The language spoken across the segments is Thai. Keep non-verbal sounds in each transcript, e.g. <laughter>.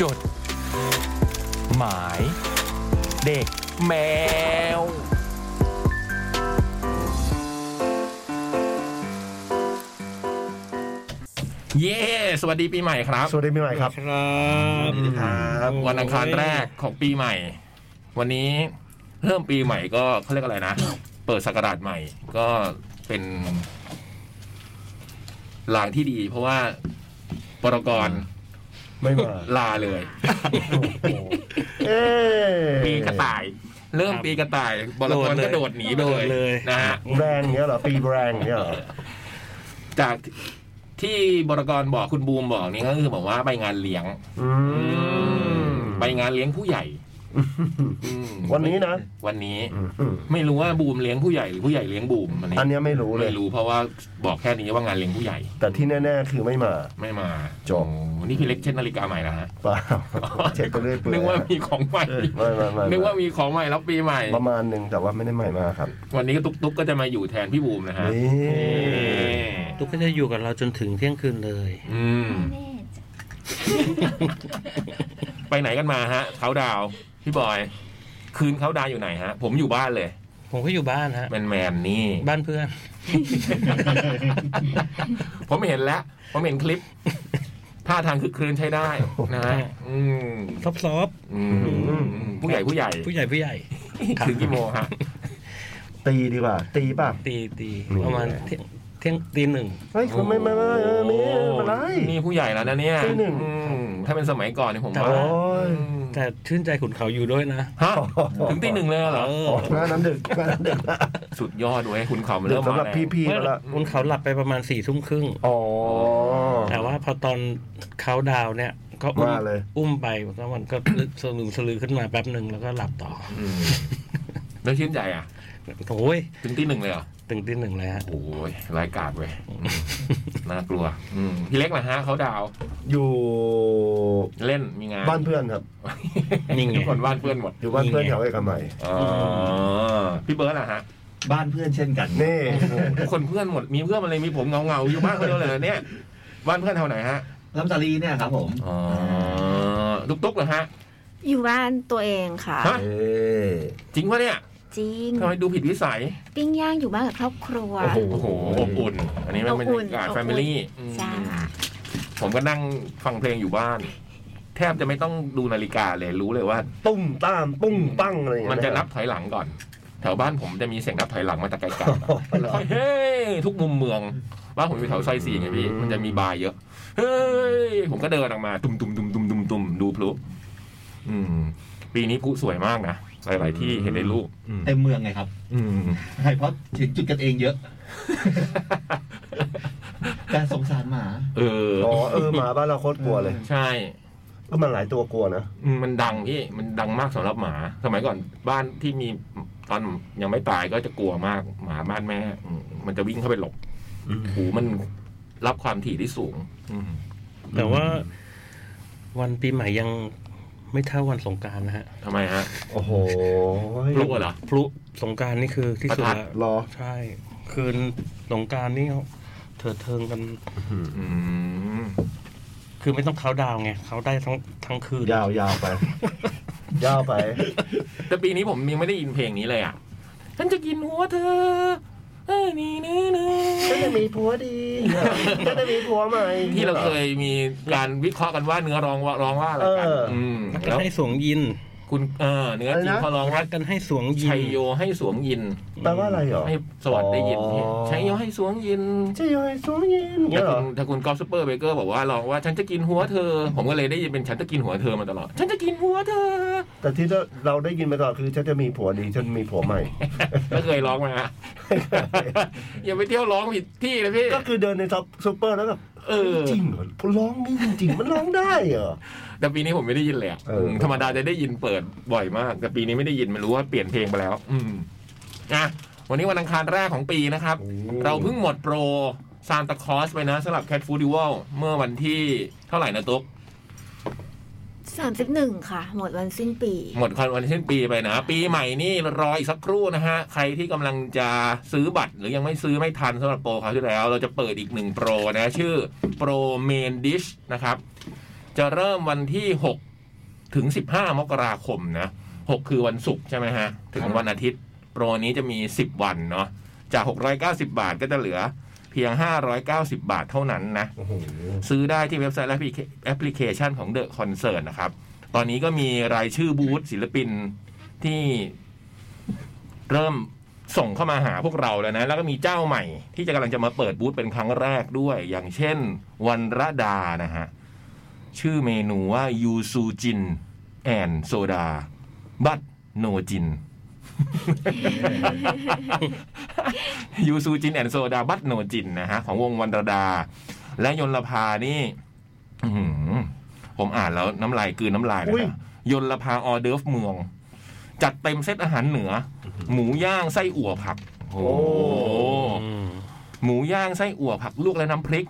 จด หมาย เด็กแมว เย้ สวัสดีปีใหม่ครับ สวัสดีปีใหม่ครับ ครับ ครับ โอ้ย วันอังคารแรกของปีใหม่ วันนี้เริ่มปีใหม่ก็เขาเรียกอะไรนะ เปิดสกราชใหม่ ก็เป็นลางที่ดี เพราะว่าปรกร ไม่มา ลาเลย เอ๊ ปีกระต่าย เริ่มปีกระต่ายบรกรก็โดดหนีไปเลย โดดเลย นะฮะ แบรนด์เงี้ยเหรอ ปีแบรนด์เงี้ยเหรอ จากที่บรกรบอกคุณบูมบอกนี่ก็คือบอกว่าไปงานเลี้ยง อืม ไปงานเลี้ยงผู้ใหญ่อืม วันนี้นะ วันนี้ อืม ไม่รู้ว่าบูมเลี้ยงผู้ใหญ่หรือผู้ใหญ่เลี้ยงบูมอันนี้ อันเนี้ยไม่รู้เลย ไม่รู้เพราะว่าบอกแค่นี้ว่างานเลี้ยงผู้ใหญ่ แต่ที่แน่ ๆ คือไม่มา ไม่มา จบ โอ้นี่พี่เล็กเช่นนาฬิกาใหม่นะฮะ เปล่าเช็คไปเรื่อยเปื่อย นึกว่ามีของใหม่ ไม่ไม่ไม่ นึกว่ามีของใหม่รับปีใหม่ ประมาณหนึ่งแต่ว่าไม่ได้ใหม่มาครับ วันนี้ตุ๊กตุ๊กก็จะมาอยู่แทนพี่บูมนะฮะ นี่ ตุ๊ก ตุ๊กก็จะอยู่กับเราจนถึงเที่ยงคืนเลย อืม ไม่ไปแน่จ้ะไหนกันมาฮะเขาดาวน์พี่บอย คืนเขาดาวน์อยู่ไหนฮะ ผมอยู่บ้านเลย ผมก็อยู่บ้านฮะ แมนแมนๆนี่ บ้านเพื่อน ผมเห็นแล้ว ผมเห็นคลิปท่าทางคึกคืนใช้ได้นะฮะอืม ซอฟซอฟ อืมผู้ใหญ่ผู้ใหญ่ ผู้ใหญ่ผู้ใหญ่ ถึงกี่โมงฮะ ตีดีกว่า ตีป่ะ ตีตี นี่ ประมาณเที่ยงเที่ยงตีหนึ่ง เฮ้ยคุณไม่ไม่ไม่เออมีอะไร นี่ผู้ใหญ่แล้วนะเนี่ย ที่หนึ่ง อืมถ้าเป็นสมัยก่อนเนี่ยผม แต่ ว่า โอ้ ว่า ย อืม แต่ชื่นใจขุนเขาอยู่ด้วยนะ ฮะถึงตีหนึ่งเลยเหรอ เออ อ๋อหน้านั้นดึกหน้านั้นดึก สุดยอดเว้ยคุณเขามัน ดึ เริ่ ก ม สำ มา หรับ แล้ว พี่ๆแล้วล่ะ ขุนเขาหลับไปประมาณสี่ทุ่มครึ่ง อ๋อ แต่ว่าพอตอนเขาดาวน์เนี่ย ก็อุ้ม ว่าเลย อุ้มไปแล้วมันก็ลึกสลืมสลือขึ้นมาแป๊บหนึ่งแล้วก็หลับต่อ อืมแล้วชื่นใจอ่ะ โอ้ย ถึงตีหนึ่งเลยเหรอ ถึงตีหนึ่งเลยฮะ โอ้ยร้ายกาจเว้ย <laughs> อืมน่ากลัว อืมพี่เล็กนะฮะเขาดาวน์ อยู่ เล่นมีงาน บ้านเพื่อนครับ นี่ไง ทุกคนบ้านเพื่อนหมด อยู่บ้านเพื่อนแถวเอกมัย อ๋อพี่เบิร์ดนะฮะ บ้านเพื่อนเช่นกัน นี่ คนเพื่อนหมด มีเพื่อนอะไรมีผมเงาเงาๆอยู่บ้านคนเดียวเลยเหรอเนี่ย บ้านเพื่อนแถวไหนฮะ ลำตาลีเนี่ยครับผม อ๋อ ตุกตุกเหรอฮะ อยู่บ้านตัวเองค่ะ ฮะ เอ จริงปะเนี่ย จริง ทำไมดูผิดวิสัย ปิ้งย่างอยู่บ้านกับครอบครัว โอ้โห โอ้โห อบอุ่น อันนี้มันเป็น อ บบ ร อุ่ ร น ยากาศ อบอุ่น แฟมิลี่ จ้า ผมก็นั่งฟังเพลงอยู่บ้าน แทบจะไม่ต้องดูนาฬิกาเลยรู้เลยว่า ตุ้มตามปุ้งปั้งอะไรอย่างเงี้ย มันจะนับถอยหลังก่อน แถวบ้านผมจะมีเสียงนับถอยหลังมาแต่ไกลๆ <laughs> แล้วค่อยเฮ้ยทุกมุมเมืองบ้านผมอยู่แถวซอยสี่ไงพี่มันจะมีบาร์เยอะ เฮ้ย ผมก็เดินออกมา ตุ่มตุ่มตุ่มตุ่มตุ่มตุ่มดูพลุอืม ปีนี้พลุสวยมากนะหลายๆที่เห็นในรูป เต็มเมืองไงครับ อืม <laughs> ใช่เพราะถึงจุดกันเองเยอะ การสงสารหมา เออ อ๋อเออหมาบ้านเราโคตรกลัวเลย ใช่ ก็มันหลายตัวกลัวนะ อืมมันดังพี่มันดังมากสำหรับหมา สมัยก่อนบ้านที่มีตอนยังไม่ตายก็จะกลัวมากหมาบ้านแม่อืมมันจะวิ่งเข้าไปหลบหูมันรับความถี่ที่สูง อืม แต่ว่าวันปีใหม่ยังไม่เท่าวันสงกรารนะฮะ ทำไมฮะ โอ้โห พลุเหรอ พลุสงกรารนี่คือที่สุปดระทัด ละ รอ ใช่ คืนสงกรารนี่เขาเถิดเทิงกัน อืม คือไม่ต้องเขาดาวน์ไงเขาได้ทั้งทั้งคืน ยาวยาว <laughs> ไป ยาวไป แต่ปีนี้ผมยังไม่ได้ยินเพลงนี้เลยอ่ะ ฉันจะกินหัวเธอเอ้ยนี่นี่นี่ จะได้มีผัวดี จะได้มีผัวใหม่ ที่เราเคยมีการวิเคราะห์กันว่าเนื้อร้องว่าร้องว่าอะไรกัน เอออื ม รักกัน แล้ว ให้สวงยิน คุณเออเนื้อจริงเขาร้องว่า รักกันให้สวงยิน ชัยโยให้สวงยิน แปลว่าอะไรเหรอ ให้สวัสดิ์ได้ยินพี่ อ๋อ ชัยโยให้สวงยิน ใช่ยอยสวงยิน ถ้า เงี้ยเหร คุ อ ณถ้าคุณกอล์ฟซูเปอร์เบเกอร์บอกว่าร้องว่าฉันจะกินหัวเธอ ผมก็เลยได้ยินเป็นฉันจะกินหัวเธอมาตลอด ฉันจะกินหัวเธอ แต่ที่เราได้ยินมาตลอดคือฉันจะมีผัวดีฉันมีผัวใหม่ แล้วเคยร้องมาฮะ อย่าไปเที่ยวร้องผิดที่นะพี่ <laughs> ก็คือเดินในท็อปซูเปอร์แล้วแบบ เออ จริงเหรอร้องนี่จริงๆมันร้องได้เหรอ แต่ปีนี้ผมไม่ได้ยินเลยอะ เออ ธรรมดาจะได้ยินเปิดบ่อยมาก แต่ปีนี้ไม่ได้ยินไม่รู้ว่าเปลี่ยนเพลงไปแล้ว อืมอ่ะวันนี้วันอังคารแรกของปีนะครับ เราเพิ่งหมดโปรซานตาคลอสไปนะสำหรับแคทฟูดิวัลเมื่อวันที่เท่าไหร่นะตุ๊ก สามสิบหนึ่งค่ะ หมดวันสิ้นปี หมดวันสิ้นปีไปนะ ปีใหม่นี่รออีกสักครู่นะฮะ ใครที่กำลังจะซื้อบัตร หรือยังไม่ซื้อไม่ทันสำหรับโปรคราวที่แล้ว เราจะเปิดอีกหนึ่งโปรนะ ชื่อโปรเมนดิชนะครับ จะเริ่มวันที่หกถึงสิบห้ามกราคมนะหกคือวันศุกร์ใช่ไหมฮะ ถึงวันอาทิตย์ โปรนี้จะมีสิบวันเนาะจากหกร้อยเก้าสิบาทก็จะเหลือเพียงห้าร้อยเก้าสิบาทเท่านั้นนะ โอ้โห ซื้อได้ที่เว็บไซต์และแอปพลิเคชันของ The Concert นะครับ ตอนนี้ก็มีรายชื่อบูธศิลปินที่เริ่มส่งเข้ามาหาพวกเราแล้วนะ แล้วก็มีเจ้าใหม่ ที่จะกำลังจะมาเปิดบูธเป็นครั้งแรกด้วย อย่างเช่นวันระดานะฮะ ชื่อเมนูว่ายูซูจินแอนโซดาบัตโนจิน <laughs> ยูซูจินแอนโซดาบัตโนจินนะฮะ ของวงวันระดา และยนลภานี่อื้อหือผมอ่านแล้วน้ำลายกลืนน้ำลายเลยนะยนลภาออเดิร์ฟเมือง จัดเต็มเซตอาหารเหนือ หมูย่างไส้อั่วผัก โอ้โห อืม หมูย่างไส้อั่วผักลวกและน้ำพริก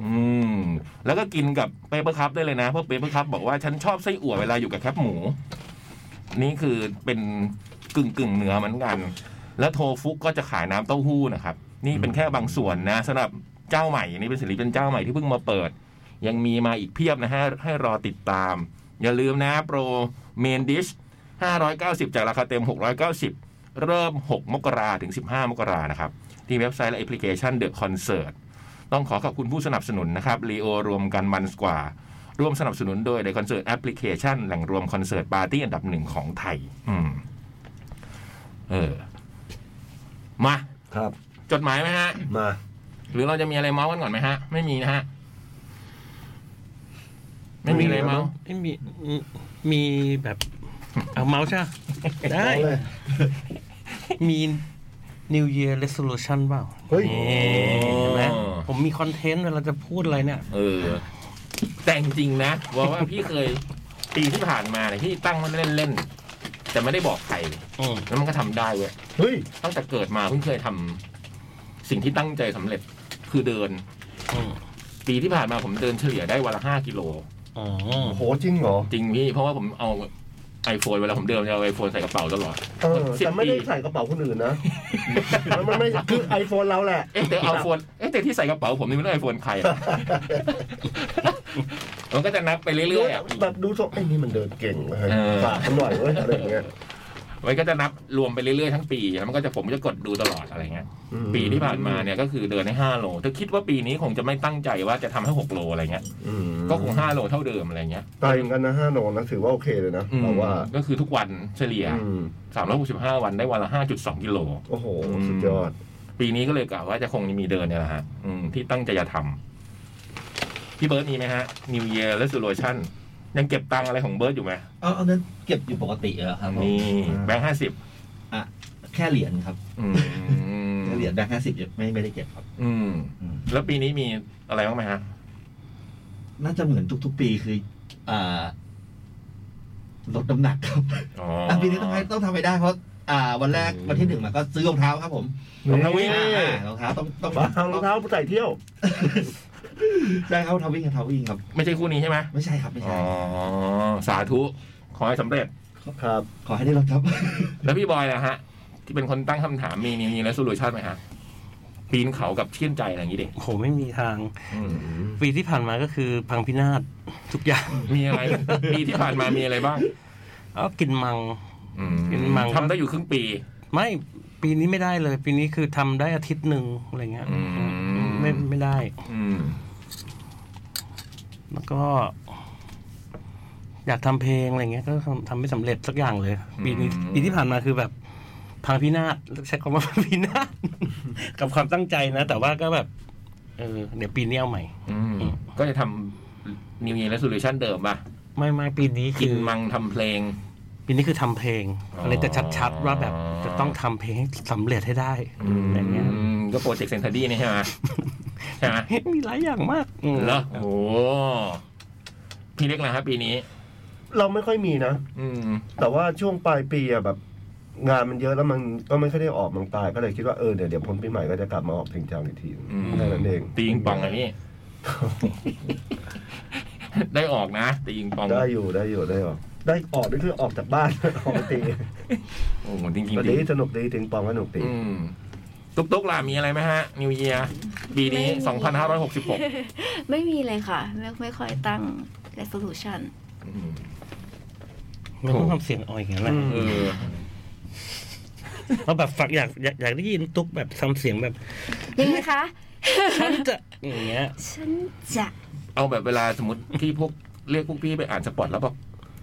อืม แล้วก็กินกับเปเปอร์คัพได้เลยนะเพราะเปเปอร์คัพบอกว่าฉันชอบไส้อั่วเวลาอยู่กับแคบหมู นี่คือเป็นกึ่งกึ่งๆเหนือเหมือนกัน แล้วโทฟุก็จะขายน้ำเต้าหู้นะครับ นี่เป็นแค่บางส่วนนะสำหรับเจ้าใหม่นี่เป็นศิลปินเจ้าใหม่ที่เพิ่งมาเปิด ยังมีมาอีกเพียบนะฮะให้รอติดตาม อย่าลืมนะโปรเมนดิช590 จากราคาเต็ม 690 เริ่ม 6 มกราถึง 15 มกรานะครับ ที่เว็บไซต์และแอปพลิเคชัน The Concert ต้องขอขอบคุณผู้สนับสนุนนะครับรีโอรวมกันมันสกว่า ร่วมสนับสนุนโดย The Concert Application แหล่งรวมคอนเสิร์ตปาร์ตี้อันดับหนึ่งของไทย อืม เออ มา ครับ จดหมายไหมฮะ มา หรือเราจะมีอะไรเมาส์กันก่อนไหมฮะ ไม่มีนะฮะ ไม่มีอะไรเมาส์ ไม่มีอืมมีแบบ เอาเมาส์ใช่ปะได้ เอาเลย มี New Year Resolution เปล่า เฮ้ย นี่ เห็นเห็นไหมไหม ผมมีคอนเทนต์เวลาจะพูดอะไรเนี่ย เออ แต่จริงๆนะว่าว่าพี่เคยปีที่ผ่านมาเนี่ยพี่ตั้งมันเล่นๆแต่ไม่ได้บอกใคร อืม แล้วมันก็ทำได้เว้ย เฮ้ย ตั้งแต่เกิดมาเพิ่งเคยทำสิ่งที่ตั้งใจสำเร็จคือเดิน อืม ปีที่ผ่านมาผมเดินเฉลี่ยได้วันละห้ากิโล อ๋อ โอ้โหจริงเหรอ จริงพี่ เพราะว่าผมเอาไอโฟนเวลาผมเดินจะเอาไอโฟนใส่กระเป๋าตลอด เออ สิบ แต่ไม่ ปี ได้ใส่กระเป๋าคนอื่นนะ มันมันไม่คือไอโฟนเราแหละ เอ๊ะแต่เอาโฟนเอ๊ะแต่ที่ใส่กระเป๋าผมนี่มันไอโฟนใครอะ <laughs> มันก็จะนับไปเรื่อยๆอะ แบบดูทรงไอ้นี่มันเดินเก่งเลย เออ ฝากมันหน่อยเว้ยอะไรอย่างเงี้ย มันก็จะนับรวมไปเรื่อยๆทั้งปีแล้วมันก็จะผมจะกดดูตลอดอะไรเงี้ย อืม ปีที่ผ่านมาเนี่ยก็คือเดินให้ห้าโลถ้าคิดว่าปีนี้คงจะไม่ตั้งใจว่าจะทำให้หกโลอะไรเงี้ย อืม ก็คงห้าโลเท่าเดิมอะไรเงี้ย ไปเหมือนกันนะห้าโนนะถือว่าโอเคเลยนะ อืม เราว่า ก็คือทุกวันเฉลี่ย อืม 365 วันได้วันละ5.2กิโล โอ้โห อืม สุดยอด ปีนี้ก็เลยกะว่าจะคงมีเดินเนี่ยแหละฮะอืมที่ตั้งใจจะทำพี่เบิร์ดมีไหมฮะ New Year Resolution ยังเก็บตังค์อะไรของเบิร์ดอยู่ไหม เอาเอานั้นเก็บอยู่ปกติเหรอครับผม นี่แบงค์ห้าสิบ แค่เหรียญครับ อืม แค่เหรียญแบงค์ห้าสิบไม่ไม่ได้เก็บครับ อืม อืม แล้วปีนี้มีอะไรบ้างไหมฮะ น่าจะเหมือนทุก ๆ ปีคืออ่าลดน้ำหนักครับ อ๋อ อ่ะปีนี้ต้องให้ต้องทำไปได้เพราะอ่า วันแรกวันที่หนึ่งมาก็ซื้อรองเท้าครับผม รองเท้าวิ่ง อ่าอ่ารองเท้าต้องต้อง บ้ารองเท้าใส่เที่ยว ใช่ครับรองเท้าวิ่งกับรองเท้าวิ่งครับ ไม่ใช่คู่นี้ใช่ไหม ไม่ใช่ครับไม่ อ๋ ใช่ อ สาธุ ขอให้สำเร็จ ครับ ขอให้ได้รองเท้า แล้วพี่บอยนะฮะ ที่เป็นคนตั้งคำถามมี New Year Resolution ไหมฮะ ปีนเขากับเชื่นใจอะไรอย่างนี้ดิ โหไม่มีทาง อืม ปีที่ผ่านมาก็คือพังพินาศทุกอย่าง <laughs> มีอะไร ปีที่ผ่านมามีอะไรบ้าง เอากินมัง อืม เป็นมัง ทำได้อยู่ครึ่งปี ไม่ปีนี้ไม่ได้เลย ปีนี้คือทำได้อาทิตย์หนึ่งอะไรเงี้ยไม่ไม่ได้ อืม แล้วก็ อยากทำเพลงอะไรเงี้ย ก็ทำทำไม่สำเร็จสักอย่างเลย ปีนี้ปีที่ผ่านมาคือแบบพังพินาศใช้คำว่าพั <laughs> งพินาศ กับความตั้งใจนะ แต่ว่าก็แบบ เออเดี๋ยวปีนี้เอาใหม่ อืมก็จะทำ New Year Resolution เดิมป่ะ ไม่ไม่ปีนี้ กิ คื น อ มังทำเพลง ปีนี้คือทำเพลง อ๋ออ อะไรจะชัดๆว่าแบบจะต้องทำเพลงให้สำเร็จให้ได้อะไรเงี้ย อืมก็โปรเจกต์เซนท d ดี้นี่ใช่ไหม ใช่ไหม มีหลายอย่างมากอืม เหรอโอ้โหพี่เล็กนะครับปีนี้ เราไม่ค่อยมีนะ อืม แต่ว่าช่วงปลายปีอะแบบ งานมันเยอะแล้วมันก็ไม่ค่อยได้ออกมังตาย ก็เลยคิดว่าเออเดี๋ยวเดี๋ยวพ้นปีใหม่ก็จะกลับมาออกเพลงจังอีกที อืม แค่นั้นเอง ตียิงปองอะ <laughs> พี่ ได้ออกนะตียิงปอง ได้อยู่ได้อยู่ได้ออกได้ออกนี่ <laughs> คือออกจากบ้าน ออกไปตี โอ้โหจริงจริง ตอน ๆดี นี้สนุกดีติงปองก็สนุกดี อืม ตุ๊กตุ๊กล่ะมีอะไรไหมฮะ นิวเยียปีนี้ ไม่มี <laughs> 2566 ไม่มีเลยค่ะ ไม่ไม่ค่อยตั้ง resolution อืม มันต้องทำเสียงออยอย่างนั้นแหละ อืม เออ เราแบบฝักอยากอยากอยากได้ยินตุ๊กแบบทำเสียงแบบ ยังไงคะ ฉันจะอย่างเงี้ย ฉันจะ เอาแบบเวลาสมมติที่พวกเรียกพวกพี่ไปอ่านสปอตแล้วบอก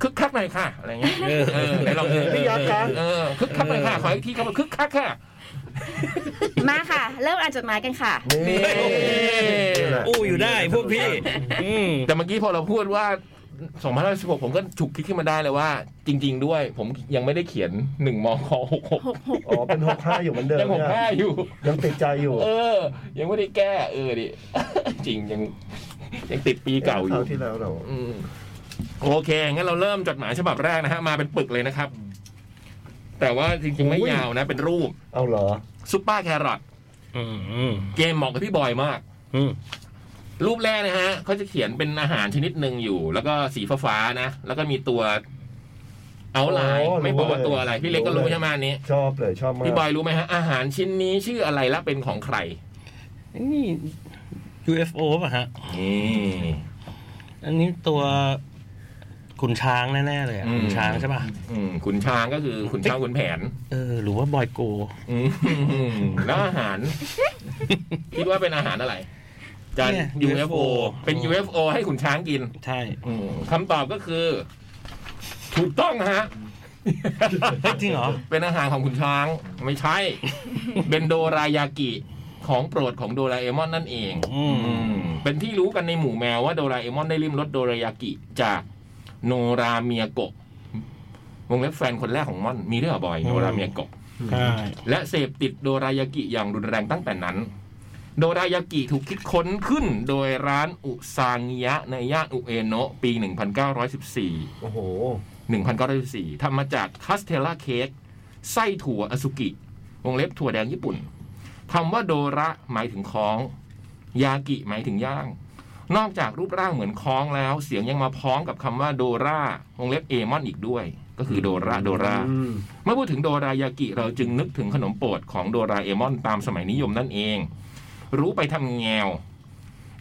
คึกคักหน่อยค่ะ อะไรเงี้ย เออ เออไหนลองเออ พี่ยักษ์คะ เออคึกคักหน่อยค่ะขออีกทีครับคึกคักค่ะ มาค่ะ เริ่มอ่านจดหมายกันค่ะ นี่นี่แหละ อู้อยู่ <laughs> ได้พวกพี่ อืม แต่เมื่อกี้พอเราพูดว่า2516 ผมก็ฉุกคิดขึ้นมาได้เลยว่า จริง ๆ ด้วย ผมยังไม่ได้เขียน1มค หกหก อ๋อ เป็นหกห้าอยู่เหมือน 66 เดิม ยังผม เนี่ย ได้อยู่ ยังติดใจอยู่ เออ ยังไม่ได้แก้ เออดิ จริงยังยังติดปีเก่าอ คร ยู่ วที่แล้วเรา อืมโอเค งั้นเราเริ่มจดหมายฉบับแรกนะฮะ มาเป็นปึกเลยนะครับ แต่ว่าจริงๆ ไม่ อุ้ย ยาวนะ เป็นรูป เอาเหรอ ซุปเปอร์แครอท อืม เกมเหมาะกับพี่บอยมาก อืม รูปแรกนะฮะเขาจะเขียนเป็นอาหารชนิดหนึ่งอยู่ แล้วก็สีฟ้าๆนะ แล้วก็มีตัวเอาลาย อ๋อรู้ ไม่บอกว่าตัวอะไร เลย พี่เล็กก็ รู้ รู้ เลย ใช่ไหมอันนี้ ชอบเลยชอบมาก พี่บอยรู้ไหมฮะ อาหารชิ้นนี้ชื่ออะไรและเป็นของใคร นี่ UFO ป่ะฮะ นี่ อันนี้ตัวขุนช้างแน่ๆเลยอะขุนช้างใช่ป่ะ อืมขุนช้างก็คือขุนช้างขุนแผน เออ หรือว่าบอยโก อืมแล้วอาหาร คิดว่าเป็นอาหารอะไรจาน เนี่ย UFO เป็น อืม UFO ให้ขุนช้างกิน ใช่ คำตอบก็คือ ถูกต้องฮะ <laughs> เฮ้ยจริงเหรอ เป็นอาหารของขุนช้าง ไม่ใช่ เป็นโดรายากิของโปรดของโดราเอมอนนั่นเอง อืม อืมเป็นที่รู้กันในหมู่แมวว่าโดราเอมอนได้ริมรสโดรายากิจากโนราเมียโกะวงเล็บแฟนคนแรกของม่อนมีด้วยเหรอบอยโนราเมียโกะ ใช่ และเสพติดโดรายากิอย่างรุนแรงตั้งแต่นั้น โดรายากิถูกคิดค้นขึ้นโดยร้านอุซางิยะในย่านอุเอโนะปี 1914 โอ้โห 1914ทำมาจากคัสเทลล่าเค้กไส้ถั่วอสุกิ วงเล็บถั่วแดงญี่ปุ่นคำว่าโดระหมายถึงคล้อง ยากิหมายถึงย่าง นอกจากรูปร่างเหมือนคล้องแล้ว เสียงยังมาพ้องกับคำว่าโดราวงเล็บเอมอนอีกด้วย ก็คือโดราโดรา อืม เมื่อพูดถึงโดรายากิเราจึงนึกถึงขนมโปรดของโดราเอมอนตามสมัยนิยมนั่นเอง รู้ไปทำแงว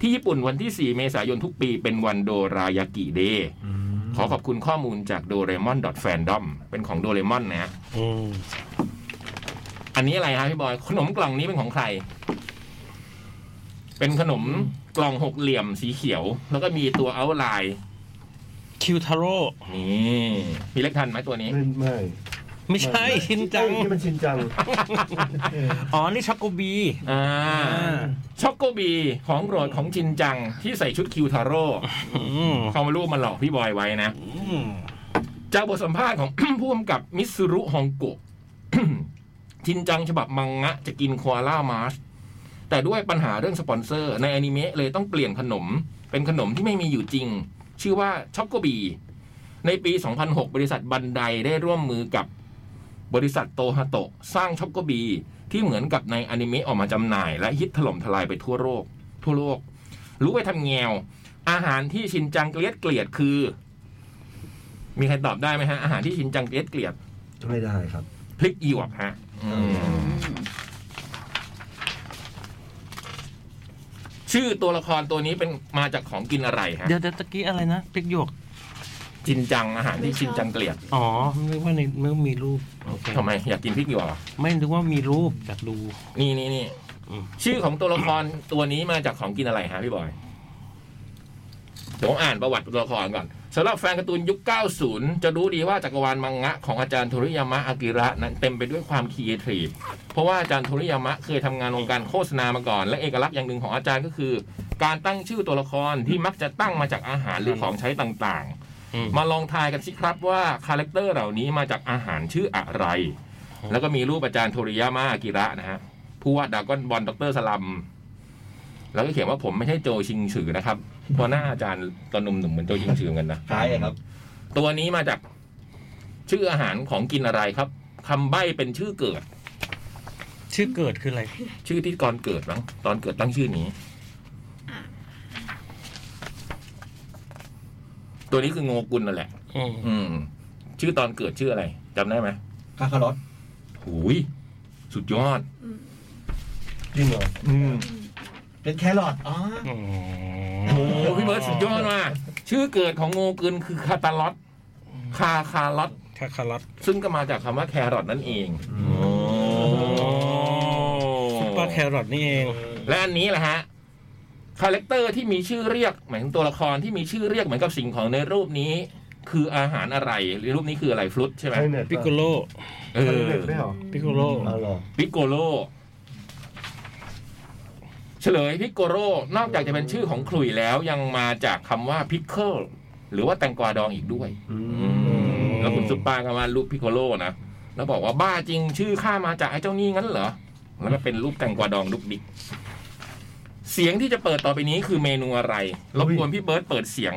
ที่ญี่ปุ่นวันที่ 4 เมษายนทุกปีเป็นวันโดรายากิเดย์ขอขอบคุณข้อมูลจากโดเรมอน .fandom เป็นของโดเรมอนนะ อืม อันนี้อะไรฮะพี่บอย ขนมกล่องนี้เป็นของใคร เป็นขนมกล่องหกเหลี่ยมสีเขียว แล้วก็มีตัวเอาไลน์ คิวทาโร่ นี่มีเล็กทันไหมตัวนี้ ไม่ไม่ ไม่ใช่ชินจัง เอ้ยนี่มันชินจัง อ๋อ นี่ช็อกโกบี อ่า อ่า ช็อกโกบีของโปรดของจินจังที่ใส่ชุดคิวทาโร่ อืม เขามารูปมาหลอกพี่บอยไว้นะ อืม จากบทสัมภาษณ์ของ <clears throat> ผู้กำกับมิสุรุฮองโกะ <clears throat> ชินจังฉบับมังงะจะกินโคอาล่ามาร์ชแต่ด้วยปัญหาเรื่องสปอนเซอร์ ในอนิเมะเลยต้องเปลี่ยนขนม เป็นขนมที่ไม่มีอยู่จริง ชื่อว่าช็อกโกบี ในปี 2006 บริษัทบันไดได้ร่วมมือกับบริษัทโตฮาโตะสร้างช็อกโกบี ที่เหมือนกับในอนิเมะออกมาจำหน่าย และฮิตถล่มทลายไปทั่วโลกทั่วโลก รู้ไปทำแงว อาหารที่ชินจังเกลียดเกลียดคือ มีใครตอบได้ไหมฮะ อาหารที่ชินจังเกลียดเกลียด ไม่ได้ครับ พริกหยวกฮะอืมชื่อตัวละครตัวนี้เป็นมาจากของกินอะไรฮะ เดี๋ยวเดี๋ยวตะกี้อะไรนะพริกหยวก ชินจังอาหารที่ชินจังเกลียด อ๋อนึกว่าในนึกมีรูปโอเค ทำไมอยากกินพริกหยวกเหรอ ไม่นึกว่ามีรูปจากดู นี่นี่นี่ อืม ชื่อของตัวละคร <coughs> ตัวนี้มาจากของกินอะไรฮะพี่บอยเดี๋ยวผมอ่านประวัติตัวละครก่อนสำหรับแฟนการ์ตูนยุค 90 จะรู้ดีว่าจักรวาลมังงะของอาจารย์โทริยามะอากิระนั้นเต็มไปด้วยความคีเอทีฟ เพราะว่าอาจารย์โทริยามะเคยทำงานวงการโฆษณามาก่อน และเอกลักษณ์อย่างหนึ่งของอาจารย์ก็คือ การตั้งชื่อตัวละครที่มักจะตั้งมาจากอาหารหรือของใช้ต่าง อืม ๆ มาลองทายกันสิครับว่าคาแรคเตอร์เหล่านี้มาจากอาหารชื่ออะไร แล้วก็มีรูปอาจารย์โทริยามะอากิระนะฮะผู้วาดดรากอนบอลดรสลัม แล้วก็เขียนว่าผมไม่ใช่โจชิงฉือนะครับเพราะหน้าอาจารย์ตอนหนุ่มๆเหมือนโจชิงฉือเหมือนกันนะ คล้ายอะครับ ตัวนี้มาจากชื่ออาหารของกินอะไรครับคำใบ้เป็นชื่อเกิด ชื่อเกิดคืออะไร ชื่อที่ก่อนเกิดมั้งตอนเกิดตั้งชื่อนี้ ตัวนี้คือโงกุลนั่นแหละ อืม อืม ชื่อตอนเกิดชื่ออะไรจำได้ไหม คาคารอท หูย สุดยอด อืม จริงเหรอ อืม เป็นแครอทอ๋อ อืม โอ้โหพี่เบิร์ดสุดยอดมากชื่อเกิดของงูกึนคือคาตาลอตคาคาลอต คาคารัต ซึ่งก็มาจากคำว่าแครอทนั่นเอง ซุปเปอร์แครอทนี่เอง และอันนี้แหละฮะคาแรคเตอร์ที่มีชื่อเรียกหมายถึงตัวละครที่มีชื่อเรียกเหมือนกับสิ่งของในรูปนี้ คืออาหารอะไรหรือรูปนี้คืออะไรฟลุตใช่ไหม ใช่เน็ต พิกโกโล เอ ใช่ อ เน็ตได้เหรอ พิกโกโล เอาเหรอ พิกโกโลเฉลยพิกโกโลนอกจากจะเป็นชื่อของขลุ่ยแล้วยังมาจากคำว่าพิกเกิลหรือว่าแตงกวาดองอีกด้วย ม แล้วคุณซุปปาก็มารูปพิโคโลนะ แล้วบอกว่าบ้าจริงชื่อข้ามาจากไอ้เจ้านี่งั้นเหรอ แล้วก็เป็นรูปแตงกวาดองลูกดิก เสียงที่จะเปิดต่อไปนี้คือเมนูอะไร รบกวนพี่เบิร์ตเปิดเสียง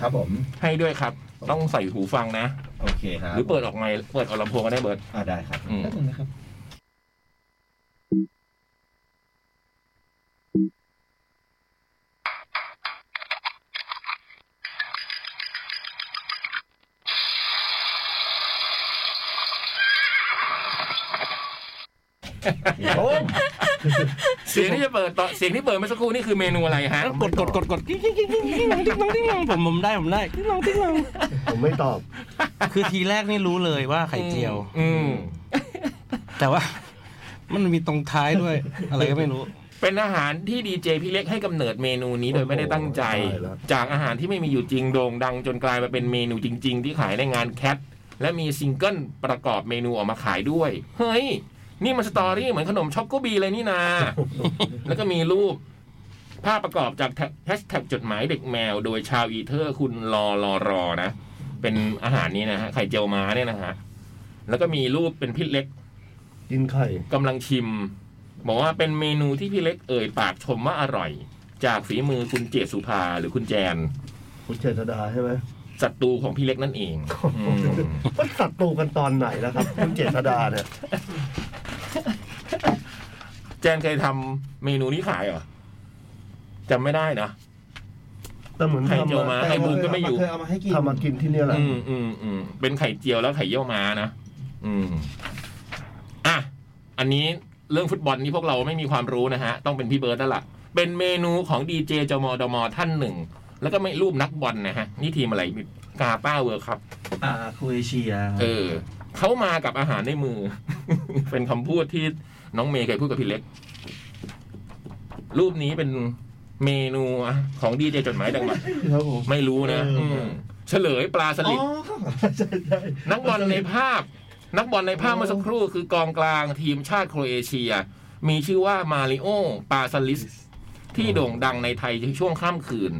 ครับผม ให้ด้วยครับ ต้องใส่หูฟังนะ โอเคครับ หรือเปิดออกไมค์เปิดออกลำโพงก็ได้เบิร์ต อ่าได้ครับ อืม แป๊บนึงนะครับ โอ้ย เสียงที่จะเปิดต่อเสียงที่เปิดเมื่อสักครู่นี่คือเมนูอะไรฮะ กดกดกดกดกิ๊งกิ๊งกิ๊งกิ๊งกิ๊งน้องติ๊งน้องติ๊งน้องผมผมได้ผมได้ติ๊งน้องติ๊งน้อง ผมไม่ตอบ คือทีแรกนี่รู้เลยว่าไข่เจียว อืม แต่ว่า มันมีตรงท้ายด้วย อะไรก็ไม่รู้ เป็นอาหารที่ดีเจพี่เล็กให้กำเนิดเมนูนี้โดยไม่ได้ตั้งใจ โอ้โหตายแล้ว จากอาหารที่ไม่มีอยู่จริงโด่งดังจนกลายมาเป็นเมนูจริง ๆ ที่ขายในงานแคทและมีซิงเกิลประกอบเมนูออกมาขายด้วย เฮ้ย นี่มันสตอรี่เหมือนขนมช็อกโกบีเลยนี่นา แล้วก็มีรูป ภาพประกอบจากแฮชแท็กจดหมายเด็กแมว โดยชาวอีเทอร์คุณรอรอรอนะ เป็นอาหารนี้นะฮะไข่เจียวม้าเนี่ยนะฮะแล้วก็มีรูปเป็นพี่เล็ก กินไข่ กำลังชิม บอกว่าเป็นเมนูที่พี่เล็กเอ่ยปากชมว่าอร่อย จากฝีมือคุณเจษสุภาหรือคุณแจน คุณเจษดาใช่ไหม ศัตรูของพี่เล็กนั่นเองอืม ว่าสัตว์ตรูกันตอนไหนแล้วครับ คุณเจษดาเนี่ย แจนเคยทำเมนูนี้ขายเหรอจำไม่ได้นะ แต่เหมือน ไข่เจียว ทำ ม้า แต่ ไอ้บุญก็ไม่อยู่ เคยเอามาให้กิน ทำมากินที่เนี่ยแหละ อืมอืมอืมเป็นไข่เจียวแล้วไข่เยี่ยวม้านะอืมอ่ะอันนี้เรื่องฟุตบอลนี่พวกเราไม่มีความรู้นะฮะ ต้องเป็นพี่เบิร์ดแล้วล่ะเป็นเมนูของดีเจจมดมท่านหนึ่ง แล้วก็ไม่รูปนักบอลนะฮะ นี่ทีมอะไรกาป้าเวิร์ครับ อ่าโครเอเชีย เออเขามากับอาหารในมือ <laughs> เป็นคำพูดที่น้องเมย์เคยพูดกับพี่เล็ก รูปนี้เป็นเมนูของดีเจจดหมายดังมา ครับผม ไม่รู้นะอืมเฉลยปลาส อ๋ ลิด อใช่ใช่ นักบอลในภาพ นักบอลในภาพเมื่อสักครู่คือกองกลางทีมชาติโครเอเชีย มีชื่อว่ามาริโอปาสลิส ที่โด่งดังในไทยในช่วงข้ามคืน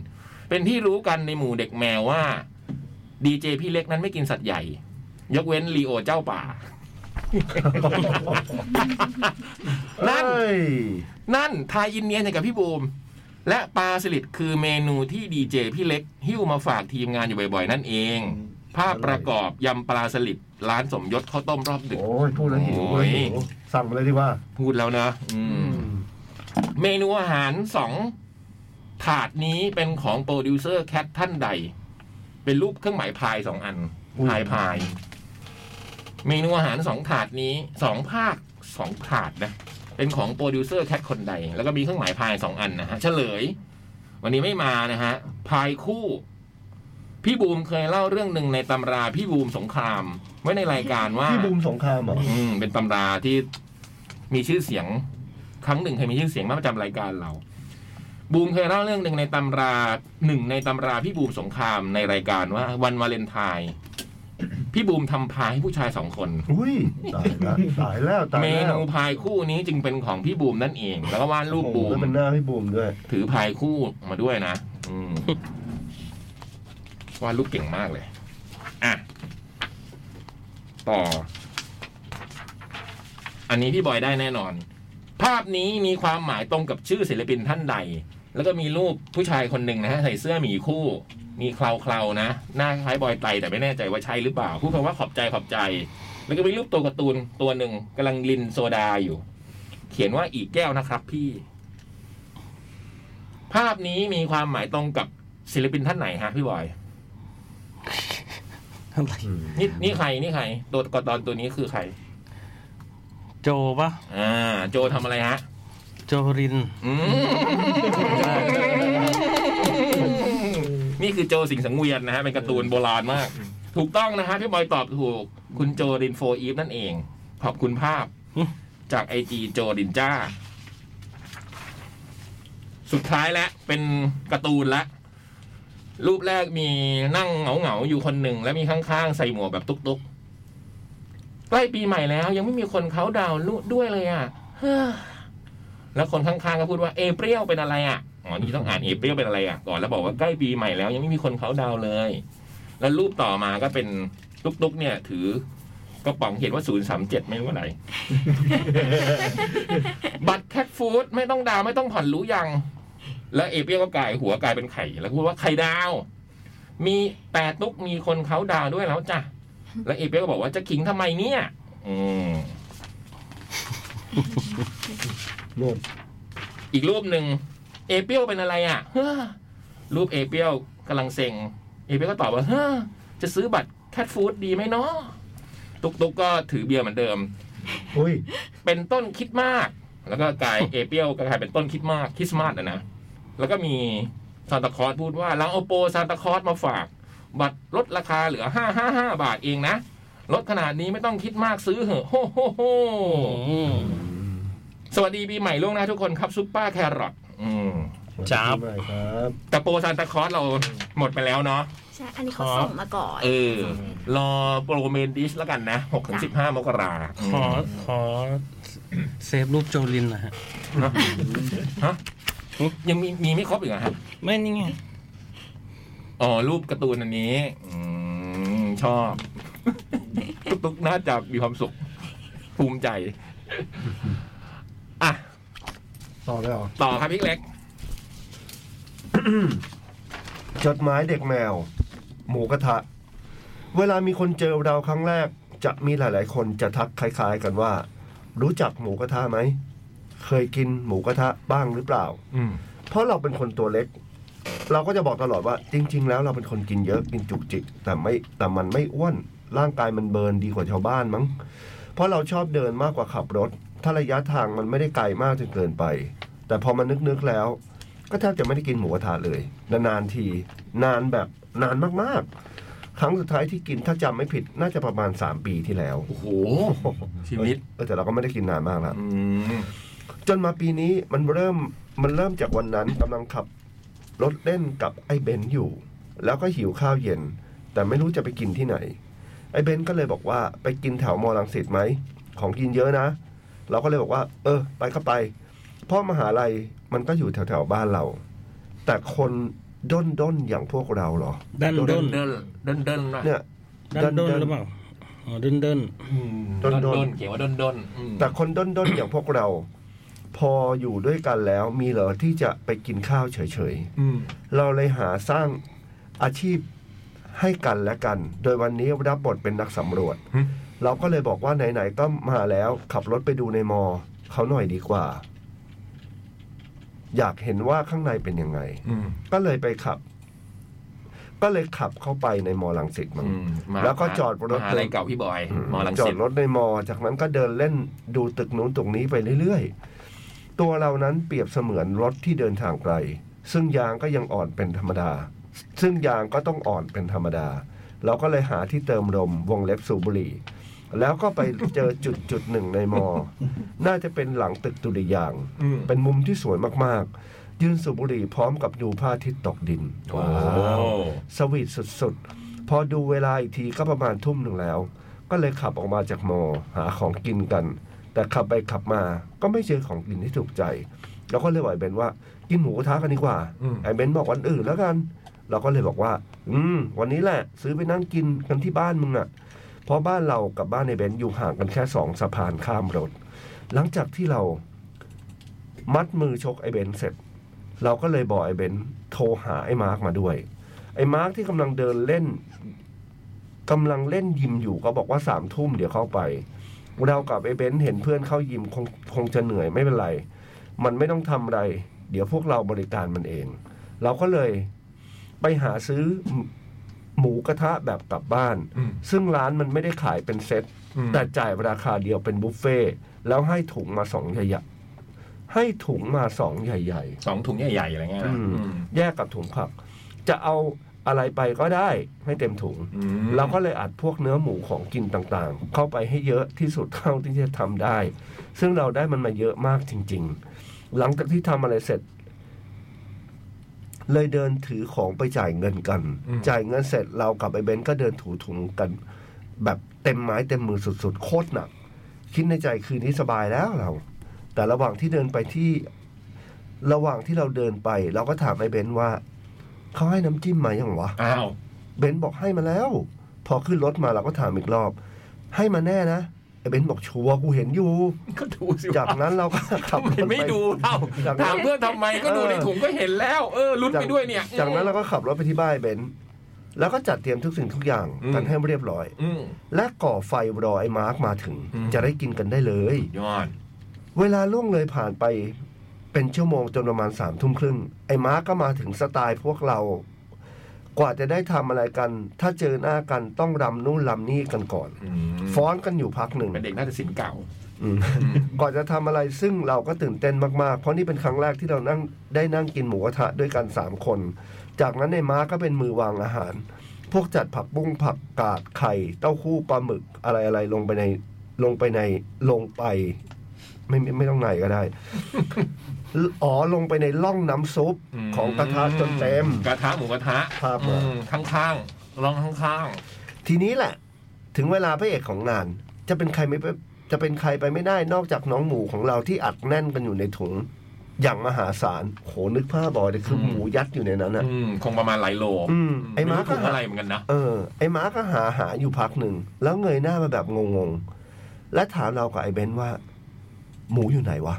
เป็นที่รู้กันในหมู่เด็กแมวว่าดีเจพี่เล็กนั้นไม่กินสัตว์ใหญ่ ยกเว้นลีโอเจ้า <laughs> ป่า นั่น เอ้ย นั่นไทยอินเนียนอย่างกับพี่บูม และปลาสลิดคือเมนูที่ดีเจพี่เล็ก หิ้วมาฝากทีมงานอยู่บ่อยๆ นั่นเอง อืม ภาพประกอบยำปลาสลิดร้านสมยศข้าวต้มรอบดึก โอ้ยพูดแล้วหิวพูดแล้วหิว โอ้ย สั่งมาเลยดีกว่า พูดแล้วนะอืม เมนูอาหารสองถาดนี้เป็นของโปรดิวเซอร์แคทท่านใด เป็นรูปเครื่องหมายพายสองอัน อุ้ย พายพาย เมนูอาหารสองถาดนี้สองภาคสองถาดนะ เป็นของโปรดิวเซอร์แคทคนใด แล้วก็มีเครื่องหมายพายสองอันนะฮะเฉลย วันนี้ไม่มานะฮะ พายคู่ พี่บูมเคยเล่าเรื่องหนึ่งในตำราพี่บูมสงคราม ไว้ในรายการว่า พี่บูมสงครามเหรอ อืมเป็นตำราที่มีชื่อเสียง ครั้งหนึ่งเคยมีชื่อเสียงมากประจำรายการเรา บูมเคยเล่าเรื่องหนึ่งในตำราหนึ่งในตำราพี่บูมสงครามในรายการว่า วันวาเลนไทน์พี่บูมทำพายให้ผู้ชายสองคน อุ้ยตายแล้วตายแล้วตาย เม แล้ว นูพายคู่นี้จึงเป็นของพี่บูมนั่นเอง แล้วก็วาดรูป โอ้โห บูม แล้วเป็นหน้าพี่บูมด้วย ถือพายคู่มาด้วยนะ อืม วาดรูปเก่งมากเลย อ่ะ ต่อ อันนี้พี่บอยได้แน่นอน ภาพนี้มีความหมายตรงกับชื่อศิลปินท่านใด แล้วก็มีรูปผู้ชายคนหนึ่งนะฮะใส่เสื้อหมีคู่ มีเคลาเคลาๆนะ หน้าคล้ายบอยไตรแต่ไม่แน่ใจว่าใช่หรือเปล่า พูดคำว่าขอบใจขอบใจ แล้วก็มีรูปตัวการ์ตูนตัวหนึ่งกำลังลินโซดาอยู่ เขียนว่าอีกแก้วนะครับ พี่ ภาพนี้มีความหมายตรงกับศิลปินท่านไหนฮะพี่บอย อะไร นี่นี่ใครนี่ใคร ตัวกอตอนตัวนี้คือใคร โจปะ อ่า โจทำอะไรฮะ โจรินทร์ อืมนี่คือโจสิงสังเวียนนะฮะ เป็นการ์ตูนโบราณมาก ถูกต้องนะฮะ พี่บอยตอบถูก คุณโจรินโฟอีฟนั่นเอง ขอบคุณภาพ จากไอจีโจรินจ้า สุดท้ายแล้วเป็นการ์ตูนละ รูปแรกมีนั่งเหงาเหงาๆอยู่คนหนึ่ง และมีข้างๆ ใส่หมวกแบบตุกตุกๆใกล้ปีใหม่แล้ว ยังไม่มีคนเขาน์ดาวน์ด้วยเลยอ่ะเฮ้อแล้วคนข้างๆ ก็พูดว่าเอเปรี้ยวเป็นอะไรอ่ะอ๋อนี่ต้องอ่านเอเปรี้ยวเป็นอะไรอ่ะก่อนแล้วบอกว่าใกล้ปีใหม่แล้ว ยังไม่มีคนเขาน์ดาวน์เลย แล้วรูปต่อมาก็เป็นตุกตุกๆเนี่ย ถือกระป๋องเขียนว่าศูนย์สามเจ็ดไม่รู้อะไร บัตรแคทฟู้ดไม่ต้องดาวไม่ต้องผ่อนรู้ยัง แล้วเอเปียก็กลายหัวกลายเป็นไข่ แล้วพูดว่าไข่ดาว มีแต่ตุ๊กมีคนเขาดาวด้วยแล้วจ้ะแล้วเอเปียก็บอกว่าจะขิงทำไมเนี่ย อืม โน่น อีกรูปหนึ่งเอเปียเป็นอะไรอ่ะเฮ้อรูปเอเปียกำลังเซ็งเอเปียก็ตอบว่าเฮ้อจะซื้อบัตรแคทฟู้ดดีไหมเนาะตุ๊กตุ๊กก็ถือเบียร์เหมือนเดิม อุ้ย เป็นต้นคิดมาก แล้วก็กลาย เอเปียวก็กลายเป็นต้นคิดมากคริสต์มาสนะนะ แล้วก็มีซานตาคลอสพูดว่าเราเอาโปรซานตาคลอสมาฝาก บัตรลดราคาเหลือห้าห้าห้าบาทเองนะลดขนาดนี้ไม่ต้องคิดมากซื้อเหอะโฮโฮโฮ อืม สวัสดีปีใหม่ล่วงหน้าทุกคนครับซุปเปอร์แครอทอืม จ๊าบ ไปครับ แต่โปรซานตาคลอสเราหมดไปแล้วเนาะ ใช่ อันนี้เขา ครับ ส่งมาก่อน เออ รอโปรเมนดิชแล้วกันนะหกถึงสิบห้ามกรา ขอขอเซฟรูปโจลินหนะฮะ ฮะยังมีมีไม่ครบอีกเหรอฮะ ไม่นี่ไง อ๋อ รูปการ์ตูนอันนี้ อืม ชอบ ตุ๊กๆน่าจะมีความสุข ภูมิใจ อ่ะ ต่อได้เหรอ ต่อครับพี่เล็ก จดหมายเด็กแมว หมูกระทะ เวลามีคนเจอเราครั้งแรก จะมีหลาย ๆ คนจะทักคล้าย ๆ กันว่า รู้จักหมูกระทะไหม เคยกินหมูกระทะบ้างหรือเปล่า อืม เพราะเราเป็นคนตัวเล็ก เราก็จะบอกตลอดว่า จริง ๆ แล้วเราเป็นคนกินเยอะกินจุกจิก แต่ไม่แต่มันไม่อ้วนร่างกายมันเบิร์นดีกว่าชาวบ้านมั้ง เพราะเราชอบเดินมากกว่าขับรถ ถ้าระยะทางมันไม่ได้ไกลมากจนเกินไป แต่พอมันนึกๆแล้ว ก็แทบจะไม่ได้กินหมูกระทะเลย นานๆที นานแบบนานมากๆ ครั้งสุดท้ายที่กินถ้าจำไม่ผิดน่าจะประมาณ 3 ปีที่แล้ว โอ้โห ชีวิต เออแต่เราก็ไม่ได้กินนานมากแล้ว อืม จนมาปีนี้มันเริ่มมันเริ่มจากวันนั้นกำลังขับรถเล่นกับไอ้เบนซ์อยู่ แล้วก็หิวข้าวเย็น แต่ไม่รู้จะไปกินที่ไหน ไอ้เบนซ์ก็เลยบอกว่าไปกินแถวมอลังสิตไหม ของกินเยอะนะ เราก็เลยบอกว่า เออ ไปก็ไป เพราะมหาลัยมันก็อยู่แถวแถวๆบ้านเรา แต่คนด้นด้นๆอย่างพวกเราเหรอ ดัน เดิ ด้ น น เดินเดินเดินนะ เนี่ย ดันด้นหรือเปล่าอ๋อด้นด้น เดินเดิน เดินเขียนว่าเดินเดินอืม แต่คนด้นด้นๆอย่างพวกเรา พออยู่ด้วยกันแล้วมีเหรอที่จะไปกินข้าวเฉยๆ อืม เราเลยหาสร้างอาชีพให้กันและกัน โดยวันนี้รับบทเป็นนักสำรวจ หึ เราก็เลยบอกว่าไหนๆก็มาแล้วขับรถไปดูในมอ เขาหน่อยดีกว่า อยากเห็นว่าข้างในเป็นยังไง อืม ก็เลยไปขับ ก็เลยขับเข้าไปในมอลังสิตมั้ง อืมมา แล้วก็จอดรถ มหาอะไรเก่าพี่บอย มอลัง จอ สิ ด ต รถในมอ จากนั้นก็เดินเล่นดูตึกนู้นตรงนี้ไปเรื่อยๆ ตัวเรานั้นเปรียบเสมือนรถที่เดินทางไกล ซึ่งยางก็ยังอ่อนเป็นธรรมดา ซึ่งยางก็ต้องอ่อนเป็นธรรมดา เราก็เลยหาที่เติมลมวงเล็บสูบบุหรี่ แล้วก็ไปเจอจุดจุดหนึ่งในมอ น่าจะเป็นหลังตึกตุริยาง อืม เป็นมุมที่สวยมากๆ ยืนสูบบุหรี่พร้อมกับดูพระอาทิตย์ตกดิน โอ้โห สวีทสุดๆ พอดูเวลาอีกทีก็ประมาณทุ่มหนึ่งแล้ว ก็เลยขับออกมาจากมอหาของกินกัน แต่ขับไปขับมาก็ไม่เจอของกินที่ถูกใจ เราก็เลยบอกไอ้เบนว่า กินหมูกระทะกันดีกว่า อืม ไอ้เบนบอกวันอื่นแล้วกัน เราก็เลยบอกว่า อืม วันนี้แหละ ซื้อไปนั่งกินกันที่บ้านมึงอะ่ะเพราะบ้านเรากับบ้านในเบนอยู่ห่างกันแค่สองสะพานข้ามรถ หลังจากที่เรา มัดมือชกไอ้เบนเสร็จ เราก็เลยบอกไอ้เบนโทรหาไอ้มาร์กมาด้วย ไอ้มาร์กที่กำลังเดินเล่นกำลังเล่นยิมอยู่ก็บอกว่าสามทุ่มเดี๋ยวเข้าไป เรากับไอ้เบนซ์เห็นเพื่อนเข้ายิมคงคงจะเหนื่อยไม่เป็นไร มันไม่ต้องทำอะไร เดี๋ยวพวกเราบริการมันเอง เราก็เลยไปหาซื้อหมูกระทะแบบกลับบ้าน อืม ซึ่งร้านมันไม่ได้ขายเป็นเซต อืม แต่จ่ายราคาเดียวเป็นบุฟเฟ่ต์แล้วให้ถุงมาสองใหญ่ๆ ให้ถุงมาสองใหญ่ สองถุงใหญ่ๆอะไรเงี้ยนะ อืม ๆ แยกกับถุงผัก จะเอาอะไรไปก็ได้ให้เต็มถุง อืม เราก็เลยอัดพวกเนื้อหมูของกินต่างๆ เข้าไปให้เยอะที่สุดเท่าที่จะทำได้ ซึ่งเราได้มันมาเยอะมากจริง ๆ หลังจากที่ทำอะไรเสร็จ เลยเดินถือของไปจ่ายเงินกัน จ่ายเงินเสร็จเรากับไอ้เบนซ์ก็เดินถูถุงกัน แบบเต็มไม้เต็มมือสุดๆ โคตรหนัก คิดในใจคืนนี้สบายแล้วเรา แต่ระหว่างที่เดินไปที่ ระหว่างที่เราเดินไป เราก็ถามไอ้เบนซ์ว่าเขาให้น้ำจิ้มมายังวะ อ้าว เบนซ์บอกให้มาแล้ว พอขึ้นรถมาเราก็ถามอีกรอบ ให้มาแน่นะไอ้เบนซ์บอกชัวร์กูเห็นอยู่ ก็ดูสิ จากนั้นเราก็ <laughs> ขับรถ เห็น ป ไม่ดูเล่า จาก ถา นั้ ม น เพื่อนทำไมก็ดู เออ ในถุงก็เห็นแล้ว เออลุ้นไปด้วยเนี่ย จากนั้นเราก็ขับรถไปที่บ้านไอ้เบนซ์แล้วก็จัดเตรียมทุกสิ่งทุกอย่าง อืม กันให้เรียบร้อย อืม และก่อไฟรอไอ้มาร์กมาถึง อืม จะได้กินกันได้เลย ยอด เวลาล่วงเลยผ่านไปเป็นชั่วโมงจนประมาณสามทุ่มครึ่งไอ้ม้าก็มาถึงสไตล์พวกเรา กว่าจะได้ทำอะไรกัน ถ้าเจอหน้ากันต้องรำนู่นรำนี่กันก่อน อืม ฟ้อนกันอยู่พักหนึ่ง เป็นเด็กน่าจะสินเก่า อืมก่อนจะทำอะไรซึ่งเราก็ตื่นเต้นมากๆ เพราะนี่เป็นครั้งแรกที่เรานั่งได้นั่งกินหมูกระทะด้วยกันสามคน จากนั้นไอ้ม้าก็เป็นมือวางอาหาร พวกจัดผักบุ้งผักกาดไข่ เต้าหู้ปลาหมึกอะไรอะไรลงไปในลงไปในลงไป ไม่ไม่ไม่ต้องไหนก็ได้ <laughs> อ๋อลงไปในล่องน้ำซุป ม ของกระทะจนเต็ม กระทะหมูกระทะ ครับผม อืมข้างๆลองข้าง ทีนี้แหละ ถึงเวลาพระเอกของงาน จะเป็นใครไม่ไปจะเป็นใครไปไม่ได้นอกจากน้องหมูของเราที่อัดแน่นกันอยู่ในถุง อย่างมหาศาลโหนึกภาพบอยเลยคือหมูยัดอยู่ในนั้น ๆ อ่ะ อืมคงประมาณหลายโล อืมไอ้ม้าก็ ก็อะไรเหมือนกันนะ เออ ไอ้ม้าก็หาหาอยู่พักหนึ่ง แล้วเงยหน้ามาแบบงงๆ และถามเรากับไอ้เบนซ์ว่า หมูอยู่ไหนวะ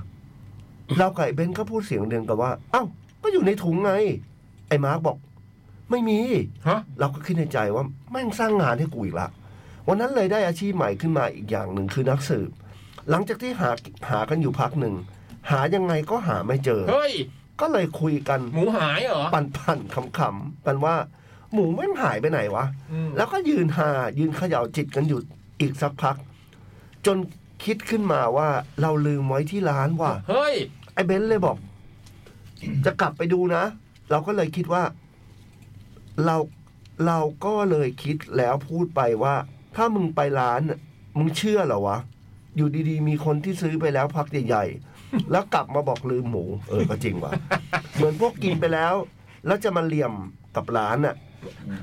เรากับไอ้เบนซ์ก็พูดเสียงเดียวกันว่า เอ้า ก็อยู่ในถุงไง ไอ้ม้าบอก ไม่มี ฮะ เราก็คิดในใจว่าแม่งสร้างงานให้กูอีกละ วันนั้นเลยได้อาชีพใหม่ขึ้นมาอีกอย่างหนึ่งคือนักสืบ หลังจากที่หาหากันอยู่พักหนึ่ง หายังไงก็หาไม่เจอ เฮ้ย ก็เลยคุยกัน หมูหายเหรอ ปั่นๆขำๆกันว่า หมูแม่งหายไปไหนวะ อืม แล้วก็ยืนหายืนเขย่าจิตกันอยู่อีกสักพัก จนคิดขึ้นมาว่าเราลืมไว้ที่ร้านว่ะ เฮ้ย ไอ้เบนซ์เลยบอก <clears throat> จะกลับไปดูนะ เราก็เลยคิดว่า เราเราก็เลยคิดแล้วพูดไปว่า ถ้ามึงไปร้านน่ะมึงเชื่อเหรอวะ อยู่ดีๆ มีคนที่ซื้อไปแล้วพักใหญ่ๆ แล้วกลับมาบอกลืมหมู เออก็จริงว่ะ <laughs> เหมือนพวกกินไปแล้ว แล้วจะมาเหลี่ยมกับร้านน่ะ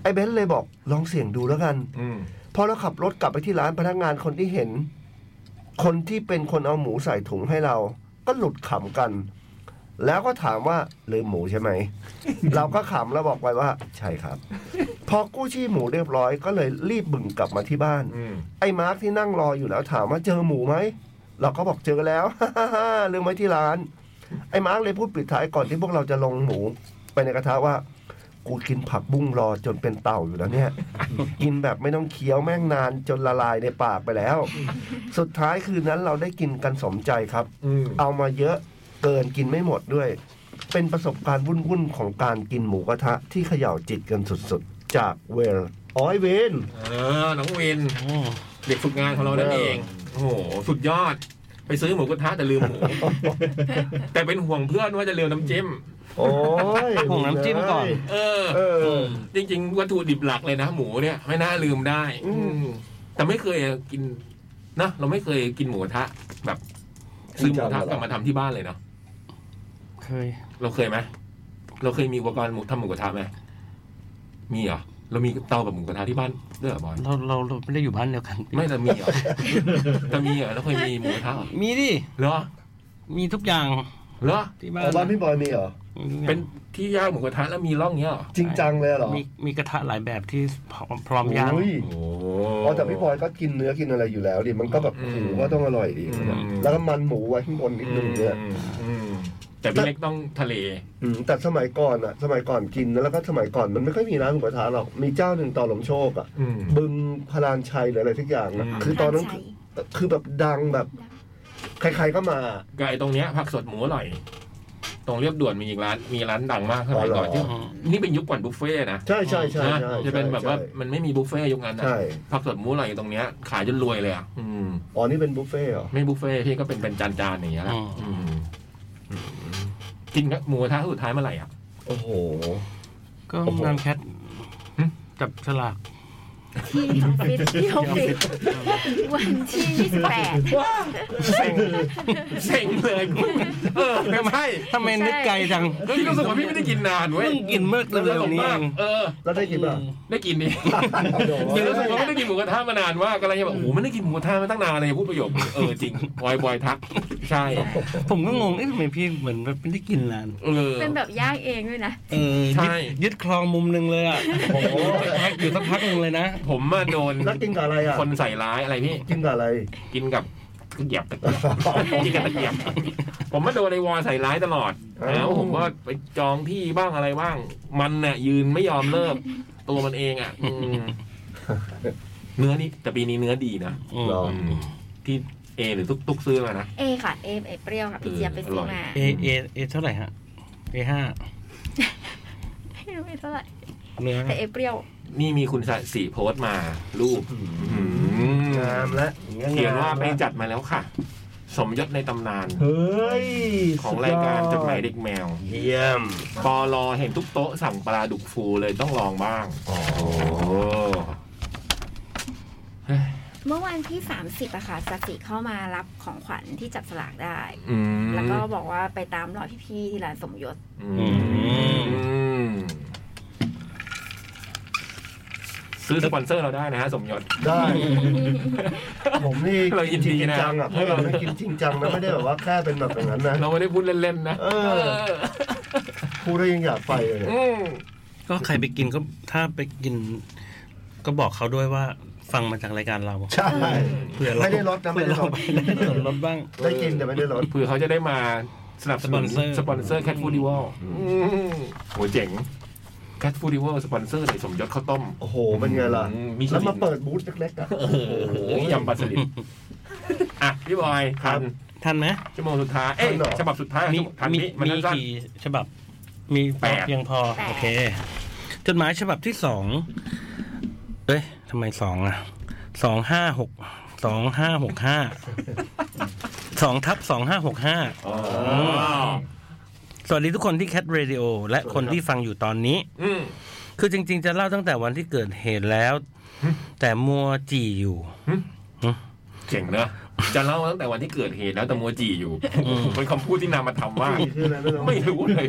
ไอ้เบนซ์เลยบอก ลองเสี่ยงดูแล้วกัน อืม พอเราขับรถกลับไปที่ร้านพนักงานคนที่เห็น คนที่เป็นคนเอาหมูใส่ถุงให้เรา ก็หลุดขำกัน แล้วก็ถามว่าลืมหมูใช่ไหม <laughs> เราก็ขำแล้วบอกไปว่า ใช่ครับ พอกู้ชีพหมูเรียบร้อยก็เลยรีบบึงกลับมาที่บ้าน อืม ไอ้มาร์คที่นั่งรออยู่แล้วถามว่าเจอหมูไหมเราก็บอกเจอแล้ว <laughs> ฮ่าๆลืมไว้ที่ร้าน ไอ้มาร์คเลยพูดปิดท้ายก่อนที่พวกเราจะลงหมู ไปในกระทะว่า กูกินผักบุ้งรอจนเป็นเต่าอยู่แล้วเนี่ย <laughs> กินแบบไม่ต้องเคี้ยวแม่งนานจนละลายในปากไปแล้ว สุดท้ายคืนนั้นเราได้กินกันสมใจครับ อืม เอามาเยอะเกินกินไม่หมดด้วย เป็นประสบการณ์วุ่นๆของการกินหมูกระทะที่เขย่าจิตกันสุดๆ จากเวลอ้อยเวน เออน้องวิน อืม เด็กฝึกงานของเรานั่นเอง โอ้โห สุดยอด ไปซื้อหมูกระทะแต่ลืมหมู <laughs> แต่เป็นห่วงเพื่อนว่าจะลืมน้ำจิ้ม โอ้ย <laughs> ผมน้ำจิ้มก่อน เออ เออ จริงๆ วัตถุดิบหลักเลยนะหมูเนี่ย ไม่น่าลืมได้ อืม อืมแต่ไม่เคยกินนะเราไม่เคยกินหมูกระทะ แบบซื้อหมูกระทะกลับมาทำที่บ้านเลยเนาะ เคย เราเคยไหมเราเคยมีอุปกรณ์หมูทำหมูกระทะไหมมีเหรอเรามีเตากับหมูกระทะที่บ้านด้วยเหรอบอย เราเราเราไม่ได้อยู่บ้านเดียวกันพี่ ไม่แต่มีเหรอ แต่มีเหรอเราเคยมีหมูกระทะเหรอ มีดิ เหรอ มีทุกอย่าง เหรอ ที่ อ๋ บ้า อน บ้านพี่บอยมีเหรอ เป็ เป็น น ที่ย่างหมูกระทะแล้วมีร่องเงี้ยเหรอ จริงจังเลยเหรอ มีมีกระทะหลายแบบที่พร้อมพร้อมย่าง โอ้ย โอ้ อ๋อแต่พี่บอยก็กินเนื้อกินอะไรอยู่แล้วดิมันก็แบบ อืม หูก็ต้องอร่อยดี อืม แล้วก็มันหมูไว้ข้างบนนิดนึงเนี่ย อืมอืมแต่พี่เล็กต้องทะเล อืมแต่สมัยก่อนอะสมัยก่อนกินนะแล้วก็สมัยก่อนมันไม่ค่อยมีร้านหมูกระทะหรอกมีเจ้าหนึ่งตอนหลมโชคอะ อืม บึงพลานชัยหรืออะไรทุกอย่างนะ อืม คือตอนนั้น ใช้ คือแบบดังแบบใคร ๆก็มา ก็ไอ้ตรงเนี้ยผักสดหมูอร่อย ตรงเรียบด่วนมีอีกร้านมีร้านดังมากสมัยก่อน อ๋อ ที่นี่เป็นยุคก่อนบุฟเฟ่ต์นะ ใช่ใช่ใช่ นะ ใช่ จะเป็นแบบว่ามันไม่มีบุฟเฟ่ต์ยุคนั้นนะ ใช่ ผักสดหมูอร่อยอยู่ตรงเนี้ยขายจนรวยเลยอ่ะอืม อ๋อนี่เป็นบุฟเฟ่ต์เหรอ ไม่บุฟเฟ่ต์พี่ก็เป็นเป็นจานๆอย่างเงี้ยแหละ อืม อืม กินหมูกระทะสุดท้ายเมื่อไหร่อ่ะ โอ้โห ก็ โอ้โห งานแคท หึ จับฉลาก ที่ออฟฟิศที่ออฟฟิศ <laughs> วันที่ยี่สิบแปด เซ็งเซ็งเลยเออไม่ใช่ ทำไม ใช่ นึกไกลจัง ก็รู้สึกว่าพี่ไม่ได้กินนานเว้ย เพิ่งกินเมื่อเร็วๆนี้เอง เออ แล้วได้กินป่ะ ได้กินนี่ เดี๋ยวรู้สึกว่าไม่ได้กินหมูกระทะมานานว่ากอะไรเงี้ยแบบโอ้โหไม่ได้กินหมูกระทะมาตั้งนานเลยพูดประโยคนี้เออจริงบอยบอยทัก ใช่ ผมก็งงเอ๊ะทำไมพี่เหมือนแบบไม่ได้กินนาน เออ เป็นแบบย่างเองด้วยนะ เออ ใช่ ยึดยึดคลองมุมหนึ่งเลยอ่ะ โอ้โห พักอยู่สักพักหนึ่งเลยนะ ผมมาโดน แล้วกินกับอะไรอ่ะ คนใส่ร้ายอะไรพี่ กินกับอะไร กินกับตะเกียบตะเกียบกินกับตะเกียบ ผมมาโดนไอ้วอใส่ร้ายตลอด อ้าว แล้วผมก็ไปจองที่บ้างอะไรบ้าง มันน่ะยืนไม่ยอมเลิก ตัวมันเองอ่ะอืมเนื้อนี่แต่ปีนี้เนื้อดีนะ หรอ อืมที่เอหรือตุกตุกซื้อมานะ เอค่ะ เอเอเปรี้ยวค่ะ พี่เจี๊ยบไปซื้อมา เอเอเอเท่าไหร่ฮะเอห้า ไม่รู้ไม่เท่าไหร่ เนื้อ แต่เอเปรี้ยว นี่มีคุณสีโพสต์มารูป งามและงี้ เขียนว่าไป งมละ จัดมาแล้วค่ะ สมยศในตำนาน เฮ้ย ของรายการจดหมายเด็กแมว เยี่ยม ปอลอเห็นทุกโต๊ะสั่งปลาดุกฟูเลยต้องลองบ้าง โอ้โห โอ้เฮ้ย เมื่อวันที่ 30อะค่ะสักสิเข้ามารับของขวัญที่จับสลากได้ อืม แล้วก็บอกว่าไปตามรอยพี่ๆที่ร้านสมยศ อืมซื้อสปอนเซอร์เราได้นะฮะ สมยศ ได้ ผมนี่ เรายินดี จริง นะ จังอ่ะพวกเราไม่กินจริงจังนะไม่ได้แบบว่าแค่เป็นแบบอย่างนั้นนะ เราไม่ได้พูดเล่น ๆ นะ เออ พูดได้วยังอยากไปเลยเนี่ย อืม ก็ใครไปกินก็ถ้าไปกิน ก็บอกเขาด้วยว่าฟังมาจากรายการเรา ใช่ เผื่อเรา ไม่ได้ลดนะไม่ เผื่อ ได้ล เรา ด ไปได้ส่วนลดบ้าง ได้กินแต่ไม่ได้ลด เผื่อเขาจะได้มาสนับสนุนส ส ป ป อ อน น เซ เซ อ อร์ ร์แคทฟูดิวอลโหเจ๋งแคทฟูดิวอลสปอนเซอร์เลยสมยศข้าวต้ม โอ้โห เป็นไงล่ะ อืมี แล้วมา สลิ เปิดบูธเล็กๆอ่ะ เออโอ้โหยำปลาสลิดอ่ะ พี่บอย ครั ทั บ น ทันไหม ชั่วโมงสุดท้ายเอ้ย ทันเหรอ ฉบับสุดท้าย มี ทัน มี นี้มัน มี สั้น กี่ฉบับ มี แปด เพียงพอ แปด โอเค จดหมายฉบับที่สองเอ้ยทำไมสองอ่ะสองห้าหกสองห้าหก <laughs> ห้าสองทับสองห้าหกห้า ๆอ๋อ สวัสดีทุกคนที่แคทเรดิโอและคนที่ฟังอยู่ตอนนี้ อืม คือจริง ๆ จะเล่าตั้งแต่วันที่เกิดเหตุแล้ว แต่มัวจีอยู่ เจ๋งเนอะจะเล่าตั้งแต่วันที่เกิดเหตุแล้วแต่มัวจีอยู่ อืม เป็นคำพูดที่นำมาทำว่า นี่คืออะไรไม่รู้ ไม่รู้เลย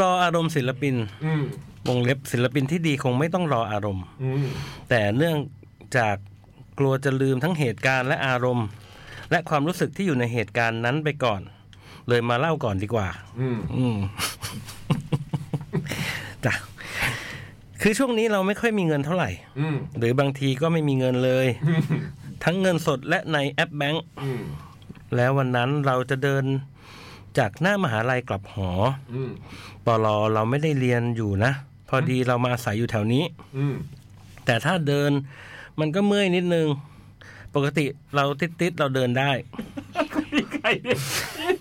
รออารมณ์ศิลปิน อืม วงเล็บศิลปินที่ดีคงไม่ต้องรออารมณ์ อืม แต่เนื่องจากกลัวจะลืมทั้งเหตุการณ์และอารมณ์ และความรู้สึกที่อยู่ในเหตุการณ์นั้นไปก่อน เลยมาเล่าก่อนดีกว่า อืม อืม <laughs> จ้ะคือช่วงนี้เราไม่ค่อยมีเงินเท่าไหร่ อืม หรือบางทีก็ไม่มีเงินเลย อืม ทั้งเงินสดและในแอปแบงก์ อืม แล้ววันนั้นเราจะเดินจากหน้ามหาลัยกลับหอ อืม ปลอเราไม่ได้เรียนอยู่นะ พอดีเรามาอาศัยอยู่แถวนี้ อืม แต่ถ้าเดินมันก็เมื่อยนิดนึง ปกติเราติดๆเราเดินได้ ใครเนี่ย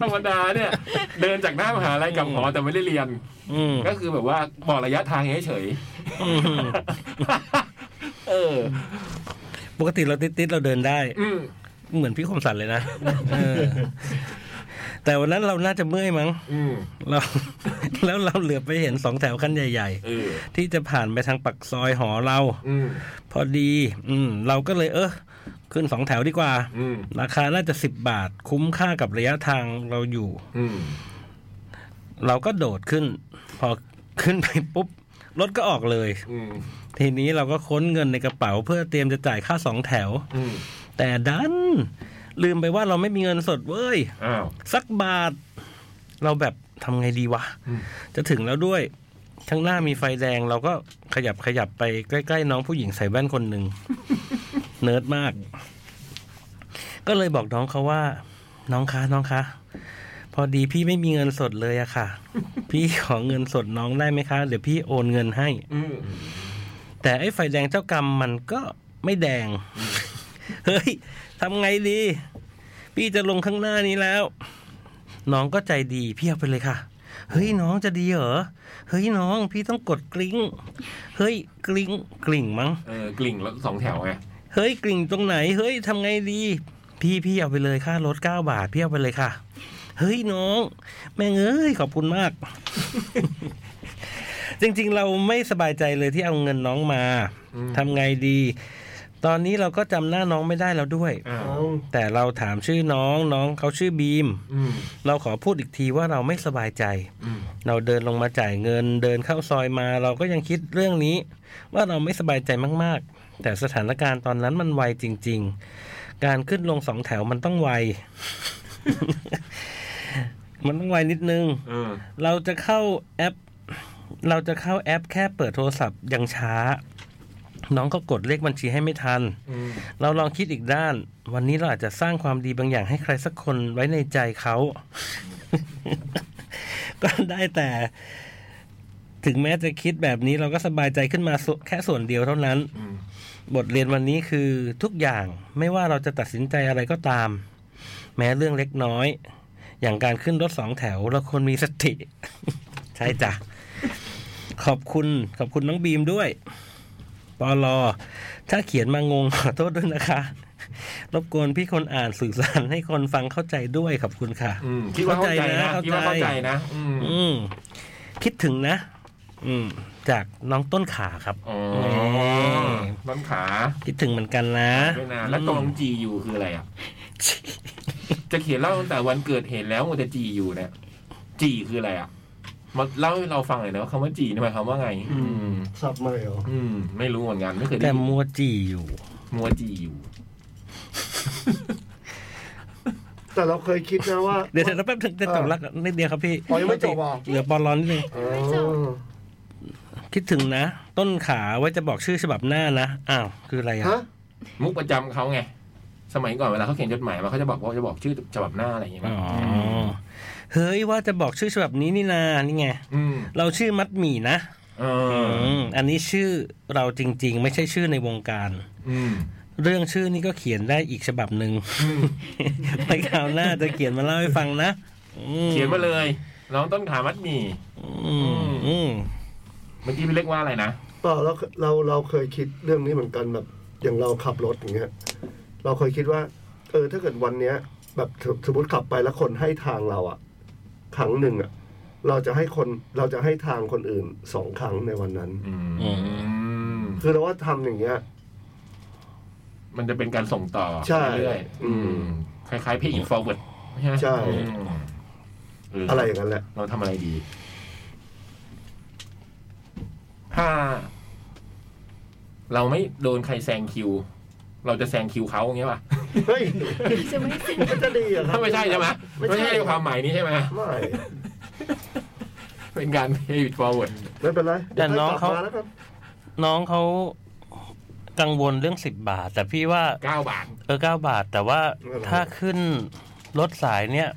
ธรรมดาเนี่ย เดินจากหน้ามหาลัยกลับหอแต่ไม่ได้เรียน อืม ก็คือแบบว่าบอกระยะทางเฉย อืม ๆเออ ปกติเราติดๆเราเดินได้ อืม เหมือนพี่คมสันเลยนะเออแต่วันนั้นเราน่าจะเมื่อยมั้ง อืม เราแล้วเราเหลือไปเห็นสองแถวคันใหญ่ เออ ๆ ที่จะผ่านไปทางปักซอยหอเรา อืม พอดี อืม เราก็เลยเออขึ้นสองแถวดีกว่า อืม ราคาน่าจะสิบบาท คุ้มค่ากับระยะทางเราอยู่ อืม เราก็โดดขึ้น พอขึ้นไปปุ๊บ รถก็ออกเลย อืม ทีนี้เราก็ค้นเงินในกระเป๋า เพื่อเตรียมจะจ่ายค่าสองแถว อืม แต่ดัน ลืมไปว่าเราไม่มีเงินสดเว้ย อ้าว สักบาท เราแบบทำไงดีวะ อืม จะถึงแล้วด้วย ข้างหน้ามีไฟแดง เราก็ขยับขยับไปใกล้ๆน้องผู้หญิงใส่แว่นคนหนึ่ง เนิร์ดมาก ก็เลยบอกน้องเขาว่า น้องคะน้องคะ พอดีพี่ไม่มีเงินสดเลยอะค่ะ พี่ขอเงินสดน้องได้ไหมคะ เดี๋ยวพี่โอนเงินให้ อืม แต่ไอ้ไฟแดงเจ้ากรรมมันก็ไม่แดง <laughs> เฮ้ยทำไงดี พี่จะลงข้างหน้านี้แล้ว น้องก็ใจดี พี่เอาไปเลยค่ะ เฮ้ยน้องจะดีเหรอ เฮ้ยน้องพี่ต้องกดกริ้ง เฮ้ยกริ้งกลิ่งมั้ง เออกลิ่งแล้วสองแถวไง เฮ้ยกลิ่งตรงไหน เฮ้ยทำไงดี พี่พี่เอาไปเลยค่ารถเก้าบาทพี่เอาไปเลยค่ะ เฮ้ยน้อง แม่งเอ้ยขอบคุณมาก <laughs> จริงๆ เราไม่สบายใจเลยที่เอาเงินน้องมา อืม ทำไงดี ตอนนี้เราก็จำหน้าน้องไม่ได้แล้วด้วย อ้าว เอา แต่เราถามชื่อน้องน้องเขาชื่อบีม อืม เราขอพูดอีกทีว่าเราไม่สบายใจ อืม เราเดินลงมาจ่ายเงินเดินเข้าซอยมา เราก็ยังคิดเรื่องนี้ ว่าเราไม่สบายใจมากๆ แต่สถานการณ์ตอนนั้นมันไวจริง ๆ การขึ้นลงสองแถวมันต้องไว <laughs> มันต้องไวนิดนึง เออ เราจะเข้าแอป เราจะเข้าแอปแค่เปิดโทรศัพท์ยังช้า น้องก็กดเลขบัญชีให้ไม่ทัน อืม เราลองคิดอีกด้าน วันนี้เราอาจจะสร้างความดีบางอย่างให้ใครสักคนไว้ในใจเขา <laughs> ก็ได้แต่ ถึงแม้จะคิดแบบนี้เราก็สบายใจขึ้นมาส่วนแค่ส่วนเดียวเท่านั้น อืม บทเรียนวันนี้คือทุกอย่างไม่ว่าเราจะตัดสินใจอะไรก็ตาม แม้เรื่องเล็กน้อย อย่างการขึ้นรถสองแถวเราควรมีสติ <laughs> ใช่จ้ะ ขอบคุณ ขอบคุณน้องบีมด้วยปอลอถ้าเขียนมางง ขอโทษด้วยนะคะ รบกวนพี่คนอ่านสื่อสารให้คนฟังเข้าใจด้วยขอบคุณค่ะ อืมคิดว่าเข้าใจนะ เข้าใจนะ คิดว่าเข้าใจนะอืม อืมคิดถึงนะ อืม จากน้องต้นขาครับ อ๋อ ม ต้นขา คิดถึงเหมือนกันนะ ด้วยนะแล้วตรงจีอยู่คืออะไรอ่ะ <laughs> จะเขียนเล่าตั้งแต่วันเกิดเหตุแล้วมันจะจีอยู่เนี่ยจีคืออะไรอ่ะมาเล่าให้เราฟังหน่อยนะว่าคำว่าจีนี่หมายความว่าไง อืม สับใหม่เหรอ อืม ไม่รู้เหมือนกันไม่เคยได้ แต่ ยิน มัวจีอยู่ มัวจีอยู่ แต่เราเคยคิดนะว่า เดี๋ยวเดี๋ยวแป๊บถึงจะจบแล้วนิดเดียวครับพี่ อ๋อยังไม่จบเหรอ เหลือปอลอนนิดนึง อ๋อ คิดถึงนะ ต้นขาไว้จะบอกชื่อฉบับหน้านะ อ้าว คืออะไรอ่ะ ฮะ มุกประจำเขาไง สมัยก่อนเวลาเขาเขียนจดหมายมาเขาจะบอกว่าจะบอกชื่อฉบับหน้าอะไรอย่างเงี้ย อ๋ มั้ อย อเฮ้ยว่าจะบอกชื่อฉบับนี้นี่นานี่ไง อืม เราชื่อมัดหมี่นะ เอ อื อ มอันนี้ชื่อเราจริง ๆ ไม่ใช่ชื่อในวงการ อืม เรื่องชื่อนี่ก็เขียนได้อีกฉบับหนึ่ง อืม ไปคราวหน้าจะเขียนมาเล่าให้ฟังนะอื เขียนมาเลย น้องต้นขามัดหมี่ อืมอืม เมื่อกี้พี่เล็กว่าอะไรนะ เปล่าเราเราเราเคยคิดเรื่องนี้เหมือนกันแบบอย่างเราขับรถอย่างเงี้ยเราเคยคิดว่า เออถ้าเกิดวันเนี้ย แบบสสมมติขับไปแล้วคนให้ทางเราอะครั้งหนึ่งอะเราจะให้คนเราจะให้ทางคนอื่นสองครั้งในวันนั้น อื อื ม คือเราว่าทำอย่างเงี้ย มันจะเป็นการส่งต่อ ใช่ เรื่อยๆอืมคล้ายๆเพย์อินฟอร์เวิร์ด ใช่ อะไรอย่างนั้นแหละ เราทำอะไรดีถ้า เราไม่โดนใครแซงคิว เราจะแซงคิวเขาอย่างเงี้ยป่ะ <laughs> เฮ้ย จะไม่สิ้น มันจะดีเหรอะครั ถ้าไม่ใช่ใช่ไหมไม่ใช่ความหมายนี้ใช่ไหม ไม่ เป็นการ pay it forward ไม่เป็นไร แต่น้องเขา ดี๋ยวค่ยกลับมแล้วกัน น้องเขากังวลเรื่องสิบบาท แต่พี่ว่า เก้าบาท เออเก้าบาท แต่ว่าถ้าขึ้นรถสายเนี่ย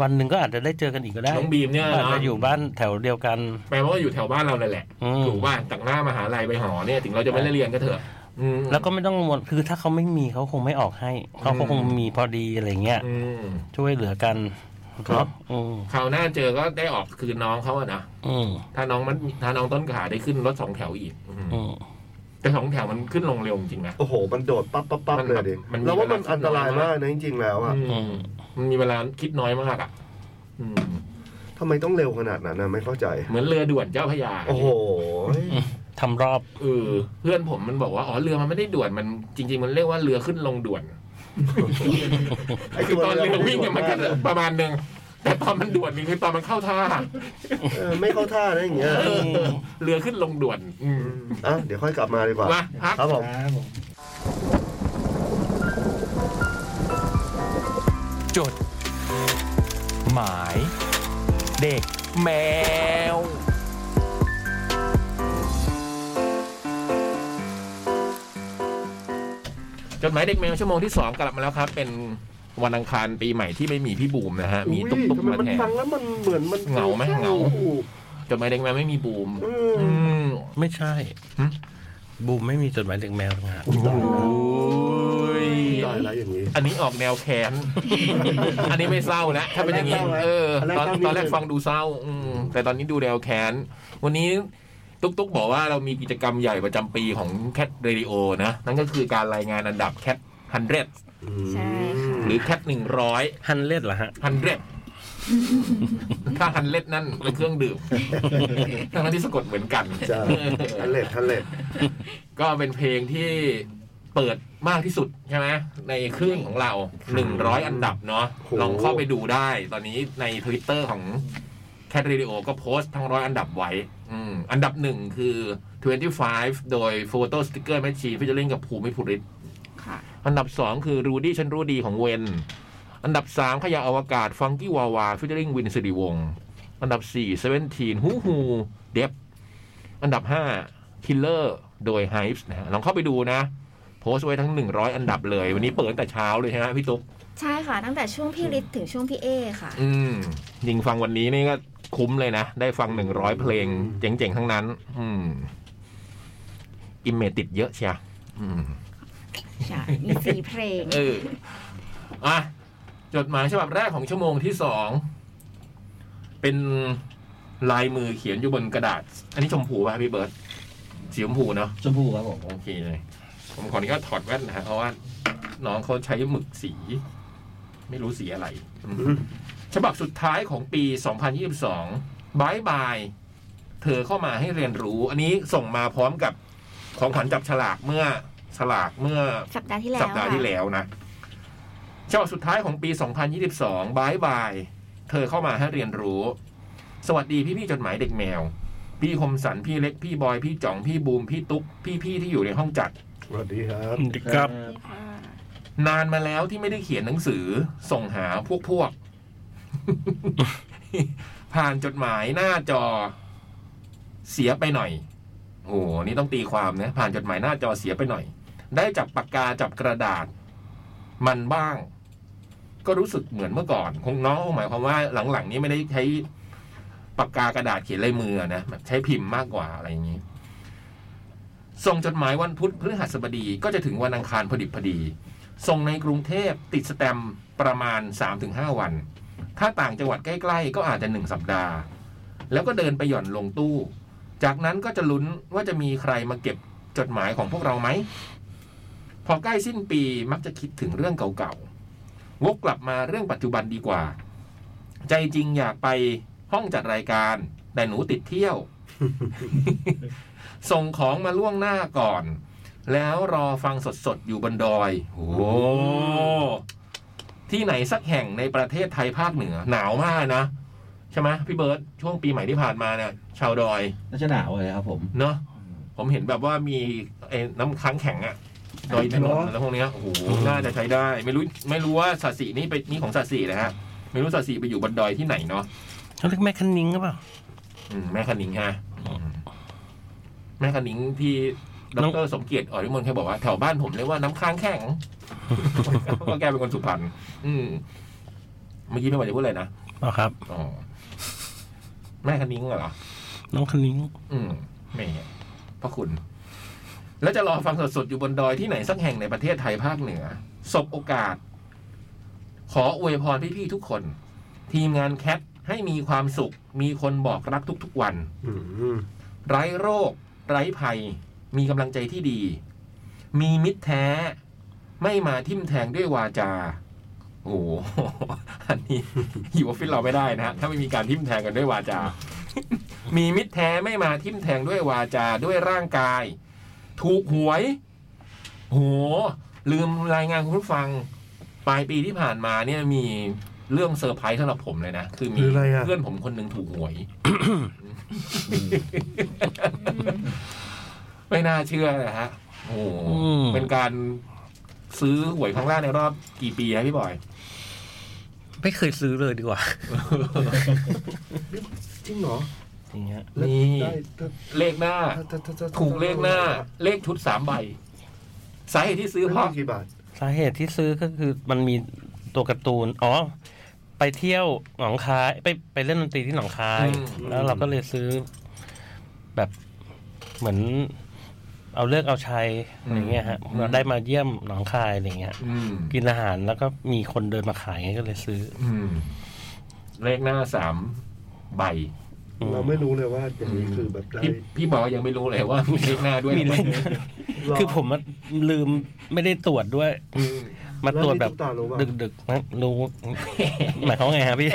วันหนึ่งก็อาจจะได้เจอกันอีกก็ได้ น้องบีมเนี่ย อาจ เนาะ จะอยู่บ้านแถวเดียวกัน แปลว่าอยู่แถวบ้านเราเลยแหละ อืม ถูกว่าจากหน้ามหาลัยไปหอเนี่ย ถึงเราจะไม่ได้เรียนก็เถอะอืม แล้วก็ไม่ต้องกังวลคือถ้าเขาไม่มีเขาคงไม่ออกให้เขาก็ อืม คงมีพอดีอะไรเงี้ย อืม ช่วยเหลือกัน ครับ เนาะอืม คราวหน้าเจอก็ได้ออกคืนน้องเขาอะนะ อืม ถ้าน้องมันถ้าน้องต้นขาได้ขึ้นรถสองแถวอีกอืม อืม แต่สองแถวมันขึ้นลงเร็วจริงๆนะ โอ้โห มันโดดปั๊บปั๊บปั๊บ มัน เลยดิ มันมี เราว่ามัน เวลา อันตรายมากนะจริงๆแล้วอะ อืมมันมีเวลาคิดน้อยมากอ่ะอืม ทำไมต้องเร็วขนาดนั้นนะไม่เข้าใจ เหมือนเรือด่วนเจ้าพระยา โอ้โห ทำรอบ เออเพื่อนผมมันบอกว่าอ๋อเรือมันไม่ได้ด่วนมันจริง ๆ มันเรียกว่าเรือขึ้นลงด่วน คือตอนเรือวิ่งเนี่ยมันก็ประมาณหนึ่งแต่ตอนมันด่วนนี่คือตอนมันเข้าท่า เออไม่เข้าท่านะอย่างเงี้ย เรือขึ้นลงด่วน อืม อ่ะเดี๋ยวค่อยกลับมาดีกว่า มาพัก ครับผม ครับผม จด หมาย เด็กแมว จดหมายเด็กแมวชั่วโมงที่สองกลับมาแล้วครับ เป็นวันอังคารปีใหม่ที่ไม่มีพี่บูมนะฮะ มีตุ๊ก อุ๊ย ตุ๊ก ทำไม มา มัน แทน ฟังแล้วมันเหมือนมัน เหงาไหมเหงา จดหมายเด็กแมวไม่มีบูม เออ อืม ไม่ใช่ หึ บูมไม่มีจดหมายถึงแมวทางหาก <laughs> โอ้ย ได้แล้วอย่างนี้ อันนี้ออกแนวแค้น <laughs> อันนี้ไม่เศร้าแล้วถ้าเป็นอย่างนี้ อันแรกเออตเศร้าแล้วอน อันแรกเศตอนแรกร้านิดนึงฟังดูเศร้า อืมแต่ตอนนี้ดูแนวแค้นวันนี้ตุ๊กตุ๊กบอกว่าเรามีกิจกรรมใหญ่ประจำปีของแค t เรดิโอนะ นั่นก็คือการรายงานอันดับแคทฮันเด ใช่ค่ะ หรือแคทหนึ่งร้อย ฮันเล็ดเหรอฮะ ฮันเด ถ้าฮันเล็ดนั่นเป็นเครื่องดื่มทั้งๆที่สะกดเหมือนกัน ใช่ทันเล็ดทันเล็ด ก็เป็นเพลงที่เปิดมากที่สุดใช่ไหมในครึ่งของเรา 100 อันดับเนาะลองเข้าไปดูได้ ตอนนี้ใน Twitter ของแคท r ร d ิโอก็โพสต์ทั้งร้อยอันดับไว้ อืมอันดับหนึ่งคือ 25 โดย Photo Sticker Machine ฟิชเชอร์ลิงกับภูมิภูริศ ค่ะ อันดับ 2 คือรูดี้ฉันรู้ดีของเวน อันดับ 3 ขยะอวกาศฟังกี้วาวาฟิชเชอริงวินสิริวงศ์อันดับ 4 เซเวนทีนฮูฮูเดฟอันดับ 5 คิลเลอร์โดยไฮส์นะฮะลองเข้าไปดูนะ โพสต์ไว้ทั้ง 100 อันดับเลย วันนี้เปิดตั้งแต่เช้าเลยใช่ไหมพี่ตุ๊ก ใช่ค่ะ ตั้งแต่ช่วงพี่ฤทธิ์ถึงช่วงพี่เอค่ะ อืมยิงฟังวันนี้นี่ก็คุ้มเลยนะ ได้ฟัง 100 เพลงเจ๋งๆ ทั้งนั้น อืมอิมเมจติดเยอะเชียอืม ใช่ มีสี่เพลง เอออ่ะจดหมายฉบับแรกของชั่วโมงที่สอง เป็นลายมือเขียนอยู่บนกระดาษ อันนี้ชมพูป่ะพี่เบิร์ตสีชมพูเนาะ ชมพูครับผม โอเคเลย ผมขออนุญาตถอดแว่นนะฮะเพราะว่า น้องเขาใช้หมึกสี ไม่รู้สีอะไรอืมฉบับสุดท้ายของปี 2022บายบาย เธอเข้ามาให้เรียนรู้ อันนี้ส่งมาพร้อมกับของขวัญจับฉลากเมื่อฉลากเมื่อ สัปดาห์ที่แล้ว สัปดาห์ที่ ค่ะ แล้วนะฉบับสุดท้ายของปี 2022บายบาย เธอเข้ามาให้เรียนรู้ สวัสดีพี่พี่ๆจดหมายเด็กแมว พี่คมสัน พี่เล็ก พี่บอย พี่จ่อง พี่บูม พี่ตุ๊ก พี่พี่ๆที่อยู่ในห้องจัด สวัสดีครับ ครับ นี่ค่ะ นานมาแล้วที่ไม่ได้เขียนหนังสือ ส่งหาพวกพวก <laughs> ผ่านจดหมายหน้าจอ เสียไปหน่อย โอ้โหนี่ต้องตีความนะ ผ่านจดหมายหน้าจอเสียไปหน่อย ได้จับปากกาจับกระดาษ มันบ้าง ก็รู้สึกเหมือนเมื่อก่อน คงน้องหมายความว่าหลังๆ นี้ไม่ได้ใช้ปากกากระดาษเขียนลายมือนะแบบใช้พิมพ์มากกว่าอะไรอย่างนี้ ส่งจดหมายวันพุธพฤหัสบดีก็จะถึงวันอังคารพอดิบพอดี ส่งในกรุงเทพติดสแตมป์ประมาณ 3-5 วัน ถ้าต่างจังหวัดใกล้ๆ ก็อาจจะ 1 สัปดาห์ แล้วก็เดินไปหย่อนลงตู้ จากนั้นก็จะลุ้นว่าจะมีใครมาเก็บจดหมายของพวกเราไหม พอใกล้สิ้นปีมักจะคิดถึงเรื่องเก่าๆ วกกลับมาเรื่องปัจจุบันดีกว่า ใจจริงอยากไปห้องจัดรายการ แต่หนูติดเที่ยว <laughs> ส่งของมาล่วงหน้าก่อน แล้วรอฟังสดๆ อยู่บนดอย โอ้โหที่ไหนสักแห่งในประเทศไทยภาคเหนือ หนาวมากนะ ใช่ไหมพี่เบิร์ตช่วงปีใหม่ที่ผ่านมาเนี่ยชาวดอย น่าจะหนาวเลยครับผม เนาะผมเห็นแบบว่ามีไอ้น้ำค้างแข็งอะดอยถนน เหรอ แล้วพวกเนี้ยโอ้โหน่าจะใช้ได้ ไม่รู้ไม่รู้ว่าสาสีนี่ไปนี่ของสาสีนะฮะไม่รู้สาสีไปอยู่บนดอยที่ไหนเนาะ เขาเรียกแม่คันนิงหรือเปล่า อืมแม่คณิงฮะอืมแม่คณิงที่ด น้อง รสมเกียรติอ่อนวิมลเคยบอกว่าแถวบ้านผมเรียกว่าน้ำค้างแข็ง <laughs> ก็แกเป็นคนสุพรรณอืมเมื่อกี้ไม่ว่าจะพูดอะไรนะ เปล่าครับ อ๋อแม่คณิงเหรอ น้องคันนิง อืมไม่เห็นพระคุณ แล้วจะรอฟังสดๆ อยู่บนดอยที่ไหนสักแห่งในประเทศไทยภาคเหนือ สบโอกาส ขออวยพรพี่ๆทุกคน ทีมงานแคทให้มีความสุข มีคนบอกรักทุกๆวัน อืม ไร้โรค ไร้ภัย มีกำลังใจที่ดี มีมิตรแท้ ไม่มาทิมแทงด้วยวาจา โอ้โห อันนี้อยู่ออฟฟิศเราไม่ได้นะฮะถ้าไม่มีการทิมแทงกันด้วยวาจา มีมิตรแท้ไม่มาทิมแทงด้วยวาจาด้วยร่างกาย ถูกหวย โห ลืมรายงานคุณผู้ฟัง ปลายปีที่ผ่านมาเนี่ยมีเรื่องเซอร์ไพรส์สำหรับผมเลยนะ คือมีเพื่อนผมคนหนึ่งถูกหวย ไม่น่าเชื่อนะฮะ โอ้โหเป็นการซื้อหวยครั้งแรกในรอบกี่ปีนะพี่บอย ไม่เคยซื้อเลยดีกว่า จริงเหรอ อย่างเงี้ย แล้ว นี่ ได้ถ้า เลขหน้า ถ้าถ้าถ้าถ้า ถูกเลขหน้า เลขชุดสามใบ สาเหตุที่ซื้อ ไม่ เพ รู้ ราะ กี่บาท สาเหตุที่ซื้อก็คือมันมีตัวการ์ตูน อ๋อ ไปเที่ยวหนองคายไปไปเล่นดนตรีที่หนองคาย อืม แล้วเราก็เลยซื้อ แบบเหมือน เอาเลือกเอาชัยอะไรเงี้ยฮะ อืม เราได้มาเยี่ยมหนองคายอะไรเงี้ย อืม กินอาหารแล้วก็มีคนเดินมาขายไงก็เลยซื้อ อืม เลขหน้าสามใบ อืม เราไม่รู้เลยว่าอย่างนี้คือแบบได้ พี่พี่บอกว่ายังไม่รู้เลยว่ามีเลขหน้าด้วย มีเลข หร คือผมอะลืมไม่ได้ตรวจด้วย อืม มาตรวจแบบ ล้วนี่ตุ๊กตารู้ป่ะ ดึกดึกๆนะรู้ หมายเขามว่าไงฮะพี่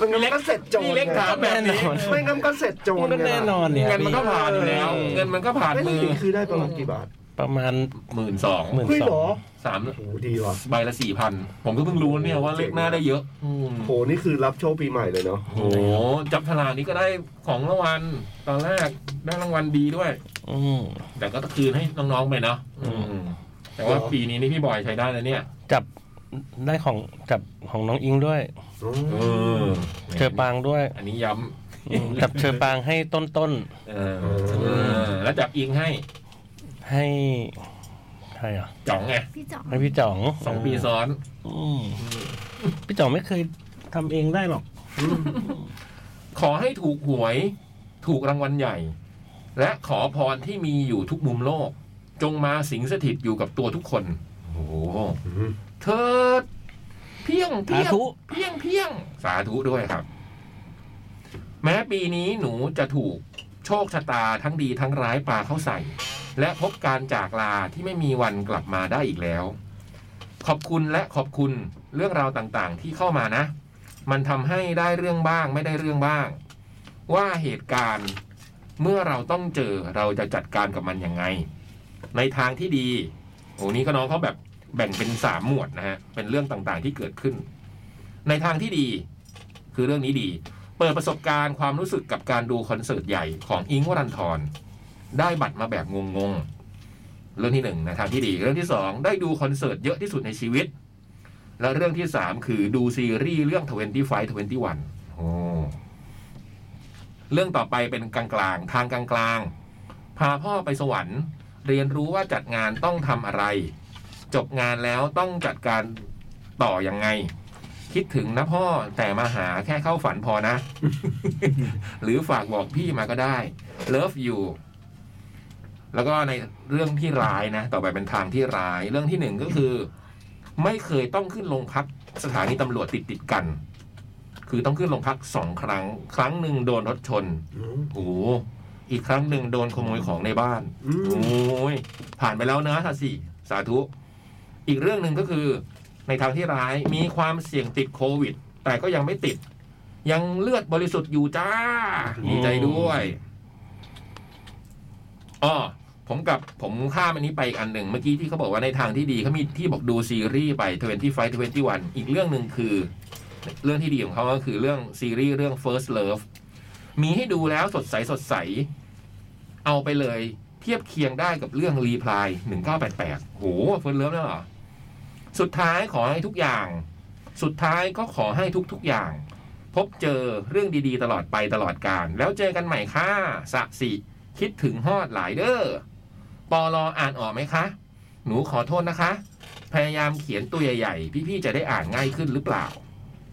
มันงั้นก็เสร็จโจร นี่เล็กถามแบบนี้ แน่นอน ไม่งั้นก็เสร็จโจร มันก็ ไง แน่น ล่ะ อนเนี่ย เงินมันก็ผ่านอยู่แล้ว เงินมันก็ผ่าน ไม่ มื ได้ อ คือได้ประมาณกี่บาท ประมาณ หมื่นสอง หมื่น เฮ้ยเหรอ สาม โอ้โหดีว่ะ ใบละสี่พันผมก็เพิ่งรู้เนี่ยว่าเลขหน้าได้เยอะอืม โหนี่คือรับโชคปีใหม่เลยเนาะ โอ้โหจับฉลากนี้ก็ได้ของรางวัลตอนแรกได้รางวัลดีด้วย อืม แต่ก็คืนให้น้องๆไปเนาะ อืม อืมแต่ว่าปีนี้นี่พี่บอยใช้ได้แล้วเนี่ย จับได้ของจับของน้องอิงด้วย อืม เออ เชอปางด้วย อันนี้ย้ อืมจับเชอปางให้ต้นต้น ำเออเออแล้วจับอิงให้ ๆให้ใครอ่ะ จ่องไง พี่จ๋อง ให้พี่จ่อง สองปีซ้อน อืมพี่จ่องไม่เคยทำเองได้หรอก ขอให้ถูกหวย ถูกรางวัลใหญ่ และขอพรที่มีอยู่ทุกมุมโลก จงมาสิงสถิตอยู่กับตัวทุกคน โอ้โห อืม เถิดเพียงเพียง สาธุ เพียงเพียงสาธุด้วยครับ แม้ปีนี้หนูจะถูกโชคชะตาทั้งดีทั้งร้ายปลาเข้าใส่ และพบการจากลาที่ไม่มีวันกลับมาได้อีกแล้ว ขอบคุณและขอบคุณเรื่องราวต่างๆ ที่เข้ามานะ มันทำให้ได้เรื่องบ้างไม่ได้เรื่องบ้าง ว่าเหตุการณ์เมื่อเราต้องเจอเราจะจัดการกับมันยังไง ในทางที่ดีโอ้นี่ก็น้องเขาแบบแบ่งเป็นสามหมวดนะฮะเป็นเรื่องต่างๆที่เกิดขึ้น ในทางที่ดี คือเรื่องนี้ดี เปิดประสบการณ์ความรู้สึกกับการดูคอนเสิร์ตใหญ่ของอิงค์วรันทรได้บัตรมาแบบงงๆเรื่องที่หนึ่งในทางที่ดี เรื่องที่สองได้ดูคอนเสิร์ตเยอะที่สุดในชีวิต และเรื่องที่สามคือดูซีรีส์เรื่อง 25 21โอ้เรื่องต่อไปเป็นกลางๆ ทางกลางๆ พาพ่อไปสวรรค์ เรียนรู้ว่าจัดงานต้องทำอะไร จบงานแล้วต้องจัดการต่อยังไง คิดถึงนะพ่อแต่มาหาแค่เข้าฝันพอนะ หรือฝากบอกพี่มาก็ได้ Love you แล้วก็ในเรื่องที่ร้ายนะ ต่อไปเป็นทางที่ร้าย เรื่องที่หนึ่งก็คือ ไม่เคยต้องขึ้นโรงพักสถานีตำรวจติดติดๆกัน คือต้องขึ้นโรงพักสองครั้ง ครั้งหนึ่งโดนรถชน อืม โอ้โหอีกครั้งหนึ่งโดนขโมยของในบ้าน อืม โอ้ย ผ่านไปแล้วนะทาสีสาธุ อีกเรื่องหนึ่งก็คือ ในทางที่ร้ายมีความเสี่ยงติดโควิด แต่ก็ยังไม่ติด ยังเลือดบริสุทธิ์อยู่จ้าดีใจด้วยอ๋อผมกับผมข้ามอันนี้ไปอีกอันหนึ่งเมื่อกี้ที่เขาบอกว่าในทางที่ดีเขามีที่บอกดูซีรีส์ไป25 21 อีกเรื่องหนึ่งคือ เรื่องที่ดีของเขาก็คือเรื่องซีรีส์เรื่อง first love มีให้ดูแล้วสดใสสดใส เอาไปเลย เทียบเคียงได้กับเรื่องรีプライ1988โหเฟิร์นเลิฟแล้วเหรอ สุดท้ายขอให้ทุกอย่าง สุดท้ายก็ขอให้ทุกๆอย่าง พบเจอเรื่องดีๆ ตลอดไปตลอดการ แล้วเจอกันใหม่ค่ะสะสิ คิดถึงฮอดหลายเด้อปอลออ่านออกไหมคะ หนูขอโทษนะคะ พยายามเขียนตัวใหญ่ๆ พี่ๆจะได้อ่านง่ายขึ้นหรือเปล่า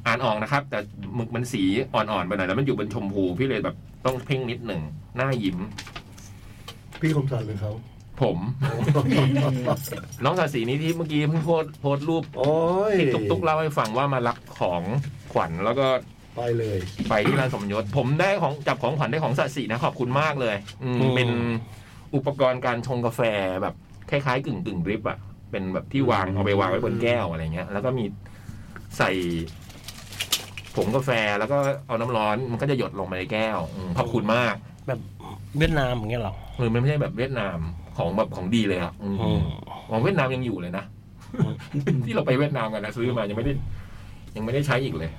อ่านออกนะครับ แต่หมึกมันสีอ่อนๆไปหน่อยแล้วมันอยู่บนชมพูพี่เลยแบบต้องเพ่งนิดหนึ่งหน้ายิ้ม พี่คมสันหรือเขา ผม น้องสาสีนี้ที่เมื่อกี้เพิ่งโพสต์โพสต์รูป โอ้ย ที่ตุ๊กตุ๊กเล่าให้ฟังว่ามารับของขวัญแล้วก็ ไปเลย ไปที่ร้านสมยศ ผมได้ของจับของขวัญได้ของสาสีนะขอบคุณมากเลย อืม อืม เป็นอุปกรณ์การชงกาแฟแบบคล้ายๆกึ่งกึ่งดริปอะเป็นแบบที่วางเอาไปวางไว้บนแก้วอะไรเงี้ย แล้วก็มีใส่ผงกาแฟแล้วก็เอาน้ำร้อนมันก็จะหยดลงไปในแก้วอืมขอบคุณมาก แบบเวียดนามอย่างเงี้ยหรอ หรือมันไม่ใช่แบบเวียดนามของแบบของดีเลยอะอืม อืม ของเวียดนามยังอยู่เลยนะ ที่เราไปเวียดนามกันนะซื้อมายังไม่ได้ ยังไม่ได้ใช้อีกเลย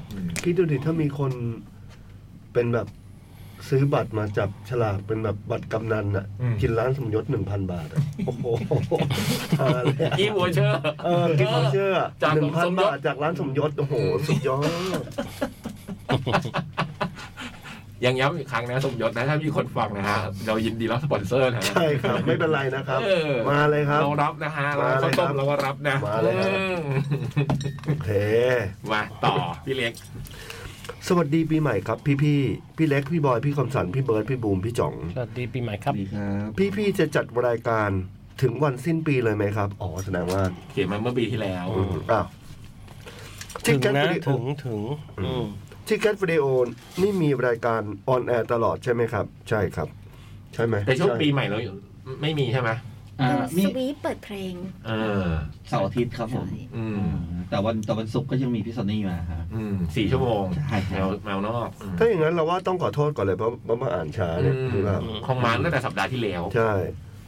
คิดดูดิถ้ามีคนเป็นแบบซื้อบัตรมาจับฉลากเป็นแบบบัตรกำนันอ่ะ อืม กินร้านสมยศหนึ่งพันบาทอะโอ้โหหาเลยอะ อีวัวเชอร์ เออกินของเชื่อ จาก หนึ่งพั ส น มยศ บาทจากร้านสมยศโอ้โห สุดยอด ยังย้ำอีกครั้งนะสมยศนะถ้ามีคนฟังนะฮะเรายินดีรับสปอนเซอร์นะฮะ ใช่ครับ ไม่เป็นไรนะครับ เออ มาเลยครับ เรารับนะฮะเรา มาเล ข้าวย ต้ม ครับ เราก็รับนะ มาเลยครับ อืม โอเค มาต่อพี่เล็ก สวัสดีปีใหม่ครับ พี่พี่ๆพี่เล็กพี่บอยพี่คำสันพี่เบิร์ดพี่บูมพี่จ่อง สวัสดีปีใหม่ครับ ดีครับ พี่พี่ๆจะจัดรายการถึงวันสิ้นปีเลยไหมครับอ๋อแสดงว่า เขียนมาเมื่อปีที่แล้ว อืมอ้าว ถึง แก๊ส นะ วิดีโอ ถึงถึงอืม ที่แคทวิดีโอนี่มีรายการออนแอร์ตลอดใช่ไหมครับ ใช่ครับ ใช่ไหม แต่ช่วง ใ ปีใหม่เราไม่มีใช่ไหม อ่า เป็น มี สวีปเปิดเพลง อ่า เสาร์อาทิตย์ครับผม อืม แต่วันแต่วันศุกร์ก็ยังมีพี่ซันนี่มาครับ อืมสี่ชั่วโมง ใช่ค แม รั ว บ แมวนอกอืม ถ้าอย่างนั้นเราว่าต้องขอโทษก่อนเลยเพราะเพราะมาอ่านช้าเนี่ยหรือเปล่า อืมของมันตั้งแต่สัปดาห์ที่แล้ว ใช่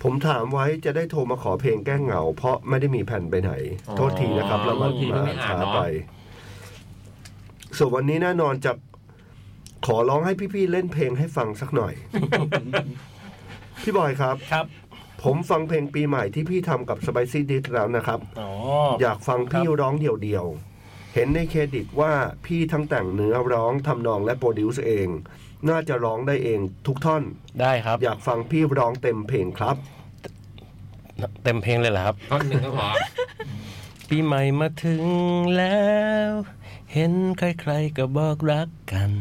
ผมถามไว้จะได้โทรมาขอเพลงแก้เหงา เพราะไม่ได้มีแผ่นไปไหน โทษทีนะครับเรามามาอ่านช้าไป ส่วนวันนี้แน่นอนจะขอร้องให้พี่ๆเล่นเพลงให้ฟังสักหน่อย <laughs> พี่บอยครับ ครับ ผมฟังเพลงปีใหม่ที่พี่ทำกับ Spicy d i s แล้วนะครับ อ๋อ อยากฟังพี่ร้องเดี่ยวๆ เห็นในเครดิตว่าพี่ทั้งแต่งเนื้อร้องทำนองและโปรดิวซ์เอง น่าจะร้องได้เองทุกท่อน ได้ครับ อยากฟังพี่ร้องเต็มเพลงครับ เต็มเพลงเลยเหรอครับ ก็หนึ่งก็พอ ปีใหม่มาถึงแล้ว เห็นใครๆก็บอกรักกัน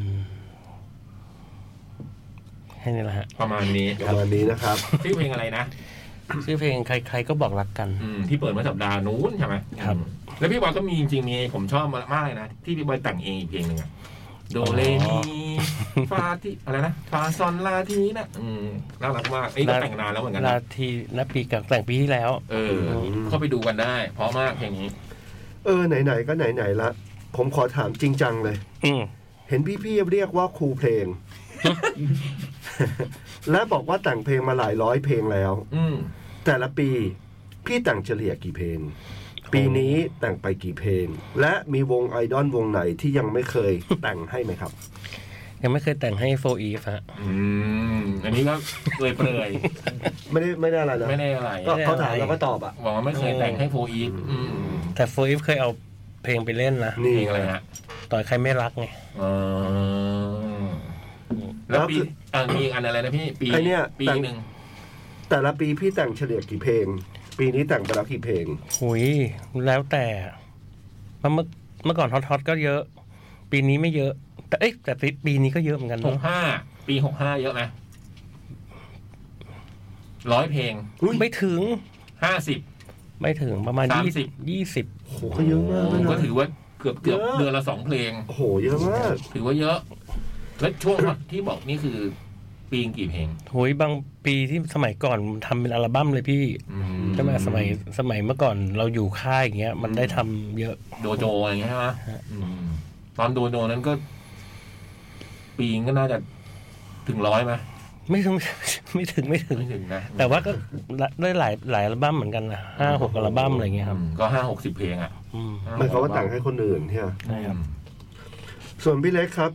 แค่นี้แหละฮะ ประมาณนี้ ประมาณนี้นะครับ ชื่อเพลงอะไรนะ ชื่อเพลงใครๆก็บอกรักกัน อืมที่เปิดเมื่อสัปดาห์นู้นใช่ไหม ครับ อืมแล้วพี่บอยก็มีจริงๆมีผมชอบมากเลยนะ ที่พี่บอยแต่งเองอีกเพลงหนึ่งอะโดเรมีฟาที่อะไรนะฟาซอนลาทีนะอืมน่ารักมากไอ้ยก็แต่งนานแล้วเหมือนกัน นา นะ ทีนับปีกับแต่งปีที่แล้ว เออเข้าไปดูกันได้ เพราะมากเพลงนี้ เออไหนๆก็ไหนๆละ ผมขอถามจริงจังเลย อืม เห็นพี่ๆเรียกว่าครูเพล <laughs> ง และบอกว่าแต่งเพลงมาหลายร้อยเพลงแล้ว อืม แต่ละปีพี่แต่งเฉลี่ยกี่เพลง ปีนี้แต่งไปกี่เพลง และมีวงไอดอลวงไหนที่ยังไม่เคย แต่งให้ไหมครับ ยังไม่เคยแต่งให้โฟอีฟฮะ อืมอันนี้ก็เปลยเปลย ไม่ได้ไม่ได้อะไรนะ ๆไม่ได้อะไร ก็ ไม่ได้อะไร เขาถามเราก็ตอบอ่ะ หวังว่าไม่เคยแต่งให้โฟอีฟอืม แต่โฟอีฟเคยเอาเพลงไปเล่นนะ เพ นี่ ลงอะไรฮะ ต่อยใครไม่รักไง อ๋อแล้วปีอ่ะมีอันอะไรนะพี่ปี ไอ้เนี่ย ปี แต่ง หนึ่ง แต่ละปีพี่แต่งเฉลี่ยกี่เพลง ปีนี้แต่งไปแล้วกี่เพลง หุยแล้วแต่เพราะเมื่อเมื่อก่อนฮอตฮอตก็เยอะ ปีนี้ไม่เยอะ แต่เอ้ยแต่ปีปีนี้ก็เยอะเหมือนกัน ห เนาะ กห้าปีหกห้าเยอะไหมร้อยเพลง ไม่ถึง ห้าสิบ ไม่ถึงประมาณ สาม ยี่ สิ สิ บ บยี่สิบ โอ้โหก็เยอะมากเลย ก็ นะ ถือว่าเกือบเกือบ เยอะ เดือนละสองเพลง โอ้โหเยอะมาก ถือว่าเยอะ แล้วช่วงที่บอกนี่คือ ปีกี่เพลง หุยบางปีที่สมัยก่อนทำเป็นอัลบั้มเลยพี่ใช่ไหมสมัยสมัยเมื่อก่อนเราอยู่ค่ายอย่างเงี้ย มันได้ทำเยอะ โดโจอะไรอย่างเงี้ยใช่ไหมอืมตอนโดโจนั้นก็ ปีก็น่าจะถึงร้อยไหม ไม่ถึง <laughs> ไม่ถึงไม่ถึง ไม่ถึงนะ แต่ว่าก็ได้หลายหลายอัลบั้มเหมือนกันนะห้าหกอัลบั้มอะไรเงี้ยครับ อืมก็ห้าหกสิบเพลงอ่ะ อืม หมายความว่าแต่งให้คนอื่นเนี่ย ใช่ครับ ส่วนพี่เล็กครับ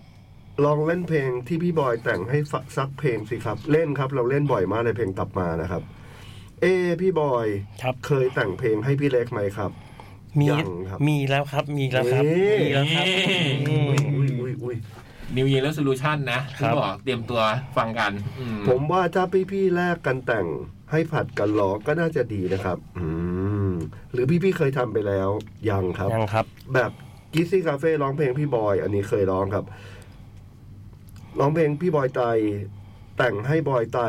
ลองเล่นเพลงที่พี่บอยแต่งให้ฟักซักเพลงสิครับ เล่นครับ เราเล่นบ่อยมากในเพลงกลับมานะครับ เอพี่บอย ครับ เคยแต่งเพลงให้พี่เล็กไหมครับ มี ยังครับ มีแล้วครับ มีแล้วครับมีแล้วครับอืม อุ้ยอุ้ยอุ้ย นิวเย r และโซลูชันนะที่ ครับ บอกเตรียมตัวฟังกันอื ผมว่าถ้าพี่ๆแลกกันแต่งให้ผัดกันร้องก็น่าจะดีนะครับ อืม หรือพี่ๆเคยทำไปแล้วยังครับ ยังครับ แบบกิซี่คาเฟ่ร้องเพลงพี่บอย อันนี้เคยร้องครับ ร้องเพลงพี่บอยไตแต่งให้บอยไต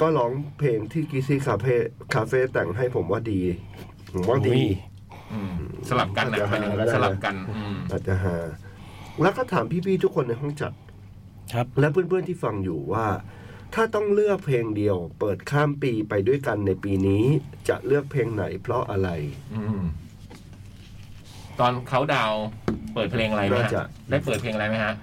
ก็ร้องเพลงที่กิซี่คาเฟ่คาเฟ่แต่งให้ผมว่าดีผมว่าดี อุ้ย อืมสลับกันนะ อาจจะ หมายถึง หาก็ได้ สลับกันอืม อาจจะหา แล้วก็ถามพี่ๆทุกคนในห้องจัด ครับ และเพื่อนๆที่ฟังอยู่ว่า ถ้าต้องเลือกเพลงเดียว เปิดข้ามปีไปด้วยกันในปีนี้ จะเลือกเพลงไหนเพราะอะไร อืมตอนเขาดาวน์เปิดเพลงอะไรไหม น่า ฮะ จะ ได้เปิดเพลงอะไรไหมฮะ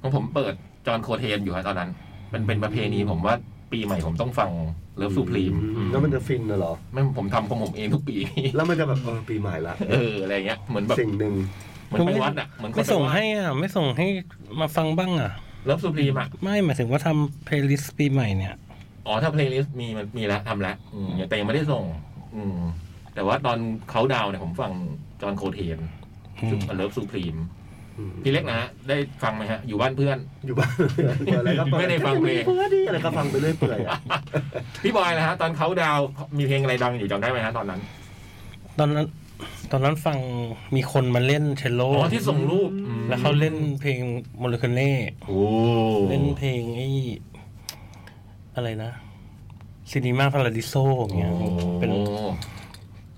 ของผมเปิดจอห์นโคเทนอยู่ฮะตอนนั้น มันเป็นประเพณีผมว่าปีใหม่ผมต้องฟังเลิฟ u ู r รีม แล้วมันจะฟินนะเหรอ ไม่ผมทำของผมเองทุกปี <laughs> แล้วมันจะแบบเออปีใหม่ละ เอออะไรเงี้ยเหมือนแบบ สิ่งหนึ่ง เหมือนไปวัดอ่ะเหมือนคน ไม่ส่งให้อ่ะ ไม่ส่งให้มาฟังบ้างอ่ะ เลิฟ u ู r รีมอ่ะ ไม่หมายถึงว่าทำเพลย์ลิสต์ปีใหม่เนี่ย อ๋อถ้าเพลง l i ส t มีมันมีแล้วทำแล้วอืมแต่ยังไม่ได้ส่ง อืม แต่ว่าตอนเขาดาวน์เนี่ยผมฟังจอห์นโคเทน อืม เลิฟซูพรีม อืม พี่เล็กนะฮะได้ฟังไหมฮะ อยู่บ้านเพื่อน อยู่บ้านเปิดอะไรก็เปิ ไม่ได้ฟังเพลง เพื่อดิอะไรก็ฟังไปเรื่อยเปื่อยอะ พี่บอยนะฮะ ตอนเขาดาวน์มีเพลงอะไรดังอยู่จำได้ไหมฮะตอนนั้น ตอนนั้น ตอนนั้นฟังมีคนมาเล่นเชลโล อ๋อที่ส่งรูปอืม แล้วเขาเล่นเพลงโมเลกุลเล่ โอ้ เล่นเพลงไอ้อะไรนะซีนีมาพาราดิโซอย่างเงี้ยเป็น โอ้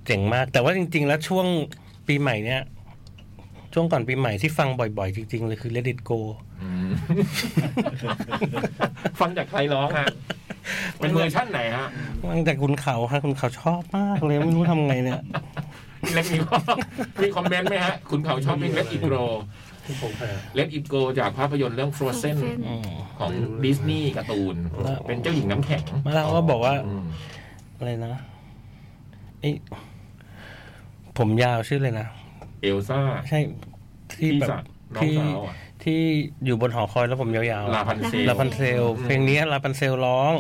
เจ๋งมาก แต่ว่าจริง ๆ แล้วช่วงปีใหม่เนี่ย ช่วงก่อนปีใหม่ที่ฟังบ่อยๆ จริง <laughs> ๆ เลยคือ Let It Go อืม ฟังจากใครร้องฮะ เป็นเวอร์ชั่นไหนฮะ ตั้งแต่คุณเขาฮะคุณเขาชอบมากเลยไม่รู้ทำไงเนี่ย พี่เล็กมีข้อมีคอมเมนต์ไหมฮะ คุณเขาชอบวิ่งเล็กอีโกรเล็กอีโกจากภาพยนตร์เรื่อง Frozen อืม ของดิสนีย์การ์ตูน อ๋อ เป็นเจ้าหญิงน้ำแข็ง มาเล่าก็บอกว่า อืม อะไรนะไอ้ผมยาวชื่อเลยนะ เอลซ่า ไม่ใช่ที่ พี่ แบบ สาวน้องสาวอะ ที่อยู่บนหอคอยแล้วผมยาวๆ ลาพันเซล ลาพันเซล เพลงนี้ลาพันเซลร้อง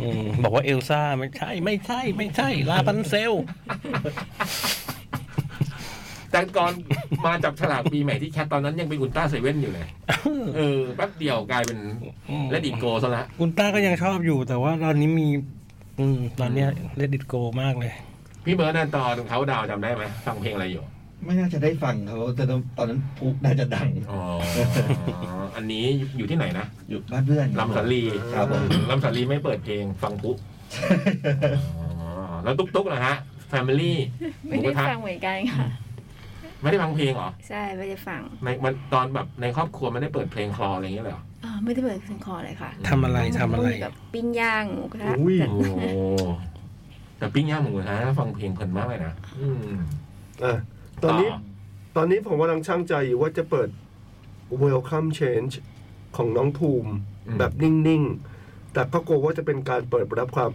อืมบอกว่าเอลซ่าไม่ใช่ ไม่ใช่ ไม่ใช่ ลาพันเซล แต่ก่อนมาจับฉลากปีใหม่ที่แคทตอนนั้นยังเป็นอุลตร้าเซเว่นอยู่เลย เออแป๊บเดียวกลายเป็น อืม เลดิโกซะละ คุณต้าก็ยังชอบอยู่ แต่ว่าตอนนี้มี อืมตอนเนี้เลดิตโกมากเลย พี่เบิร์ดนั่นตอนเขาดาวน์จำได้ไหมฟังเพลงอะไรอยู่ ไม่น่าจะได้ฟังเขาแต่ตอนนั้นพุน่าจะดัง อ๋อ อันนี้อยู่ที่ไหนนะ อยู่บ้านเพื่อน ลำสาลี ครับผม ลำสาลีไม่เปิดเพลงฟังปุ๊อ๋อแล้วตุ๊กตุ๊กนะฮะแฟมิลี่ห ไม่ มูกระได้ทะ ฟังเหมือนกันค่ะ ไม่ได้ฟังเพลงเหรอ ใช่ไม่ได้ฟัง ในมันตอนแบบในครอบครัวไม่ได้เปิดเพลงคลออะไรอย่างเงี้ยเลยเหรอ อ๋อไม่ได้เปิดเพลงคอเลยค่ะ ทำอะไรทำอะไร แบบปิ้งย่างหมูกระทะ อุ้ย โอ้แต่ปิ้งย่างหมูกระทะฟังเพลงเพลินมากเลยนะอืม อ่ะตอนนี้ตอนนี้ผมกำลังช่างใจอยู่ว่าจะเปิด Welcome Change ของน้องภูมิ อืม แบบนิ่ง ๆ แต่ก็กลัวว่าจะเป็นการเปิดรับความ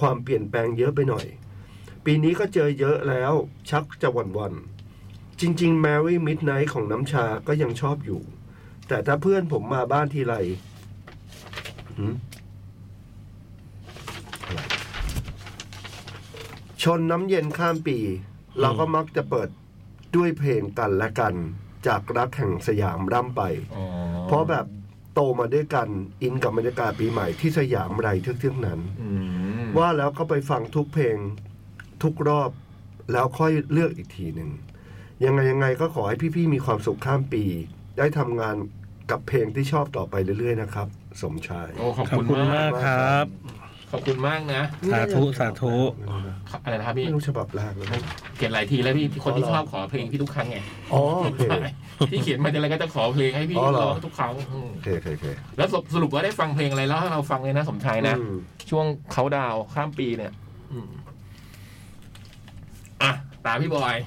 ความเปลี่ยนแปลงเยอะไปหน่อย ปีนี้ก็เจอเยอะแล้วชักจะหวันๆจริง ๆ Mary Midnight ของน้ำชาก็ยังชอบอยู่ แต่ถ้าเพื่อนผมมาบ้านทีไรหืมอะไรชนน้ำเย็นข้ามปี เราก็มักจะเปิดด้วยเพลงกันและกัน จากรักแห่งสยามร่ำไป อ๋อ เพราะแบบโตมาด้วยกันอินกับบรรยากาศปีใหม่ที่สยามไรเทือกๆนั้น อืม ว่าแล้วก็ไปฟังทุกเพลงทุกรอบแล้วค่อยเลือกอีกทีหนึ่งยังไงยังไงก็ขอให้พี่ๆมีความสุขข้ามปี ได้ทำงานกับเพลงที่ชอบต่อไปเรื่อยๆนะครับ สมชาย โอ้ขอบ ขอบ คุณ คุณ มาม าก กครับ ขอบคุณมากนะ สาธุสาธุ อะไรนะครับพี่ ไม่รู้ฉบับแรกเลยนะ เขียนหลายทีแล้วพี่คนที่ อ๋อชเหรออบขอเพลงพี่ทุกครั้งไง อ๋อโอเค ที่เขียนมาแต่ไรก็จะขอเพลงให้พี่ อ๋อเหรอ ร้องทุกครั้งอืม โอเคโอเคโอเค แล้วสรุปสรุปว่าได้ฟังเพลงอะไรแล้วให้เราฟังเลยนะสมชายนะ อืม ช่วงเขาดาวน์ข้ามปีเนี่ย อืมอ่ะตามพี่บอย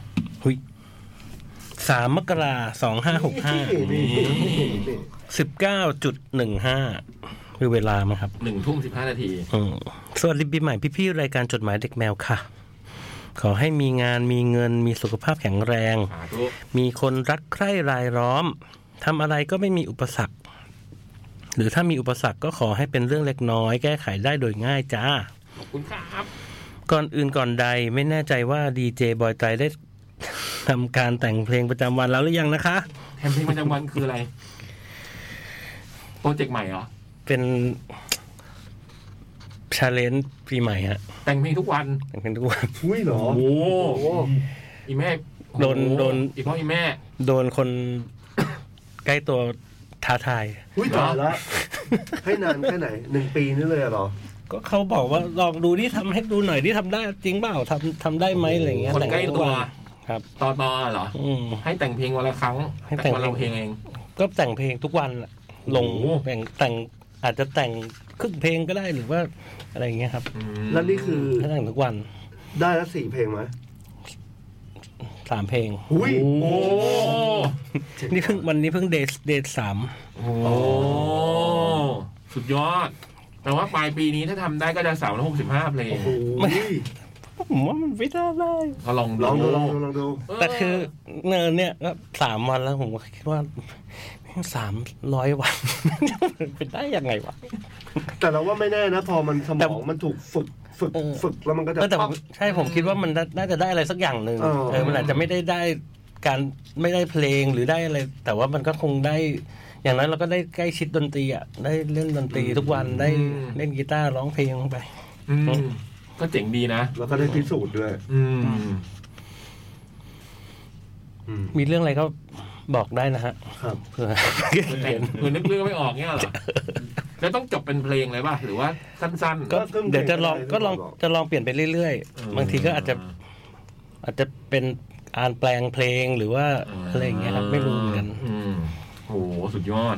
สามมกราสองห้าหกห้า นี่นี่ สิบเก้าจุดหนึ่งห้าคือเวลามั้งครับ หนึ่งทุ่มสิบห้านาที อืมสวัสดีปีใหม่พี่ ๆ รายการจดหมายเด็กแมวค่ะ ขอให้มีงานมีเงินมีสุขภาพแข็งแรง สาธุ มีคนรักใคร่รายล้อมทำอะไรก็ไม่มีอุปสรรค หรือถ้ามีอุปสรรคก็ขอให้เป็นเรื่องเล็กน้อย แก้ไขได้โดยง่ายจ้า ขอบคุณครับ ก่อนอื่นก่อนใดไม่แน่ใจว่าดีเจบอยไตรได้ <laughs> ทำการแต่งเพลงประจำวันแล้วหรือยังนะคะ แคมเพลงประจำวันคืออะไรโปรเจกต์ใหม่เหรอ เป็นชาเลนจ์ปีใหม่ฮะ <laughs> แต่งเพลงทุกวัน แต่งเพลงทุกวัน อุ้ยเหรอ โอ้โหอีแม่ โดน อ้ห โดน อีพ่ออีแม่ โดนคนใกล้ตัวท้าทาย อุ้ยตายละให้นานแค่ไหนหนึ่งปีนี่เลยเหรอ ก็เขาบอกว่าลองดูที่ทำให้ดูหน่อยที่ทำได้จริงเปล่าทำทำได้ไหมอะไรเงี้ย คนใกล้ตัว ครับ ตอตอเหรอ อืม ให้แต่งเพลงวันละครั้ง ให้แต่ง วันละเพลงเอง ก็แต่งเพลงทุกวันอะลง โอ้โห แต่งแต่งอาจจะแต่งครึ่งเพลงก็ได้หรือว่าอะไรเงี้ยครับ อืม แล้วนี่คือ ก็แต่งทุกวัน ได้ละสี่เพลงไหม สามเพลง อุ้ย โอ้โห นี่เพิ่งวันนี้เพิ่งเดทเดทสาม โอ้สุดยอด แต่ว่าปลายปีนี้ถ้าทำได้ก็จะสามร้อยหกสิบห้าเพลง โอ้โห ผมว่ามันไม่ได้เลย ก็ลอง ลองดูลองดูลองดู เ แต่คือเนินเนี่ยก็สามวันแล้วผมก็คิดว่าสามร้อยวัน <laughs> เป็นได้ยังไงวะ แต่เราว่าไม่แน่นะ พอมันสม แต่ องมันถูกฝึกฝึก เออ ฝึกแล้วมันก็จะ เออแต่ผม ปั๊บ ใช่ผมคิดว่ามันน่าน่าจะได้อะไรสักอย่างหนึ่ง เออ เออมันอาจจะไม่ได้ได้การไม่ได้เพลงหรือได้อะไร แต่ว่ามันก็คงได้ อย่างน้อยเราก็ได้ใกล้ชิดดนตรีอ่ะได้เล่นดนตรีทุกวันได้ อืม เล่นกีตาร์ร้องเพลงไป อืมก็เจ๋งดีนะ แล้วก็ได้พิสูจน์ด้วย อืม อืม มีเรื่องอะไรก็บอกได้นะฮะ ครับ เผื่อ แต่งคือนึกเรื่องไม่ออกเงี้ยเหรอ แล้วต้องจบเป็นเพลงเลยป่ะ หรือว่าสั้นๆ ก็ ครึ่งเพลง เดี๋ยวจะลอง ก็ได้ ก็ลอง บอก จะลองเปลี่ยนไปเรื่อยๆ บางทีก็อาจจะอาจจะเป็นอ่านแปลงเพลงหรือว่าอะไรอย่างเงี้ยครับไม่รู้เหมือนกัน อืมโหสุดยอด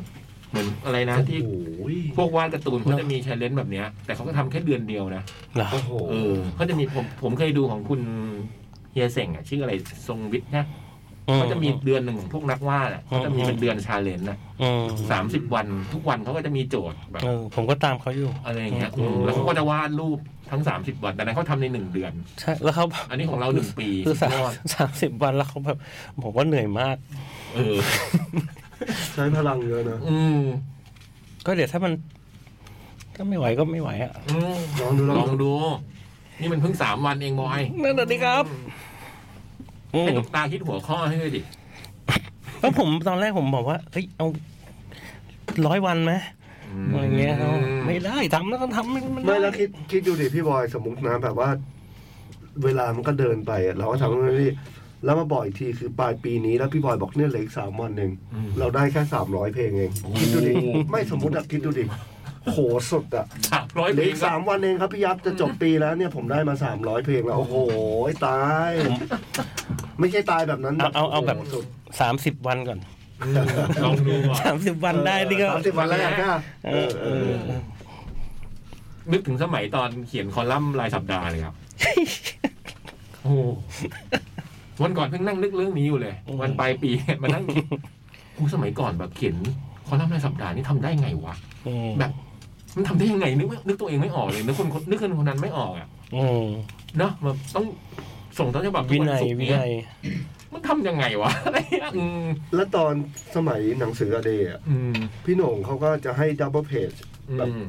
เหมือนอะไรนะที่ โอ้ย พวกวาดการ์ตูนเขาจะมีชาเลนจ์แบบเนี้ยแต่เขาก็ทำแค่เดือนเดียวนะ เหรอ โอ้โห เออเขาจะมีผมผมเคยดูของคุณเฮียเส่งอ่ะชื่ออะไรทรงวิทย์นะเขาจะมีเดือนหนึ่งของพวกนักวาดอ่ะเขาจะมีเป็นเดือนชาเลนจ์นะ อืม สามสิบวันทุกวันเขาก็จะมีโจทย์แบบ เออผมก็ตามเขาอยู่ อะไรอย่างเงี้ยอืมแล้วเขาก็จะวาดรูปทั้งสามสิบวันแต่นั้นเขาทำในหนึ่งเดือน ใช่แล้วเขา อันนี้ของเราหนึ่งปี คือสาม ยอด สามสิบวันแล้วเขาแบบผมว่าเหนื่อยมาก เออ ใช้พลังเยอะนะ อืม ก็เดี๋ยวถ้ามันถ้าไม่ไหวก็ไม่ไหวอ่ะ อืม ลองดูล ล อ องง ดู ดู นี่มันเพิ่งสามวันเองบอย นั่นแหละดิครับอื ให้ ม ตุ๊กตาคิดหัวข้อให้ด้วยดิ แล้วผมตอนแรกผมบอกว่าเฮ้ยเอาร้อยวันไหมอะไรเงี้ยเขาไม่ได้ทำแล้วก็ทำมันน ไม่แล้วคิดคิดดูดิพี่บอยสมมตินะแบบว่า เวลามันก็เดินไปอะเราก็ทำนั่นนี่แล้วมาบอกอีกทีคือปลายปีนี้แล้วพี่บอยบอกเนี่ยเหลืออีกสามวันเอง อืม เราได้แค่สามร้อยเพลงเองคิดดูดิไม่สมมติอะคิดดูดิโหสุดอะ สามร้อย เหลื ปี ออีกสามวันเองครับพี่ยับจะจบปีแล้วเนี่ยผมได้มาสามร้อยเพลงแล้ว โอ้โหตาย ไม่ใช่ตายแบบนั้น เอาเอาเอาแบบ สุด สามสิบวันก่อน ลองดูก่อน สามสิบวันได้นี่ก็ สามสิบวันแรกค่ะ เอ เอ อ อ เอ เอ อ อ เออ นึกถึงสมัยตอนเขียนคอลัมน์รายสัปดาห์เลยครับ โอ้โหวันก่อนเพิ่งนั่งนึกเรื่องนี้อยู่เลย วันปลายปีเนี่ยมานั่ง <laughs> คิดโอ้สมัยก่อนแบบเขียนคอลัมน์รายสัปดาห์นี่ทำได้ไงวะ อืม แบบ มันทำได้ยังไงนึกไม่นึกตัวเองไม่ออกเลยนึกคนนึกคนคนนั้นไม่ออกอ่ะ อืม เนาะมันต้องส่งต้นฉบับทุ วิ กวัน นัย ศุกร์ วิ เนี่ย นัย มันทำยังไงวะ <laughs> อะไรเงี้ยอืม แล้วตอนสมัยหนังสืออเดย์อะ อืม พี่โหน่งเขาก็จะให้ดับเบิลเพจ อืม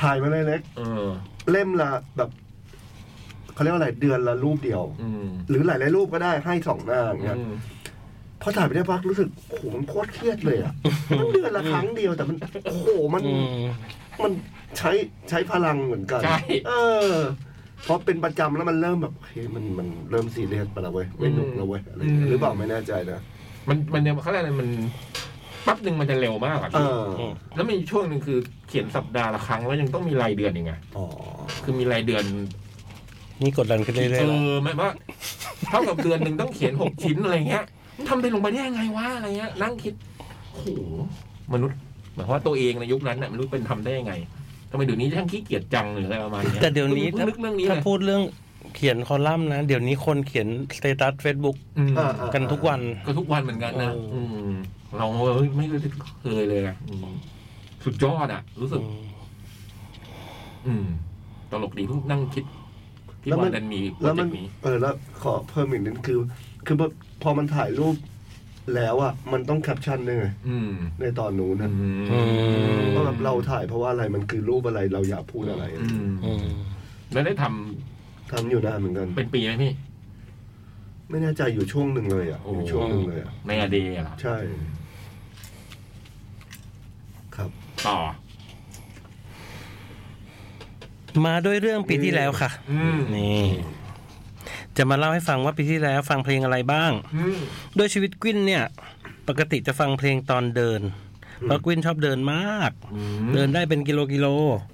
ถ่ายมาเล็ก เออ ๆเล่มละแบบเขาเรียกว่าอะไรเดือนละรูปเดียว อืม หรือหลายๆรูปก็ได้ให้สองหน้าอย่าง อื เงี้ย ม พอถ่ายไปได้พักรู้สึกโหมันโคตรเครียดเลยอ่ะมันเดือนละครั้งเดียวแต่มันโอ้โหมัน อืม มันใช้ใช้พลังเหมือนกัน ใช่ เออเพราะเป็นประจำแล้วมันเริ่มแบบเฮ้ยมันมันเริ่มซีเรียสไปแล้วเว้ยไม่หนุกแล้วเว้ยอะไรอย่างเงี้ยหรือเปล่าไม่แน่ใจนะ มันมันยังเขาเรียกอะไรมันแปั๊บหนึ่งมันจะเร็วมากอ่ะ เอ พี่ อ แล้วมีช่วงหนึ่งคือเขียนสัปดาห์ละครั้งแล้วยังต้องมีรายเดือนอีกไง อ๋อ คือมีรายเดือน นี่กดดันขึ้นเรื่อย เอ ๆแล้ว อไม่ว่าเท่ากับเดือนหนึ่งต้องเขียนหกชิ้นอะไรเงี้ยมันทำได้ลงไปได้ยังไงวะอะไรเงี้ย นั่งคิดโอ้โหมนุษย์หมายความว่าตัวเองในยุคนั้นน่ะไม่รู้เป็นทำได้ยังไงทำไมเดี๋ยวนี้ช่างขี้เกียจจังหรืออะไรประมาณเนี้ย แต่เดี๋ยวนี้ เพิ่ ถ้าง นึกเรื่องนี้เล ถ้าย พูดเรื่องเขียนคอลัมน์นะ เดี๋ยวนี้คนเขียนสเตตัสเฟซบุ๊ก อืม อ่าอ่า กันทุกวัน ก็ทุกวันเหมือนกันนะ เอออื มเราไม่เคยเลยนะอืมสุดยอดอ่ะ รู้สึก อืม อืมตลกดีเพิ่งนั่งคิดพี่ แล้ว วั มัน น ดันมีโปร แล้ว เจ มั ก น ต์นี้ เออแล้วขอเพิ่มอีกนิดคือ คือแบบพอมันถ่ายรูปแล้วอ่ะมันต้องแคปชั่นด้วยไง อืม ในตอนนู้นนะ ม ว่าแบบเราถ่ายเพราะว่าอะไรมันคือรูปอะไรเราอยากพูดอะไร อืม อืม แล้วได้ทำ ทำอยู่นานเหมือนกัน เป็นปีไหมพี่ ไม่แน่ใจอยู่ช่วงหนึ่งเลยอ่ะอยู่ช่วงหนึ่งเลยอ่ะ ในอดีตเหรอ ใช่ ครับ ต่อ มาด้วยเรื่องปีที่แล้วค่ะ อืม นี่ จะมาเล่าให้ฟังว่าปีที่แล้วฟังเพลงอะไรบ้าง อืม โดยชีวิตกวินเนี่ย ปกติจะฟังเพลงตอนเดิน เพราะกวินชอบเดินมาก เดินได้เป็นกิโลกิโล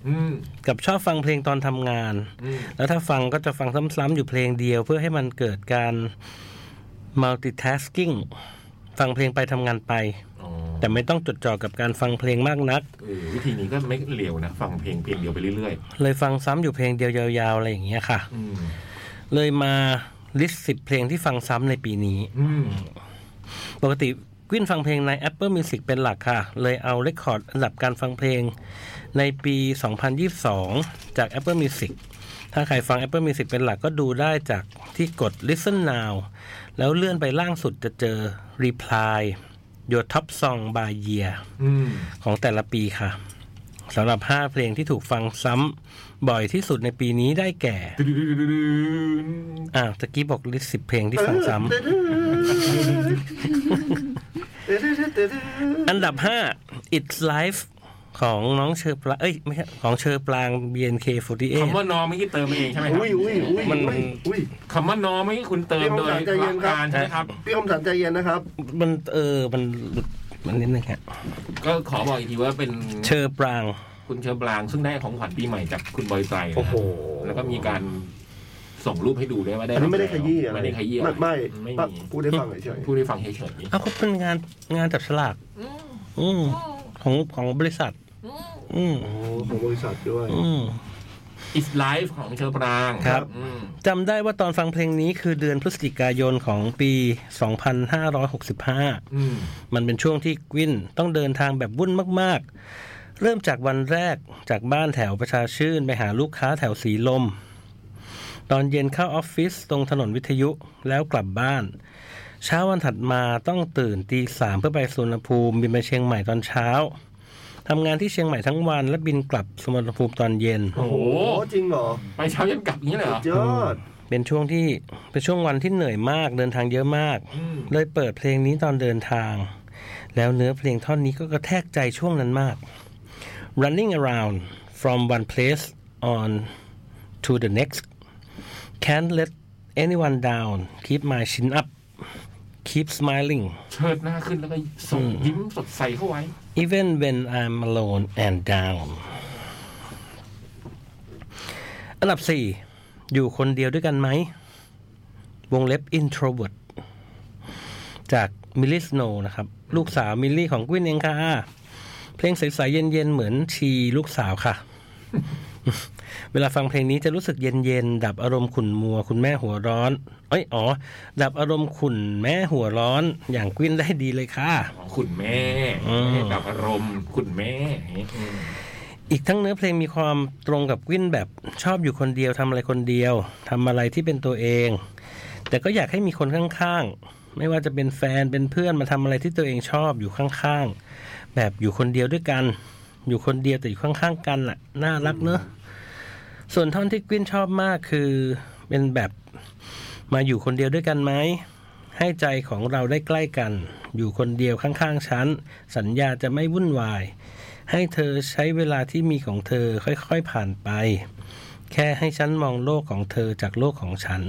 อืม กับชอบฟังเพลงตอนทำงาน อืม แล้วถ้าฟังก็จะฟังซ้ำๆอยู่เพลงเดียว เพื่อให้มันเกิดการ multitasking ฟังเพลงไปทำงานไป อ๋อ แต่ไม่ต้องจดจ่อกับการฟังเพลงมากนัก เออวิธีนี้ก็ไม่เหลวนะ ฟังเพลงเพลงเดียวไปเรื่อย เลยฟังซ้ำอยู่เพลงเดียวยาวๆอะไรอย่างเงี้ยค่ะ ๆ อืม เลยมาลิสต์สิบเพลงที่ฟังซ้ำในปีนี้ อืม ปกติกวินฟังเพลงใน Apple Music เป็นหลักค่ะ เลยเอาเรคคอร์ดอันดับการฟังเพลงในปี 2022 จาก Apple Music ถ้าใครฟัง Apple Music เป็นหลักก็ดูได้จากที่กด Listen Now แล้วเลื่อนไปล่างสุดจะเจอ Reply Your Top Song by Year อืม ของแต่ละปีค่ะสำหรับ 5 เพลงที่ถูกฟังซ้ำบ่อยที่สุดในปีนี้ได้แก่ ดื้อ อ้าวตะกี้บอกลิสต์สิบเพลงที่ฟังซ้ำ อันดับ 5 It's Life ของน้องเชอปลางเอ้ย ไม่ใช่ ของเชอปลาง BNK48 คำว่านอไม่คิดเติมเองใช่ไหมครับ อุ้ยอุ้ยอุ้ย มัน อุ้ยอุ้ย คำว่านอไม่คิดคุณเติมโดย ใจเย็นครับ การใช่ไหมครับ พี่คมสันใจเย็นนะครับ มันเออ มันหลุดมันนิดนึงฮะ ก็ขอบอกอีกทีว่าเป็น เชอปลาง คุณเชอร์บลาง ซึ่งได้ของขวัญปีใหม่จากคุณบอยไตรนะครับ โอ้โห แล้วก็มีการส่งรูปให้ดูด้วยว่าได้ อันนี้ไม่ได้ขยี้อะไร ไม่ได้ขยี้อะร ไม่ไม่ ไม่ ปะ มี พูดได้ฟังเฉย ผู้ได้ฟังเฉย เอาก็เป็นงานงานจับฉลาก อืม ของของบริษัท อืม โอ้ของบริษัทด้วย อืม It's Life ของเชอปราง ครับ อืม จำได้ว่าตอนฟังเพลงนี้คือเดือนพฤศจิกายนของปี 2565 อืม มันเป็นช่วงที่กวินต้องเดินทางแบบวุ่นมาก ๆ เริ่มจากวันแรกจากบ้านแถวประชาชื่นไปหาลูกค้าแถวสีลม ตอนเย็นเข้าออฟฟิศตรงถนนวิทยุแล้วกลับบ้าน เช้าวันถัดมาต้องตื่นตีสามเพื่อไปสุวรรณภูมิบินไปเชียงใหม่ตอนเช้าทำงานที่เชียงใหม่ทั้งวันและบินกลับสุวรรณภูมิตอนเย็น โอ้โห จริงเหรอ ไปเช้าเย็นกลับอย่างนี้เลยเหรอ ยอด <laughs> เป็นช่วงที่เป็นช่วงวันที่เหนื่อยมากเดินทางเยอะมาก อืม เลยเปิดเพลงนี้ตอนเดินทาง แล้วเนื้อเพลงท่อนนี้ก็กระแทกใจช่วงนั้นมาก running around from one place on to the next can't let anyone down keep my chin up keep smiling เชิดหน้าขึ้นแล้วก็ส่งยิ้มสดใสเข้าไว้ even when I'm alone and down อันดับ 4 อยู่คนเดียวด้วยกันไหม วงเล็บ introvert จากมิลลิสโนนะครับ ลูกสาวมิลลี่ของกวินเองค่ะ เพลงใสๆเย็นๆ เหมือนชีลูกสาวค่ะ เวลาฟังเพลงนี้จะรู้สึกเย็นๆ ดับอารมณ์ขุ่นมัว คุณแม่หัวร้อน เอ้ยอ๋อ ดับอารมณ์ขุ่นแม่หัวร้อน อย่างกวินได้ดีเลยค่ะ ของคุณแม่ อืม ให้กับอารมณ์คุณแม่อย่างนี้อืม อีกทั้งเนื้อเพลงมีความตรงกับกวินแบบชอบอยู่คนเดียวทำอะไรคนเดียวทำอะไรที่เป็นตัวเอง แต่ก็อยากให้มีคนข้างๆ ไม่ว่าจะเป็นแฟนเป็นเพื่อนมาทำอะไรที่ตัวเองชอบอยู่ข้างๆ แบบอยู่คนเดียวด้วยกัน อยู่คนเดียวแต่อยู่ข้างๆกันน่ะน่ารักเนอะส่วนท่อนที่กวินชอบมากคือเป็นแบบมาอยู่คนเดียวด้วยกันไหมให้ใจของเราได้ใกล้กัน อยู่คนเดียวข้างๆฉันสัญญาจะไม่วุ่นวาย ให้เธอใช้เวลาที่มีของเธอค่อยๆผ่านไป แค่ให้ฉันมองโลกของเธอจากโลกของฉัน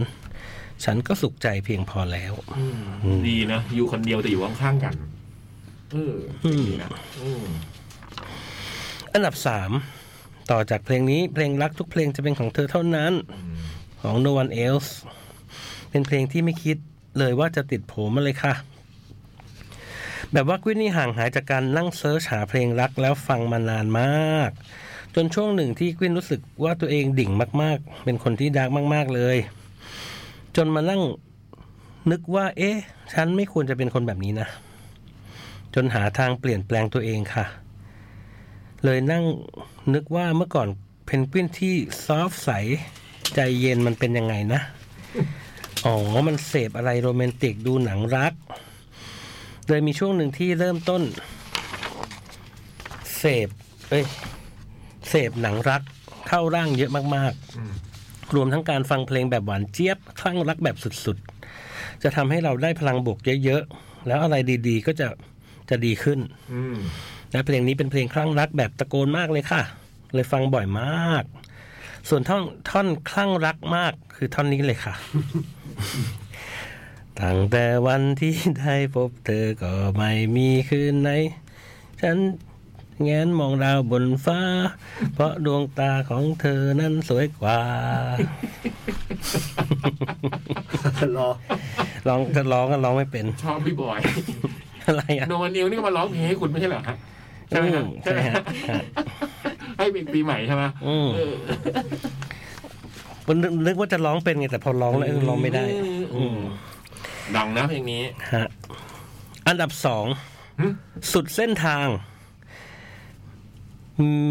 ฉันก็สุขใจเพียงพอแล้ว ดีนะ อยู่คนเดียวแต่อยู่ข้างๆกัน เออดีนะอืม อันดับสามต่อจากเพลงนี้เพลงรักทุกเพลงจะเป็นของเธอเท่านั้น ของ No One Else เป็นเพลงที่ไม่คิดเลยว่าจะติดโผมาเลยค่ะ แบบว่ากวินนี่ห่างหายจากการนั่งเซิร์ชหาเพลงรักแล้วฟังมานานมาก จนช่วงหนึ่งที่กวินรู้สึกว่าตัวเองดิ่งมากๆ เป็นคนที่ดาร์กมากๆเลย จนมานั่งนึกว่า เอ๊ะ ฉันไม่ควรจะเป็นคนแบบนี้นะ จนหาทางเปลี่ยนแปลงตัวเองค่ะ เลยนั่งนึกว่าเมื่อก่อนเพนกวินที่ซอฟต์ใส ใจเย็นมันเป็นยังไงนะ อ๋อ มันเสพอะไรโรแมนติกดูหนังรัก โดยมีช่วงหนึ่งที่เริ่มต้น เสพ เอ้ย เสพหนังรักเข้าร่างเยอะมากๆ รวมทั้งการฟังเพลงแบบหวานเจี๊ยบ คลั่งรักแบบสุดๆ จะทำให้เราได้พลังบวกเยอะๆ แล้วอะไรดีๆ ก็จะจะดีขึ้น อืม และเพลงนี้เป็นเพลงคลั่งรักแบบตะโกนมากเลยค่ะ เลยฟังบ่อยมาก ส่วนท่อนท่อนคลั่งรักมากคือท่อนนี้เลยค่ะ <laughs> ตั้งแต่วันที่ได้พบเธอก็ไม่มีคืนไหน ฉันแง้นมองดาวบนฟ้า เพราะดวงตาของเธอนั้นสวยกว่า รอ ร้องจะร้องก็ร้องไม่เป็น ชอบพี่บอย อะไรอ่ะ โนวันนิวนี่ก็มาร้องเพลงให้คุณไม่ใช่เหรอฮะใช่ไหมฮะ อืม ใช่ไหมใช่ฮะ ฮะให้เป็นปีใหม่ใช่ไหม อืม เออ มันนึกนึกว่าจะร้องเป็นไงแต่พอร้องแล้วเออร้องไม่ได้ อืมดังนะเพลงนี้ ฮะอันดับสอง หึ สุดเส้นทาง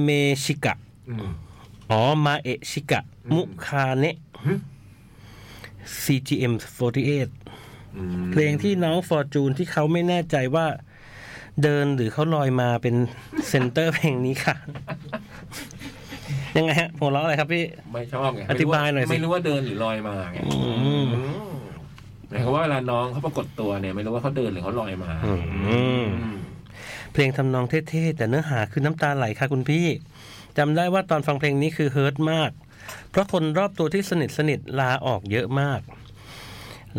เมชิกะ อืม อ๋อ มาเอะชิกะ อืม มุคาเนะ หึ CGM 48 อืม เพลงที่น้องฟอร์จูนที่เขาไม่แน่ใจว่า เดินหรือเขาลอยมาเป็นเซนเตอร์เพลงนี้ค่ะ <laughs> ยังไงฮะผมร้องอะไรครับพี่ ไม่ชอบไง อธิบายหน่อยสิ ไม่รู้ว่าเดินหรือลอยมาไง อืม อืมหมายความว่าเวลาน้องเขาปรากฏตัวเนี่ย ไม่รู้ว่าเขาเดินหรือเขาลอยมา อืม เพลงทำนองเท่ ๆ แต่เนื้อหาคือน้ำตาไหลค่ะคุณพี่จำได้ว่าตอนฟังเพลงนี้คือเฮิร์ตมาก เพราะคนรอบตัวที่สนิทสนิทๆลาออกเยอะมาก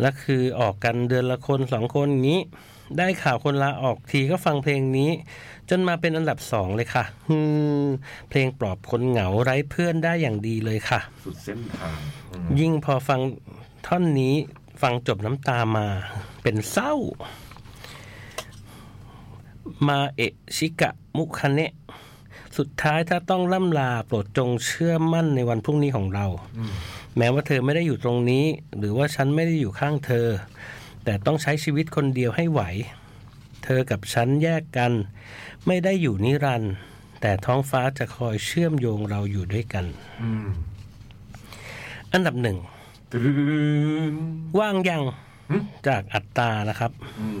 และคือออกกันเดือนละคนสองคนอย่างนี้ ได้ข่าวคนลาออกทีก็ฟังเพลงนี้ จนมาเป็นอันดับสองเลยค่ะฮืมเพลงปลอบคนเหงาไร้เพื่อนได้อย่างดีเลยค่ะ สุดเส้นทางอืม ยิ่งพอฟังท่อนนี้ฟังจบน้ำตามา เป็นเศร้า มาเอะชิกะ มุคะเนะ สุดท้ายถ้าต้องล่ำลาโปรดจงเชื่อมั่นในวันพรุ่งนี้ของเรา แม้ว่าเธอไม่ได้อยู่ตรงนี้ หรือว่าฉันไม่ได้อยู่ข้างเธอ แต่ต้องใช้ชีวิตคนเดียวให้ไหว เธอกับฉันแยกกัน ไม่ได้อยู่นิรันดร์แต่ท้องฟ้าจะคอยเชื่อมโยงเราอยู่ด้วยกัน อืม อันดับหนึ่ง ตึ้ง ว่างยัง หึ จากอัตตานะครับ อืม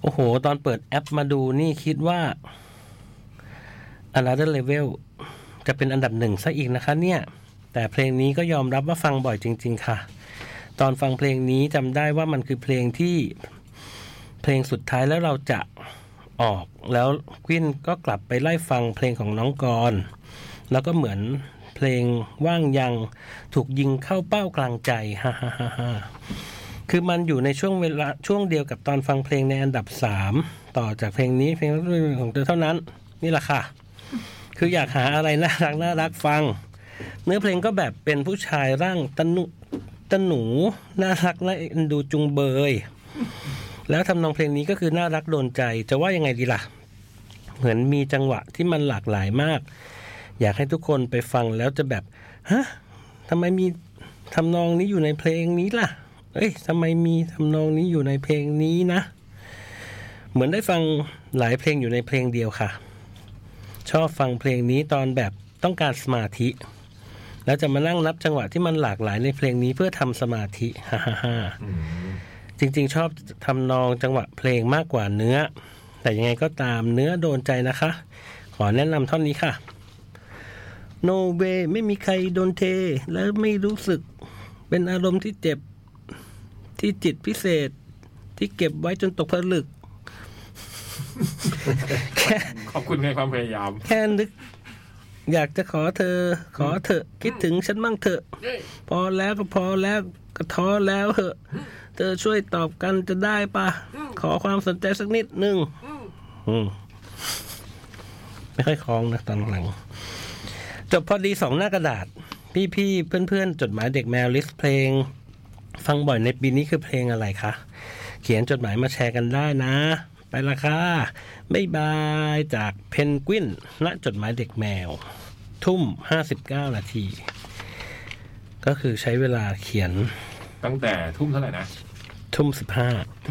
โอ้โห ตอนเปิดแอปมาดูนี่คิดว่า Another Level จะเป็นอันดับหนึ่งซะอีกนะคะ เนี่ย แต่เพลงนี้ก็ยอมรับว่าฟังบ่อยจริง ๆ ค่ะ ตอนฟังเพลงนี้จำได้ว่ามันคือเพลงที่เพลงสุดท้ายแล้วเราจะออก แล้วกวินก็กลับไปไล่ฟังเพลงของน้องกรณ์แล้วก็เหมือนเพลงว่างยังถูกยิงเข้าเป้ากลางใจ <laughs> ฮ่าฮ่าฮ่าฮ่าๆๆๆ คือมันอยู่ในช่วงเวลาช่วงเดียวกับตอนฟังเพลงในอันดับสามต่อจากเพลงนี้เพลงของเธอเท่านั้น นี่แหละค่ะ คืออยากหาอะไรน่ารักน่ารักฟัง เนื้อเพลงก็แบบเป็นผู้ชายร่างตะหนุตะหนูน่ารักน่าเอ็นดูจุงเบย แล้วทำนองเพลงนี้ก็คือน่ารักโดนใจจะว่ายังไงดีล่ะ เหมือนมีจังหวะที่มันหลากหลายมาก อยากให้ทุกคนไปฟังแล้วจะแบบฮะทำไมมีทำนองนี้อยู่ในเพลงนี้ล่ะ เอ้ยทำไมมีทำนองนี้อยู่ในเพลงนี้นะ เหมือนได้ฟังหลายเพลงอยู่ในเพลงเดียวค่ะ ชอบฟังเพลงนี้ตอนแบบต้องการสมาธิ แล้วจะมานั่งนับจังหวะที่มันหลากหลายในเพลงนี้เพื่อทำสมาธิ ฮ่าฮ่าฮ่าจริงๆ ชอบทำนองจังหวะเพลงมากกว่าเนื้อ แต่ยังไงก็ตามเนื้อโดนใจนะคะ ขอแนะนำท่อนนี้ค่ะ No way ไม่มีใครโดนเท และไม่รู้สึกเป็นอารมณ์ที่เจ็บ ที่จิตพิเศษที่เก็บไว้จนตกผลึก <laughs> แค่ ขอบคุณในความพยายาม แค่นึก อยากจะขอเธอ ขอเถอะ คิดถึงฉันบ้างเถอะ พอแล้วก็พอแล้วก็ท้อแล้วเหอะเธอช่วยตอบกันจะได้ปะขอความสนใจสักนิดนึงอืมไม่ค่อยคล้องนะตอนหลัง จบพอดีสองหน้ากระดาษ พี่ๆเพื่อนๆ จดหมายเด็กแมวลิสเพลง ฟังบ่อยในปีนี้คือเพลงอะไรคะ เขียนจดหมายมาแชร์กันได้นะ ไปละค่ะบ๊ายบายจากเพนกวินณจดหมายเด็กแมว ทุ่ม 59 นาที ก็คือใช้เวลาเขียน ตั้งแต่ทุ่มเท่าไหร่นะ ทุ่ม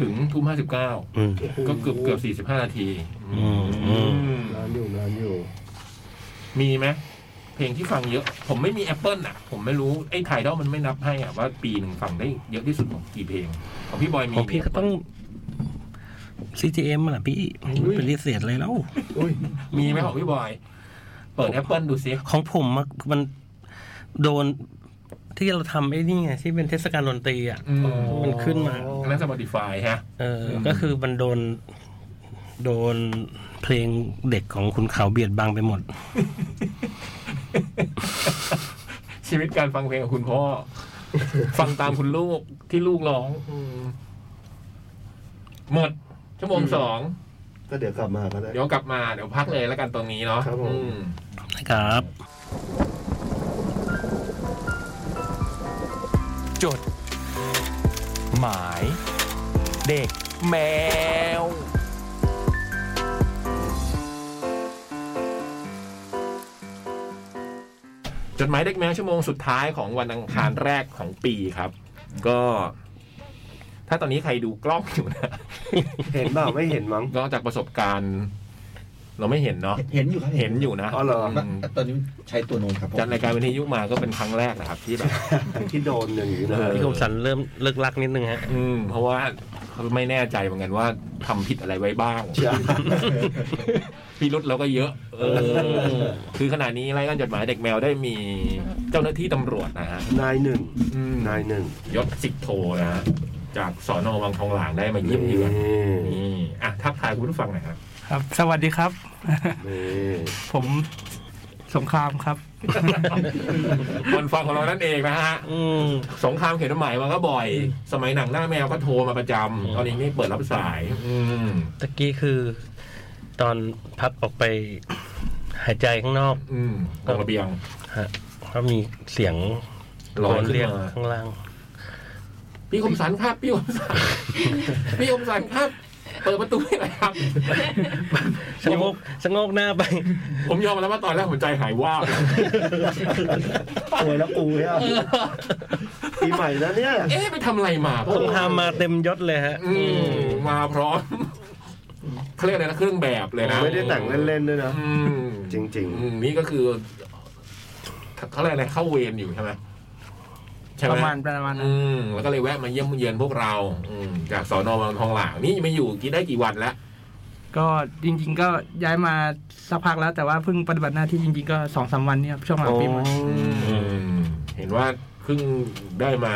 ถึงทุ่มห้าสิบเก้า 15 อืม ก็เกือบเกือบสี่สิบห้านาที อืม อืม นานอยู่นานอยู่ มีไหมเพลงที่ฟังเยอะ ผมไม่มี Apple อ่ะ ผมไม่รู้ ไอ้ไทยดอมันไม่นับให้อ่ะว่าปีหนึ่งฟังได้เยอะที่สุดของกี่เพลง ของพี่บอยมี ของพี่ก็ต้อง CTM อ่ะพี่ไม่เป็นรีเสียดเลยแล้ว อุ้ย มีไหมของพี่บอย เปิด Apple ดูซิ ของผมอะมันโดนที่เราทำไอ้นี่ไงที่เป็นเทศกาลดนตรีอ่ะ อืม มันขึ้นมา อันนั้น Spotify ฮะ เอออ ม ก็คือมันโดน โดนเพลงเด็กของคุณเขาเบียดบังไปหมด ชีวิตการฟังเพลงของคุณพ่อ <laughs> ฟังตามคุณลูกที่ลูกร้องอืมหมด ชั่วโมงสอง ก็เดี๋ยวกลับมาก็ได้ เดี๋ยวกลับมาเดี๋ยวพักเลยแล้วกันตรงนี้เนาะ ครับผม อืม นะครับ จด หมาย เด็กแมว จดหมายเด็กแมวชั่วโมงสุดท้ายของวันอังคารแรกของปีครับ ก็ ถ้าตอนนี้ใครดูกล้องอยู่นะ เห็นเปล่าไม่เห็นมั้ง ก็จากประสบการณ์ เราไม่เห็นเนาะ เห็นอยู่ครับ เห็นอยู่นะ อ๋อเหรอ มตอนนี้ใช้ตัวโน้นครับผม จัดรายการวิทยุมาก็เป็นครั้งแรกนะครับ ที่แบบ ที่โดนอย่างนี้นะ เออ พี่คมสันเริ่มเลิกลักนิดนึงฮะ อืม เพราะว่าไม่แน่ใจเหมือนกันว่าทำผิดอะไรไว้บ้าง ใช่ พี่รุษเราก็เยอะ เออ คือขณะนี้รายการจดหมายเด็กแมวได้มีเจ้าหน้าที่ตำรวจนะฮะ นายหนึ่ง อืม นายหนึ่ง ยศสิบโทนะฮะจากสอนอวังทองหลางได้มาเยี่ยมเยือน นี่อ่ะทักทายคุณผู้ฟังหน่อยครับ ครับ สวัสดีครับ <laughs> นี่ ผมสงครามครับ คนฟังของเรานั่นเองนะฮะ อืม สงครามเขียนจดหมายมาก็บ่อย สมัยหนังหน้าแมวก็โทรมาประจำตอนนี้ไม่เปิดรับสาย อืม ตะกี้คือ ตอนพัดออกไปหายใจข้างนอก อืมตรงระเบียง ฮะก็มีเสียง ลอยขึ้นมา เรียกข้างล่าง พี่คมสันครับ พี่คมสัน พี่คมสันครับ เปิดประตูให้หน่อยครับ ชะโงกชะโงกหน้าไป ผมยอมแล้วว่าตอนแรกหัวใจหายว่าบ ป่วยแล้วกูเนี่ยปีใหม่แล้วเนี่ย เอ๊ะไปทำอะไรมา สงครามมาเต็มยศเลยฮะ อืมมาพร้อมเขาเรียกอะไรนะเครื่องแบบเลยนะ ไม่ได้แต่งเล่นๆด้วยนะ อืม จริง อืมนี่ก็คือเขาเรียกอะไรเข้าเวรอยู่ใช่ไหมใช่ไห ประมาณประมาณนั้น อืมแล้วก็เลยแวะมาเยี่ยมเยือนพวกเรา อืมจากสอนอบางทองหลางนี่มาอยู่กี่ได้กี่วันแล้ว ก็จริง ๆ ก็ย้ายมาสักพักแล้ว แต่ว่าเพิ่งปฏิบัติหน้าที่จริง ๆ ก็สองสามวันเนี่ยครับช่วงหลังปีใหม่ อืมเห็นว่าเพิ่งได้มา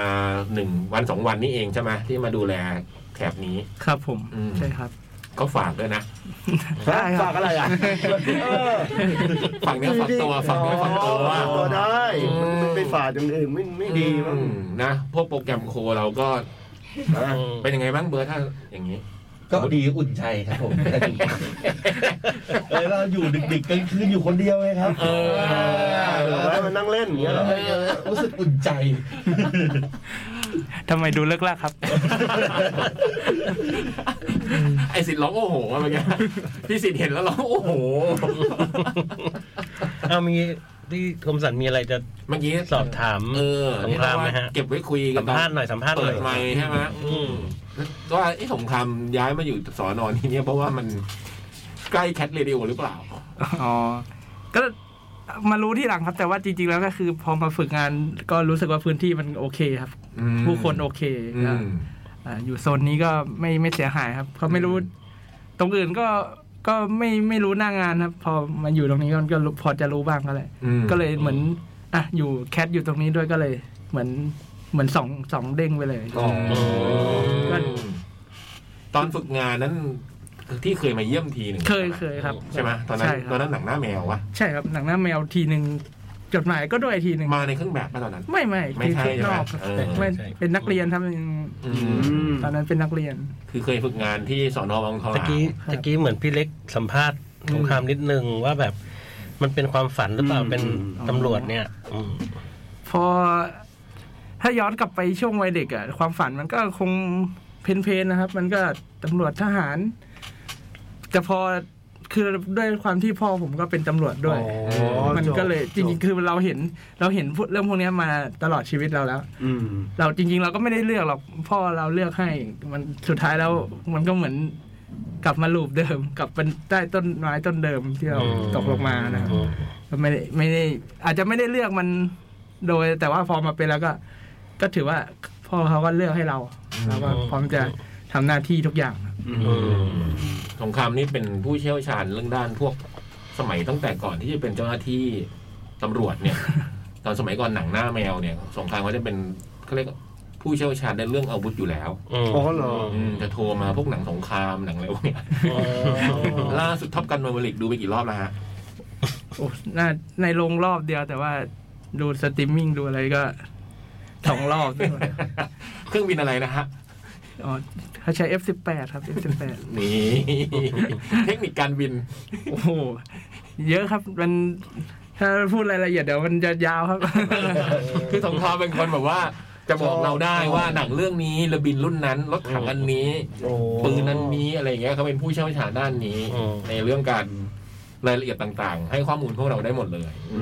หนึ่งวันสองวันนี้เองใช่ไหมที่มาดูแลแถบนี้ ครับผม อืม ใช่ครับ ก็ฝากด้วยนะ ๆฮะฝากอะไรอ่ะเออ ฝากเนื้อฝากตัวฝากเนื้อฝากตัว ฝากตัวได้ อืม มันไปฝากอย่างอื่นไม่ไม่ดีมั้ง อืมนะพวกโปรแกรมโคเราก็ นะ เป็นยังไงบ้างเบอร์ดถ้าอย่างนี้ ก็ดีอุ่นใจครับผมเลยเราอยู่ดึกๆกลางคืนอยู่คนเดียวเลยครับ เออ เราแวะมานั่งเล่นอย่างเงี้ยเหรอ เออรู้สึกอุ่นใจ ทำไมดูเลิกลากครับ ไอสิทธิ์ร้องโอ้โหอะไร <laughs> เงี้ยพี่สิทธิ์เห็นแล้วร้องโอ้โห เอามีที่คมสันมีอะไรจะ เมื่อกี้ สอบถาม เออ สงครามไหมฮะ เก็บไว้คุยกั สั น ม ตอน ภาษณ์หน่อยสัมภาษณ์ห เปิ น่อ ด ย ใหม่ใช่ไหม อืม ว่าไอ้สงครามย้ายมาอยู่สอนอนที่เนี่ยเพราะว่ามันใกล้แคทเรดิโอหรือเปล่า อ๋อ ก็มารู้ที่หลังครับ แต่ว่าจริง ๆ แล้วก็คือพอมาฝึกงานก็รู้สึกว่าพื้นที่มันโอเคครับ ผู้คนโอเค อื ก็ ม อ่าอยู่โซนนี้ก็ไม่ไม่เสียหายครับเขาไม่รู้ อืม ตรงอื่นก็ก็ไม่ไม่รู้หน้างานครับ พอมาอยู่ตรงนี้ก็ก็รู้พอจะรู้บ้างก็เลย อืม ก็เลยเหมือนอ่ะอยู่แคทอยู่ตรงนี้ด้วยก็เลย เหมือนเหมือนสองสองเด้งไปเลย อ๋ออืมตอนฝึกงานนั้นที่เคยมาเยี่ยมทีหนึ่ง เคยเคยครับ ใช่ไหมตอนนั้น ใช่ครับ ตอนนั้นหนังหน้าแมววะ ใช่ครับหนังหน้าแมวทีหนึ่งจดหมายก็ด้วยทีหนึ่ง มาในเครื่องแบบปะตอนนั้น ไม่ไม่ ไม่ คือ ใช่ ข้างนอก ใช่ไหม ครับ เออ ไม่ ใช่ เป็นนักเรียนครับ อื อื ม ม ตอนนั้นเป็นนักเรียน คือเคยฝึกงานที่สอนอบางทองห ตะ ลาง กี้ตะกี้เหมือนพี่เล็กสัมภาษณ์สงครามนิดนึงว่าแบบมันเป็นความฝันหรือเปล่า อืม เป็นตำรวจเนี่ยอืม พอ ถ้าย้อนกลับไปช่วงวัยเด็กอะความฝันมันก็คงเพนเพนๆนะครับ มันก็ตำรวจทหาร แต่พอคือด้วยความที่พ่อผมก็เป็นตำรวจด้วย มันก็เลยจริงๆคือเราเห็นเราเห็นพวกเรื่องพวกเนี้ยมาตลอดชีวิตเราแล้ว อืม เราจริง ๆ เราก็ไม่ได้เลือกหรอกพ่อเราเลือกให้ มันสุดท้ายแล้วมันก็เหมือนกลับมาลูปเดิม กลับเป็นใต้ต้นไม้ต้นเดิมที่เรา อืม ตกลงมานะครับ ไม่ได้ไม่ได้อาจจะไม่ได้เลือกมันโดย แต่ว่าพอมาเป็นแล้วก็ ก็ถือว่าพ่อเขาก็เลือกให้เราเราก็พร้อมจะทำหน้าที่ทุกอย่างครับ อืม สงครามนี่เป็นผู้เชี่ยวชาญเรื่องด้านพวกสมัยตั้งแต่ก่อนที่จะเป็นเจ้าหน้าที่ตำรวจ <laughs> เนี่ย ตอนสมัยก่อนหนังหน้าแมวเนี่ย สงครามเขาจะเป็นเขาเรียกผู้เชี่ยวชาญในเรื่องอาวุธอยู่แล้ว ม อ๋อเหรอ อืมจะโทรมาพวกหนังสงครามหนังอะไรพวกเนี้ยล่าสุดท็อปกันมาเวลิกดูไปกี่รอบแล้วฮะ โอ้น่าในโรงรอบเดียว แต่ว่าดูสตรีมมิ่งดูอะไรก็สองรอบด้วย เครื่องบินอะไรนะฮะ อ๋อเขาใช้ F18 ครับ F18 นี่ เทคนิคการบิน โอ้โหเยอะครับมันถ้าพูดรายละเอียดเดี๋ยวมันจะยาวครับ คือสงครามเป็นคนแบบว่า จะบอกเราได้ว่าหนังเรื่องนี้ระบินรุ่นนั้นรถถังอันนี้ โอ้ ปืนนั้นนี้อะไรอย่างเงี้ยเขาเป็นผู้เชี่ยวชาญด้านนี้ อืม ในเรื่องการรายละเอียดต่างๆ ให้ข้อมูลพวกเราได้หมดเลย อื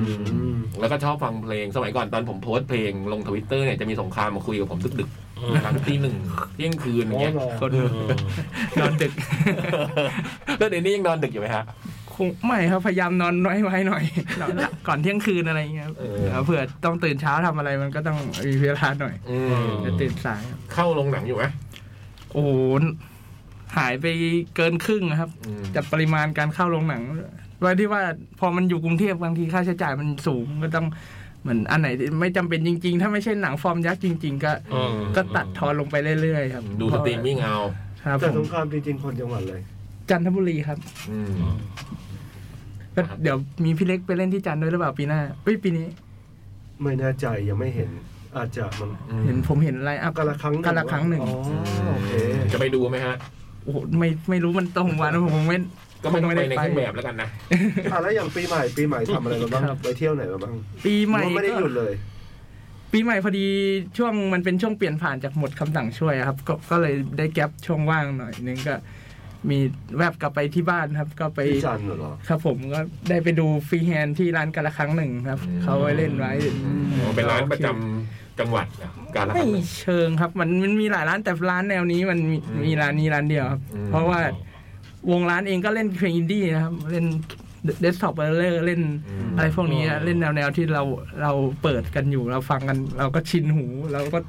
ม แล้วก็ชอบฟังเพลงสมัยก่อนตอนผมโพสต์เพลงลงทวิตเตอร์เนี่ยจะมีสงครามมาคุยกับผมดึก อืม ๆหลังตีหนึ่งเที่ยงคืนอย่างเงี้ย คนนอนดึก แล้วเดี๋ยวนี้ยังนอนดึกอยู่ไหมฮะ คงไม่ครับพยายามนอนน้อยไว้หน่อย <laughs> นอนหลับก่อนเที่ยงคืนอะไรอย่างเงี้ยครับ เออ เดี๋ยวเผื่อต้องตื่นเช้าทำอะไรมันก็ต้องมีเวลาหน่อย อืม จะตื่นสายครับ เข้าโรงหนังอยู่ไหม โอ้โหหายไปเกินครึ่งนะครับ อืม จากปริมาณการเข้าโรงหนังไว้ที่ว่าพอมันอยู่กรุงเทพบางทีค่าใช้จ่ายมันสูงก็ต้องเหมือนอันไหนที่ไม่จำเป็นจริง ๆ ถ้าไม่ใช่หนังฟอร์มยักษ์จริง ๆ ก็ อืม ก็ตัดทอนลงไปเรื่อยๆครับ ดูสตรีมมิ่งเอา ครับ แต่ ผ ส ม งครามจริงๆ คนจังหวัดเลย จันทบุรีครับ อืม ก็เดี๋ยวมีพี่เล็กไปเล่นที่จันทร์ด้วยหรือเปล่าปีหน้าเอ้ยปีนี้ ไม่แน่ใจยังไม่เห็น อาจจะมัน อืม เห็นผมเห็นไลน์อัพ กาละครั้งหนึ่ง กาละครั้งหนึ่ง อ๋อโอเค จะไปดูไหมฮะ โอ้โหไม่ไม่รู้มันตรงวันผมไม่ ก็ไม่ต้อง คงไม่ ไป ได้ ใน ไป เครื่องแบบแล้วกันนะ อ่ะแล้วอย่างปีใหม่ปีใหม่ทำอะไรมาบ้าง ครับ ไปเที่ยวไหนมาบ้าง ปีใหม่ หรือว่าไม่ได้หยุดเลย ปีใหม่พอดีช่วงมันเป็นช่วงเปลี่ยนผ่านจากหมดคำสั่งช่วยอะครับ ก็ก็เลยได้แก็บช่วงว่างหน่อยนึงก็ มีแวบกลับไปที่บ้านครับ ก็ไป พี่จันเหรอ ครับผมก็ได้ไปดูฟรีแฮนด์ที่ร้านกาละครั้งหนึ่งครับ อืม เขาไว้เล่นไว้ อ๋อเป็นร้านประจำจังหวัดนะการละค ไม่ รั้งหนึ่ง เชิงครับ มันมันมีหลายร้านแต่ร้านแนวนี้มันมี อืม มีร้านนี้ร้านเดียวครับ อืม เพราะว่าวงร้านเองก็เล่นเพลงอินดี้นะครับ เล่นเดสก์ท็อปเบอร์เลอร์เล่น ม อะไรพวกนี้นะเล่นแนวแนวที่เราเราเปิดกันอยู่ เราฟังกันเราก็ชินหูเราก็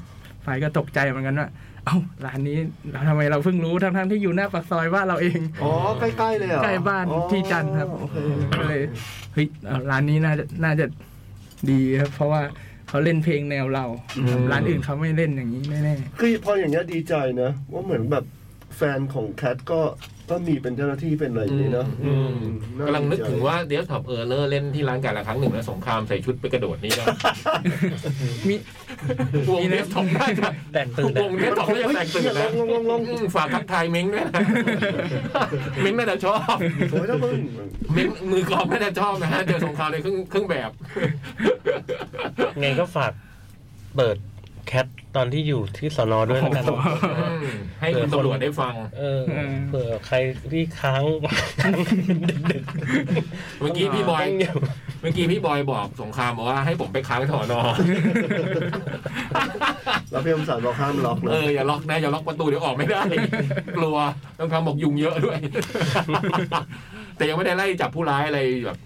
ฝ่ายก็ตกใจเหมือนกันว่า เอ้าร้านนี้เราทำไมเราเพิ่งรู้ทั้งๆที่อยู่หน้าปากซอยบ้านเราเอง อ๋อใกล้ๆเลยเหรอ ใกล้บ้าน อ๋อ ที่จันทร์ครับ โอเค ก็เลยเฮ้ยเอาร้านนี้น่าจะน่าจะดีครับ เพราะว่าเขาเล่นเพลงแนวเรา ร้านอื่นเขาไม่เล่นอย่างนี้แน่ คือพออย่างเงี้ยดีใจนะว่าเหมือนแบบแฟนของแคทก็ก็มีเป็นเจ้าหน้าที่เป็นอะไรอย่างนี้เนาะ อืากมำลังนึกถึงว่าเดสท็อปเออร์เลอร์เล่นที่ร้านการละครั้งหนึ่งแล้วสงครามใส่ชุดไปกระโดดนี่นะ ๆมี วง มีนะ เดสท็อปน่าจะ แตกตื่น วงเดสท็อปน่าจะแตกตื่นแล้ว ลงลงลง อืมฝากทักทายเม้งด้วยนะเม้งน่าจะชอบ สวยนะมึง เม้งมือกลองน่าจะชอบนะฮะเจอสงครามในเครื่องเครื่องแบบ ไงก็ฝากเปิดแคทตอนที่อยู่ที่สอนอด้วยแล้วกัน อืมให้คุณตำรวจได้ฟัง เออเผื่อใครที่ค้างดึก เมื่อกี้พี่บอย เมื่อกี้พี่บอยบอกสงครามบอกว่าให้ผมไปค้างถอนอ เราเป็นคำสั่งเราห้ามล็อกนะ เอออย่าล็อกนะอย่าล็อกประตูเดี๋ยวออกไม่ได้ กลัวต้องคำบอกยุงเยอะด้วย แต่ยังไม่ได้ไล่จับผู้ร้ายอะไรแบบ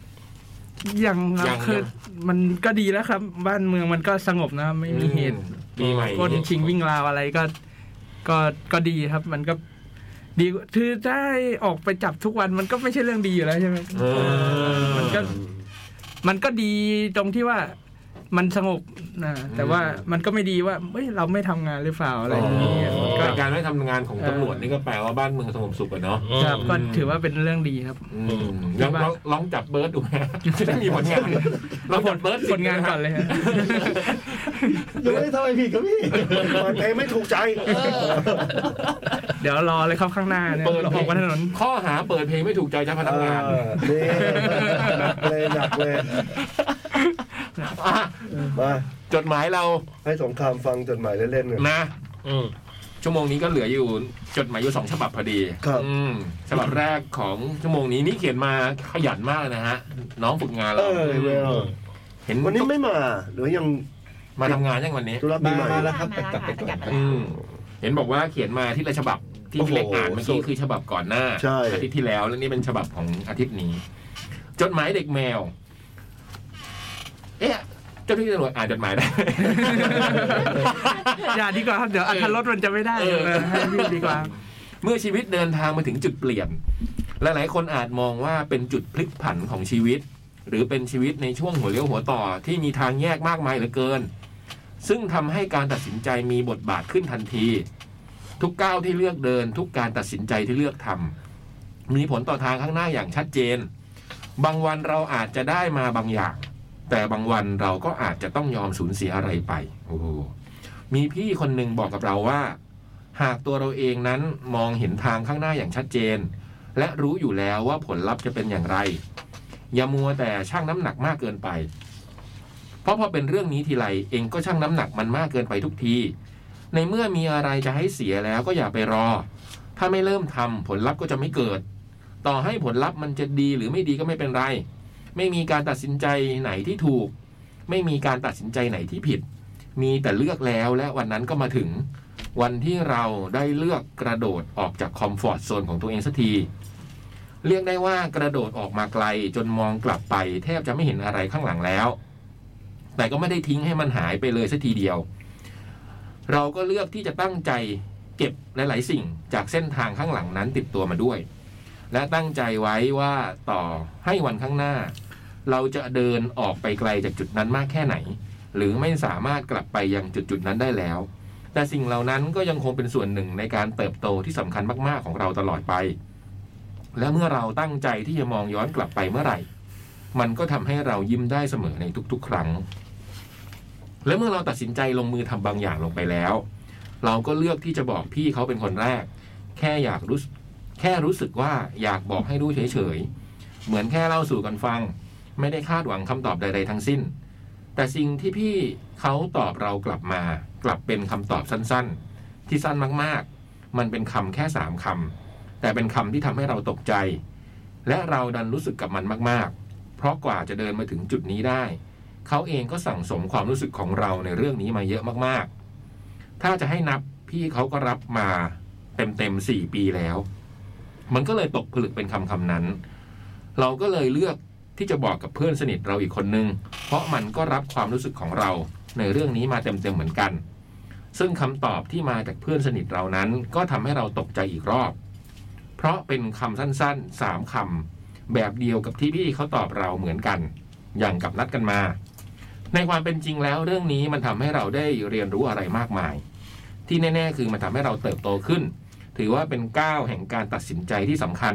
ยังครับ ยัง คือ ยัง มันก็ดีแล้วครับ บ้านเมืองมันก็สงบนะครับไม่มีเหตุ ปีใหม่ ปล้นชิงวิ่งราวอะไรก็ก็ก็ดีครับ มันก็ดีคือถ้าให้ออกไปจับทุกวันมันก็ไม่ใช่เรื่องดีอยู่แล้วใช่ไหม เออ มันก็ มันก็ดีตรงที่ว่ามันสงบนะแต่ว่ามันก็ไม่ดีว่าเฮ้ยเราไม่ทำงานหรือเปล่าอะไรอย่างนี้ยมันก็ แต่การไม่ทำงานของตำรวจนี่ก็แปลว่าบ้านเมืองสงบสุขอะเนาะ ครับก็ถือว่าเป็นเรื่องดีครับ อืมลองลองลองจับเบิร์ดดูไหมจะ <laughs> ได้มีผลงานลองจับเบิร์ดสิ ผลงานก่อนเลย <laughs> ฮะ ยังไม่ได้ทำอะไรผิดครับพี่เปิดเพลงไม่ถูกใจ เดี๋ยวรอเลยครับข้างหน้าเนี่ย เปิด ออกมาถนน ข้อหาเปิดเพลงไม่ถูกใจเจ้าพนักงาน เออนี่หนักเลยหนักเลย อ่ะ มา จดหมายเรา ให้สงครามฟังจดหมายเล่นๆหน่อย นะ ๆอืม ชั่วโมงนี้ก็เหลืออยู่จดหมายอยู่สองฉบับพอดี ครับ อืมฉบับแรกของชั่วโมงนี้นี่เขียนมาขยันมากเลยนะฮะ น้องฝึกงาน เอ เรา อเวล เห็น วั วัน น นี้ นี้ ไม่มาหรือยัง มาทำงานยังวันนี้ ธุระปี มา ใหม่ มาแล้วครับแต่กลับไปก่อน อืมเห็นบอกว่าเขียนมาที่ละฉบับที่ โอ้โห พี่เล็กอ่านเมื่อกี้คือฉบับก่อนหน้า ใช่ อาทิตย์ที่แล้วแล้วนี่เป็นฉบับของอาทิตย์นี้ จดหมายเด็กแมว เอ๊ะเจ้าหน้าที่ตำรวจอ่านจดหมายได้ อย่าดีกว่าครับ เดี๋ยวอัธรสมันจะไม่ได้ เออ เออให้รีบดีกว่า เมื่อชีวิตเดินทางมาถึงจุดเปลี่ยน หลายๆคนอาจมองว่าเป็นจุดพลิกผันของชีวิต หรือเป็นชีวิตในช่วงหัวเลี้ยวหัวต่อที่มีทางแยกมากมายเหลือเกิน ซึ่งทำให้การตัดสินใจมีบทบาทขึ้นทันที ทุกก้าวที่เลือกเดิน ทุกการตัดสินใจที่เลือกทำมีผลต่อทางข้างหน้าอย่างชัดเจน บางวันเราอาจจะได้มาบางอย่าง แต่บางวันเราก็อาจจะต้องยอมสูญเสียอะไรไปโอ้โหมีพี่คนหนึ่งบอกกับเราว่า หากตัวเราเองนั้นมองเห็นทางข้างหน้าอย่างชัดเจน และรู้อยู่แล้วว่าผลลัพธ์จะเป็นอย่างไร อย่ามัวแต่ชั่งน้ำหนักมากเกินไป เพราะพอเป็นเรื่องนี้ทีไรเองก็ชั่งน้ำหนักมันมากเกินไปทุกที ในเมื่อมีอะไรจะให้เสียแล้วก็อย่าไปรอ ถ้าไม่เริ่มทำผลลัพธ์ก็จะไม่เกิด ต่อให้ผลลัพธ์มันจะดีหรือไม่ดีก็ไม่เป็นไร ไม่มีการตัดสินใจไหนที่ถูก ไม่มีการตัดสินใจไหนที่ผิด มีแต่เลือกแล้วและวันนั้นก็มาถึง วันที่เราได้เลือกกระโดดออกจากคอมฟอร์ตโซนของตัวเองสักที เรียกได้ว่ากระโดดออกมาไกลจนมองกลับไป แทบจะไม่เห็นอะไรข้างหลังแล้ว แต่ก็ไม่ได้ทิ้งให้มันหายไปเลยสักทีเดียว เราก็เลือกที่จะตั้งใจเก็บหลาย ๆ สิ่งจากเส้นทางข้างหลังนั้นติดตัวมาด้วย และตั้งใจไว้ว่าต่อให้วันข้างหน้า เราจะเดินออกไปไกลจากจุดนั้นมากแค่ไหน หรือไม่สามารถกลับไปยังจุด ๆ นั้นได้แล้ว แต่สิ่งเหล่านั้นก็ยังคงเป็นส่วนหนึ่งในการเติบโตที่สำคัญมาก ๆ ของเราตลอดไป และเมื่อเราตั้งใจที่จะมองย้อนกลับไปเมื่อไหร่ มันก็ทำให้เรายิ้มได้เสมอในทุก ๆ ครั้ง และเมื่อเราตัดสินใจลงมือทำบางอย่างลงไปแล้ว เราก็เลือกที่จะบอกพี่เขาเป็นคนแรก แค่อยากรู้สึกแค่รู้สึกว่าอยากบอกให้รู้เฉย ๆ เหมือนแค่เล่าสู่กันฟัง ไม่ได้คาดหวังคำตอบใด ๆ ทั้งสิ้น แต่สิ่งที่พี่เขาตอบเรากลับมา กลับเป็นคำตอบสั้นๆ ที่สั้นมากๆ มันเป็นคำแค่สามคำ แต่เป็นคำที่ทำให้เราตกใจ และเราดันรู้สึกกับมันมาก ๆ เพราะกว่าจะเดินมาถึงจุดนี้ได้ เขาเองก็สั่งสมความรู้สึกของเราในเรื่องนี้มาเยอะมากๆ ถ้าจะให้นับพี่เขาก็รับมาเต็มๆสี่ปีแล้ว มันก็เลยตกผลึกเป็นคำคำนั้น เราก็เลยเลือกที่จะบอกกับเพื่อนสนิทเราอีกคนนึง เพราะมันก็รับความรู้สึกของเราในเรื่องนี้มาเต็มๆเหมือนกัน ซึ่งคำตอบที่มาจากเพื่อนสนิทเรานั้น ก็ทำให้เราตกใจอีกรอบ เพราะเป็นคำสั้นๆสามคำแบบเดียวกับที่พี่เขาตอบเราเหมือนกัน อย่างกับนัดกันมา ในความเป็นจริงแล้วเรื่องนี้มันทำให้เราได้เรียนรู้อะไรมากมาย ที่แน่ๆ คือมันทำให้เราเติบโตขึ้น ถือว่าเป็นก้าวแห่งการตัดสินใจที่สำคัญ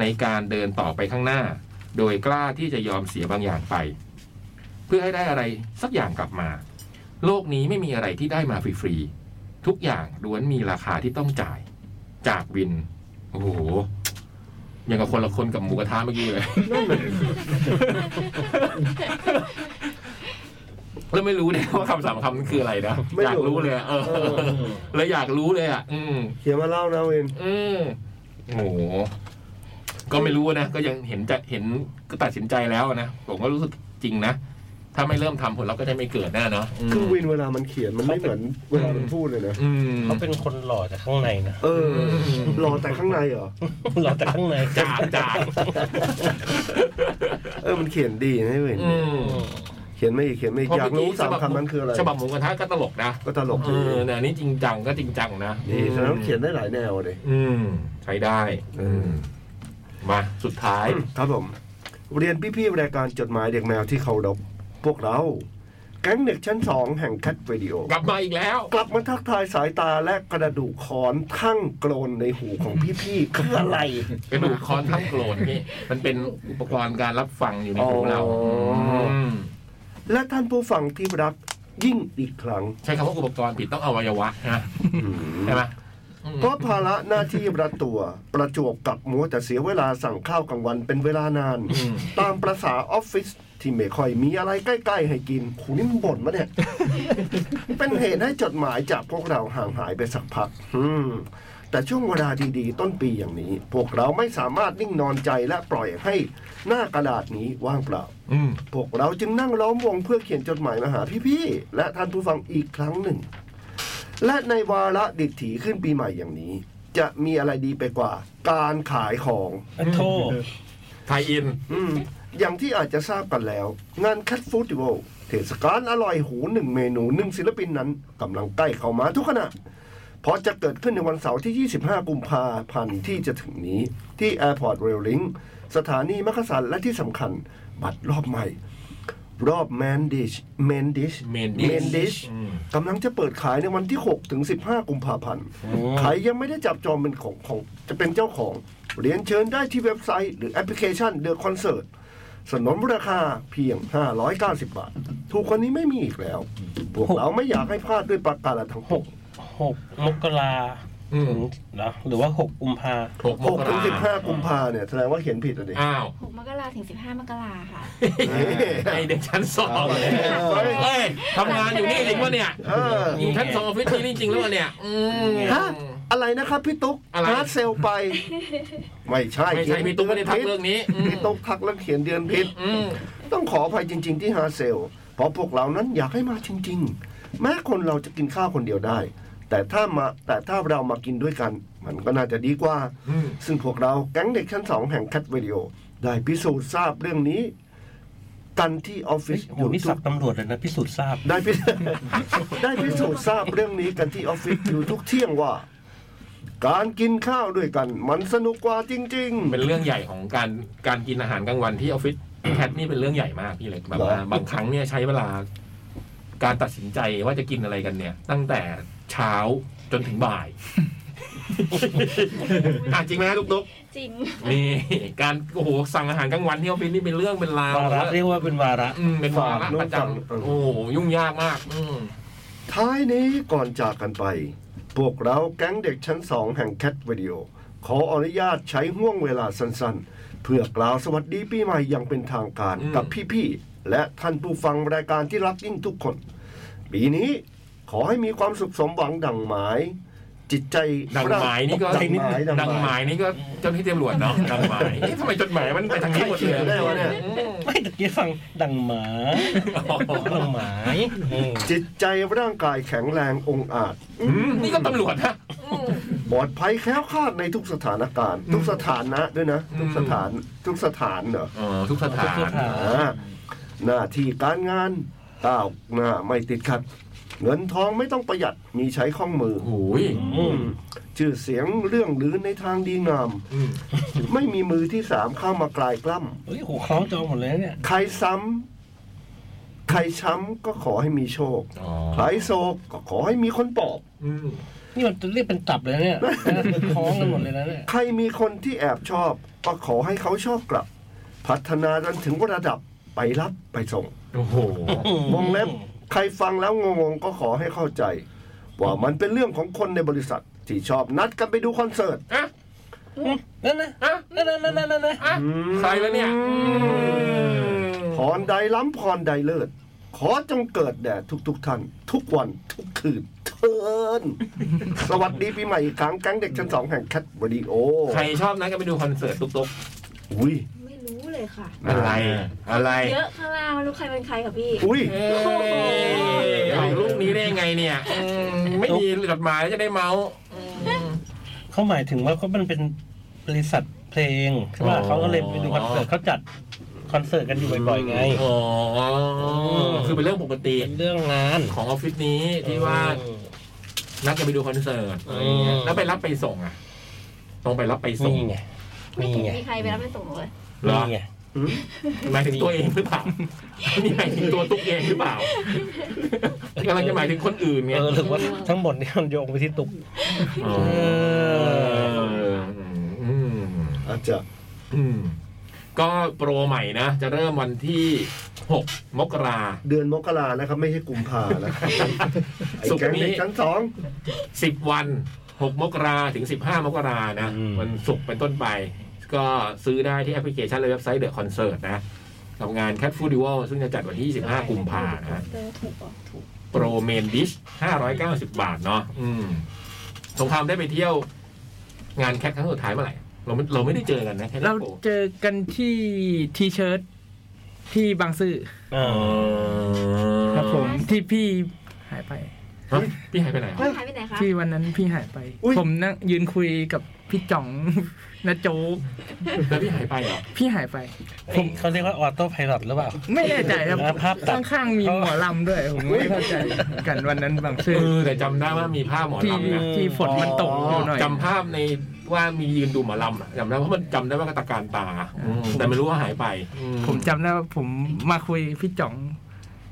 ในการเดินต่อไปข้างหน้า โดยกล้าที่จะยอมเสียบางอย่างไป เพื่อให้ได้อะไรสักอย่างกลับมา โลกนี้ไม่มีอะไรที่ได้มาฟรีๆทุกอย่างล้วนมีราคาที่ต้องจ่าย จากวิน โอ้โหอย่างกับคนละคนกับหมูกระทะเมื่อกี้เลย <laughs> แล้วไม่รู้เลยว่าคำสามคำนั้นคืออะไรนะ ไม่ อยาก รู้ รู้เลยอะเออแล้วอยากรู้เลยอ่ะ อืม เขียนมาเล่านะเวน อืมโห ก็ไม่รู้นะ ก็ยังเห็นจะเห็นก็ตัดสินใจแล้วนะ ผมก็รู้สึกจริงนะ ถ้าไม่เริ่มทำผลลัพธ์ก็จะไม่เกิดแน่เนาะม คือวินเวลามันเขียนมันไม่เหมือนเวลามันพูดเลยนะ อืม เขาเป็นคนหล่อจากข้างในนะ เออรอแต่ข้างในเหรอ หล่อจากข้างใน จากจาก เออมันเขียนดีนะเวน อืม เขียนไม่อีกเขียนไม่อีกอยากรู้สามคำนั้นคืออะไร ฉบับหมูกระทะก็ตลกนะ ก็ตลก เอ ดี อแต่อันนี่จริงจังก็จริงจังนะ ดีฉะนั้นเขียนได้หลายแนวเลย อืม ใช้ได้ อืม มาสุดท้าย ครับผม เรียนพี่ๆรายการจดหมายเด็กแมวที่เคารพพวกเรา แก๊งเด็กชั้นสองแห่งแคทวิดีโอ กลับมาอีกแล้ว กลับมาทักทายสายตาและกระดูกคอนทั้งโกรนในหูของพี่ๆคืออะไร กระดูกคอนทั้งโกรธ <laughs> นี่มันเป็นอุปกรณ์การรับฟังอยู่ในหูเรา อ๋ออื ม และท่านผู้ฟังที่รักยิ่งอีกครั้ง ใช้คำว่าอุปกรณ์ผิดต้องเอาวัยวะนะใช่ไหม เพราะภาระหน้าที่รัดตัว ประจวบกับมัวแต่เสียเวลาสั่งข้าวกลางวันเป็นเวลานาน อืม ตามประษาออฟฟิศที่ไม่ค่อยมีอะไรใกล้ ๆ ให้กินขูนี่มันบ่นมะ <laughs> เนี่ย เป็นเหตุให้จดหมายจากพวกเราห่างหายไปสักพัก อืม แต่ช่วงเวลาดีๆ ต้นปีอย่างนี้ พวกเราไม่สามารถนิ่งนอนใจและปล่อยให้หน้ากระดาษนี้ว่างเปล่า อืม พวกเราจึงนั่งล้อมวงเพื่อเขียนจดหมายมาหาพี่ๆ และท่านผู้ฟังอีกครั้งหนึ่ง และในวาระดิถีขึ้นปีใหม่อย่างนี้ จะมีอะไรดีไปกว่า การขายของ อะโท ไทยอิน อืม อย่างที่อาจจะทราบกันแล้ว งานคัตฟูดิวลเทศกาลอร่อยหูหนึ่งเมนูหนึ่งศิลปินนั้นกำลังใกล้เข้ามาทุกขณะเพราะจะเกิดขึ้นในวันเสาร์ที่ 25 กุมภาพันธ์ที่จะถึงนี้ ที่ Airport Rail Link สถานีมักกะสันและที่สำคัญ บัตรรอบใหม่ รอบแมนดิชเมนดิช Main Dish อืม กำลังจะเปิดขายในวันที่ 6 ถึง 15 กุมภาพันธ์ ใครยังไม่ได้จับจองเป็นของของจะเป็นเจ้าของ เรียนเชิญได้ที่เว็บไซต์ หรือแอปพลิเคชันเดอะคอนเสิร์ตสนนราคาเพียง 590 บาท ถูกกว่านี้ไม่มีอีกแล้ว พวกเราไม่อยากให้พลาดด้วยประการละทั้ง หกหกมกรา อืม ถึงเหรอหรือว่าหกกุมภา หกมก 6 ถึ ราง 15 กุมภาเนี่ย แสดงว่าเขียนผิดอ่ะดิ อ้าว หกมกราถึงสิบห้ามกราค่ะ ไอเด็กชั้นสอง เอาแล้ว เฮ้ยทำงานอยู่นี่จริงวะเนี่ย เออ อยู่ชั้นสองออฟฟิศนี่จริงหรือเปล่าเนี่ย อืม ฮะ อะไรนะครับพี่ตุ๊ก อะไร ฮาร์ดเซ <laughs> ลไป ไม่ใช่ ไม่ใช่พี่ตุ๊กไม่ได้ทักเรื่องนี้อืม พี่ตุ๊กทักแล้วเขียนเดือนผิด อืม ต้องขออภัยจริง ๆ ที่ฮาเซล เพราะพวกเรานั้นอยากให้มาจริง ๆ แม้คนเราจะกินข้าวคนเดียวได้ แต่ถ้ามาแต่ถ้าเรามากินด้วยกัน มันก็น่าจะดีกว่า อืม ซึ่งพวกเราแก๊งเด็กชั้นสองแห่งคัตวิดีโอ ได้พิสูจน์ทราบเรื่องนี้ กันที่ออฟฟิศ โอ้โห ยู นี่ ทู สั บบ ตำรวจเลยนะพิสูจน์ทราบ ได้พิ <laughs> ได้พิสูจน์ทราบเรื่องนี้กันที่ออฟฟิศอยู่ทุกเที่ยงว่า การกินข้าวด้วยกัน มันสนุกกว่าจริง เป็นเรื่องใหญ่ของการการกินอาหารกลางวันที่ออฟฟิศแคทนี่เป็นเรื่องใหญ่มากพี่เล็กแบบว่า เหรอ บางครั้งเนี่ยใช้เวลา การตัดสินใจว่าจะกินอะไรกันเนี่ย ตั้งแต่เช้าจนถึงบ่าย <laughs> อ่ะจริงไหมฮะลูกตุ๊ก จริง นี่การโอ้โหสั่งอาหารกลางวันที่ออฟฟิศนี่เป็นเรื่องเป็นราว วาระเรียกว่าเป็นวาระ อืมเป็นวาระประจำโอ้โหยุ่งยากมาก อืม ท้ายนี้ก่อนจากกันไป พวกเราแก๊งเด็กชั้นสองแห่งแคทวิดีโอ ขออนุญาตใช้ห่วงเวลาสั้นๆ เพื่อกล่าวสวัสดีปีใหม่อย่างเป็นทางการกับพี่ๆ และท่านผู้ฟังรายการที่รักยิ่งทุกคน ปีนี้ขอให้มีความสุขสมหวังดังหมาย จิตใจ ดังหมายนี่ก็ ดังหมาย ดังหมายนี่ก็เจ้าหน้าที่ตำรวจเนาะ <laughs> ดังหมายเอ๊ะทำไมจดหมายมันไปทางนี้หมดเลย ได้วะเนี่ย ไม่ตะกี้ฟังดังหมาดังหมายอืม จิตใจร่างกายแข็งแรงองอาจ อืมนี่ก็ตำรวจนะ ปลอดภัยแคล้วคลาดในทุกสถานการณ์ ทุกสถานะด้วยนะ ทุกสถานทุกสถานเหรอ เออทุกสถาน อ่าหน้าที่การงานก้าวหน้าไม่ติดขัด เงินทองไม่ต้องประหยัดมีใช้ข้องมือ โอ้โหย อืมชื่อเสียงเรื่องหรือในทางดีงาม ไม่มีมือที่สามเข้ามากลายกล้ เฮ้ยโหคล้องจองหมดเลยเนี่ย ำใครซ้ำใครช้ำก็ขอให้มีโชค อ๋อ ใครโศกก็ขอให้มีคนปลอบ นี่มันจะเรียกเป็นตับเลยนะเนี่ยคล้องกันหมดเลยนะเนี่ย ใครมีคนที่แอบชอบ ก็ขอให้เขาชอบกลับ พัฒนาจนถึงระดับไปรับไปส่ง โอ้โห วงเล็บใครฟังแล้วงงๆ ก็ขอให้เข้าใจ ว่ามันเป็นเรื่องของคนในบริษัท ที่ชอบนัดกันไปดูคอนเสิร์ต อ่ะ นั่นนะ อ่ะ นั่นนะนั่นนะนั่นนะ อ่ะใครวะเนี่ย พรใดล้ำพรใดเลิศ ขอจงเกิดแด่ทุกๆท่าน ทุกวันทุกคืนเทิน สวัสดีปีใหม่อีกครั้งแก๊งเด็กชั้นสองแห่งแคทวิดีโอ ใครชอบนะก็ไปดูคอนเสิร์ตตุ๊กตุ๊ก อุ้ย ไม่รู้เลยค่ะ อะไรอะไร เยอะข้างล่างไม่รู้ใครเป็นใครค่ะพี่ อุ้ย เอ้ยเอารูปนี้ได้ยังไงเนี่ยอืมไม่มีจดหมายแล้วจะได้เมาส์ เขาหมายถึงว่าเขามันเป็นบริษัทเพลงใช่ป่ะ อ๋อ เขาก็เลยไปดูคอนเสิร์ตเขาจัดคอนเสิร์ตกันอยู่บ่อยๆไง อ๋อคือเป็นเรื่องปกติ เป็นเรื่องงาน ของออฟฟิศนี้ที่ว่านัดกันไปดูคอนเสิร์ตอะไรเงี้ยแล้วไปรับไปส่งอ่ะต้องไปรับไปส่ง นี่ไง ไม่ นี่ เห็น ไง มีใครไปรับไปส่งเลย เหรอ นี่ไง หมายถึงตัวเองหรือเปล่านี่หมายถึงตัวตุ๊กเองหรือเปล่ากำลังจะหมายถึงคนอื่นไง เออหรือว่าทั้งหมดนี่มันโยงไปที่ตุก อ๋ออืม อาจจะ อืมก็โปรใหม่นะ จะเริ่มวันที่ 6 มกรา เดือนมกรานะครับ ไม่ใช่กุมภานะครับ <laughs> ไอ้ ศุกร์ แก๊ง นี้ เด็กชั้นสอง 10 วัน 6 มกราถึง 15 มกรานะ อืม วันศุกร์เป็นต้นไป ก็ซื้อได้ที่แอปพลิเคชันและเว็บไซต์เดอะคอนเสิร์ตนะกับงาน Cat Food Duel ซึ่งจะจัดวันที่ 25 กุมภานะฮะ เจอถูกเหรอถูก โปรเมนดิช590 บาทเนาะอืมสงครามได้ไปเที่ยวงานแคทครั้งสุดท้ายเมื่อไหร่ เราไม่เราไม่ได้เจอกันนะแค่ เรา นั้นโปร เจอกันที่ทีเชิร์ตที่บางซื่อ เออ ครับผมที่พี่หายไป ฮะพี่หายไปไหนครับ หายไปไหนคะ ที่วันนั้นพี่หายไป อุ๊ย ผมนั่งยืนคุยกับพี่จ่อง <laughs> นะโจ๊ก แล้วพี่หายไปเหรอ พี่หายไป ผมเขาเรียกว่าออโต้ไพลอตหรือเปล่า ไม่แน่ใจครับ ภาพตัด ข้างๆมีหมอลำด้วย ผมไม่เข้าใจเหมือนกันวันนั้นบางซื่ เอ อ อแต่จำได้ว่ามีภาพหมอ ที่ ลำนะ ที่ฝนมันตกอยู่หน่อย จำภาพในว่ามียืนดูหมอลำอะจำได้เพราะมันจำได้ว่ากระตาการตาอืมแต่ไม่รู้ว่าหายไปอื ผมจำได้ว่าผมมาคุยพี่จ่อง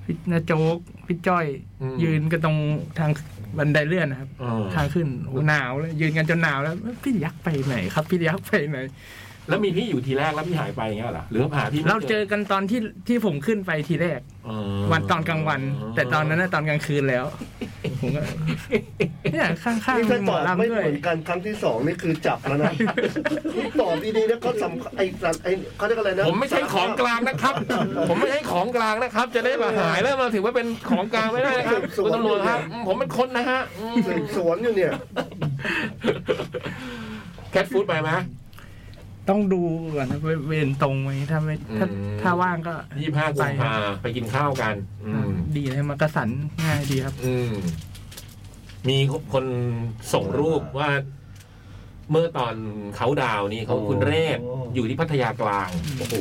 พี่นาโจ๊กพี่จ้อย ยืนกันตรงทางบันไดเลื่อนนะครับ เออ ทางขึ้นโอ้หนาวเลยยืนกันจนหนาวแล้ว พี่ยักษ์ไปไหนครับ พี่ยักษ์ไปไหน แล้วมีพี่อยู่ทีแรกแล้วพี่หายไปอย่างเงี้ยเหรอหรือว่าหาพี่ไม่ เราเจอกันตอนที่ที่ผมขึ้นไปทีแรก เออ วันตอนกลางวัน แต่ตอนนั้นนะตอนกลางคืนแล้วผมก็เนี่ยข้าง นี่ ๆ ถ้า มีหม ต อ อบไม่ ลำด้วย เหมือนกันครั้งที่สองนี่คือจับ <laughs> แล้วนะ คุณตอบดีๆนะเขาสำไอ้สัตว์ไอ้เขาเรียกอะไรนะ ผมไม่ใช่ของกลาง <laughs> นะครับ ผมไม่ใช่ของกลางนะครับ จะได้มาหายแล้วมาถือว่าเป็นของกลางไม่ได้ <laughs> นะครับคุณตำรวจครับอืมผมเป็นคนนะฮะอืม สืบสวนอยู่เนี่ย แคทฟู้ดไปไหม ต้องดูก่อนนะเวรตรงไหมถ้าไม่ถ้า อืม ถ้าว่างก็ ยี่ห้ากุมภาไปกินข้าวกัน อืม ดีเลยมากระสันง่ายดีครับ อืมมีคนส่งรูปว่า เมื่อตอนเขาดาวน์นี่เขาคุณเรศอยู่ที่พัทยากลาง โอ้โห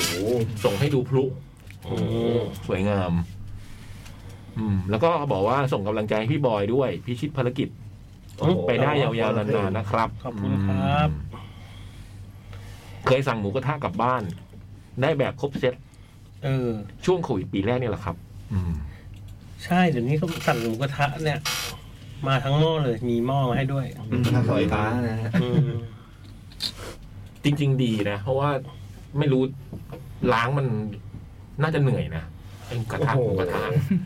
ส่งให้ดูพลุสวยงาม อืม แล้วก็บอกว่าส่งกำลังใจให้พี่บอยด้วย พี่ชิดภารกิจ โอ้โห ไปได้ยาวๆนานๆนะครับ ขอบคุณครับ อืมเคยสั่งหมูกระทะกลับบ้าน ได้แบบครบเซต เออ ช่วงโควิดปีแรกนี่แหละครับ อืม ใช่เดี๋ยวนี้เขาสั่งหมูกระทะเนี่ย มาทั้งหม้อเลยมีหม้อมาให้ด้วย ถ้าสอยฟ้านะฮะ อืม จริง ๆ ดีนะ เพราะว่าไม่รู้ล้างมันน่าจะเหนื่อยนะไอ้กระทะหมูกระทะ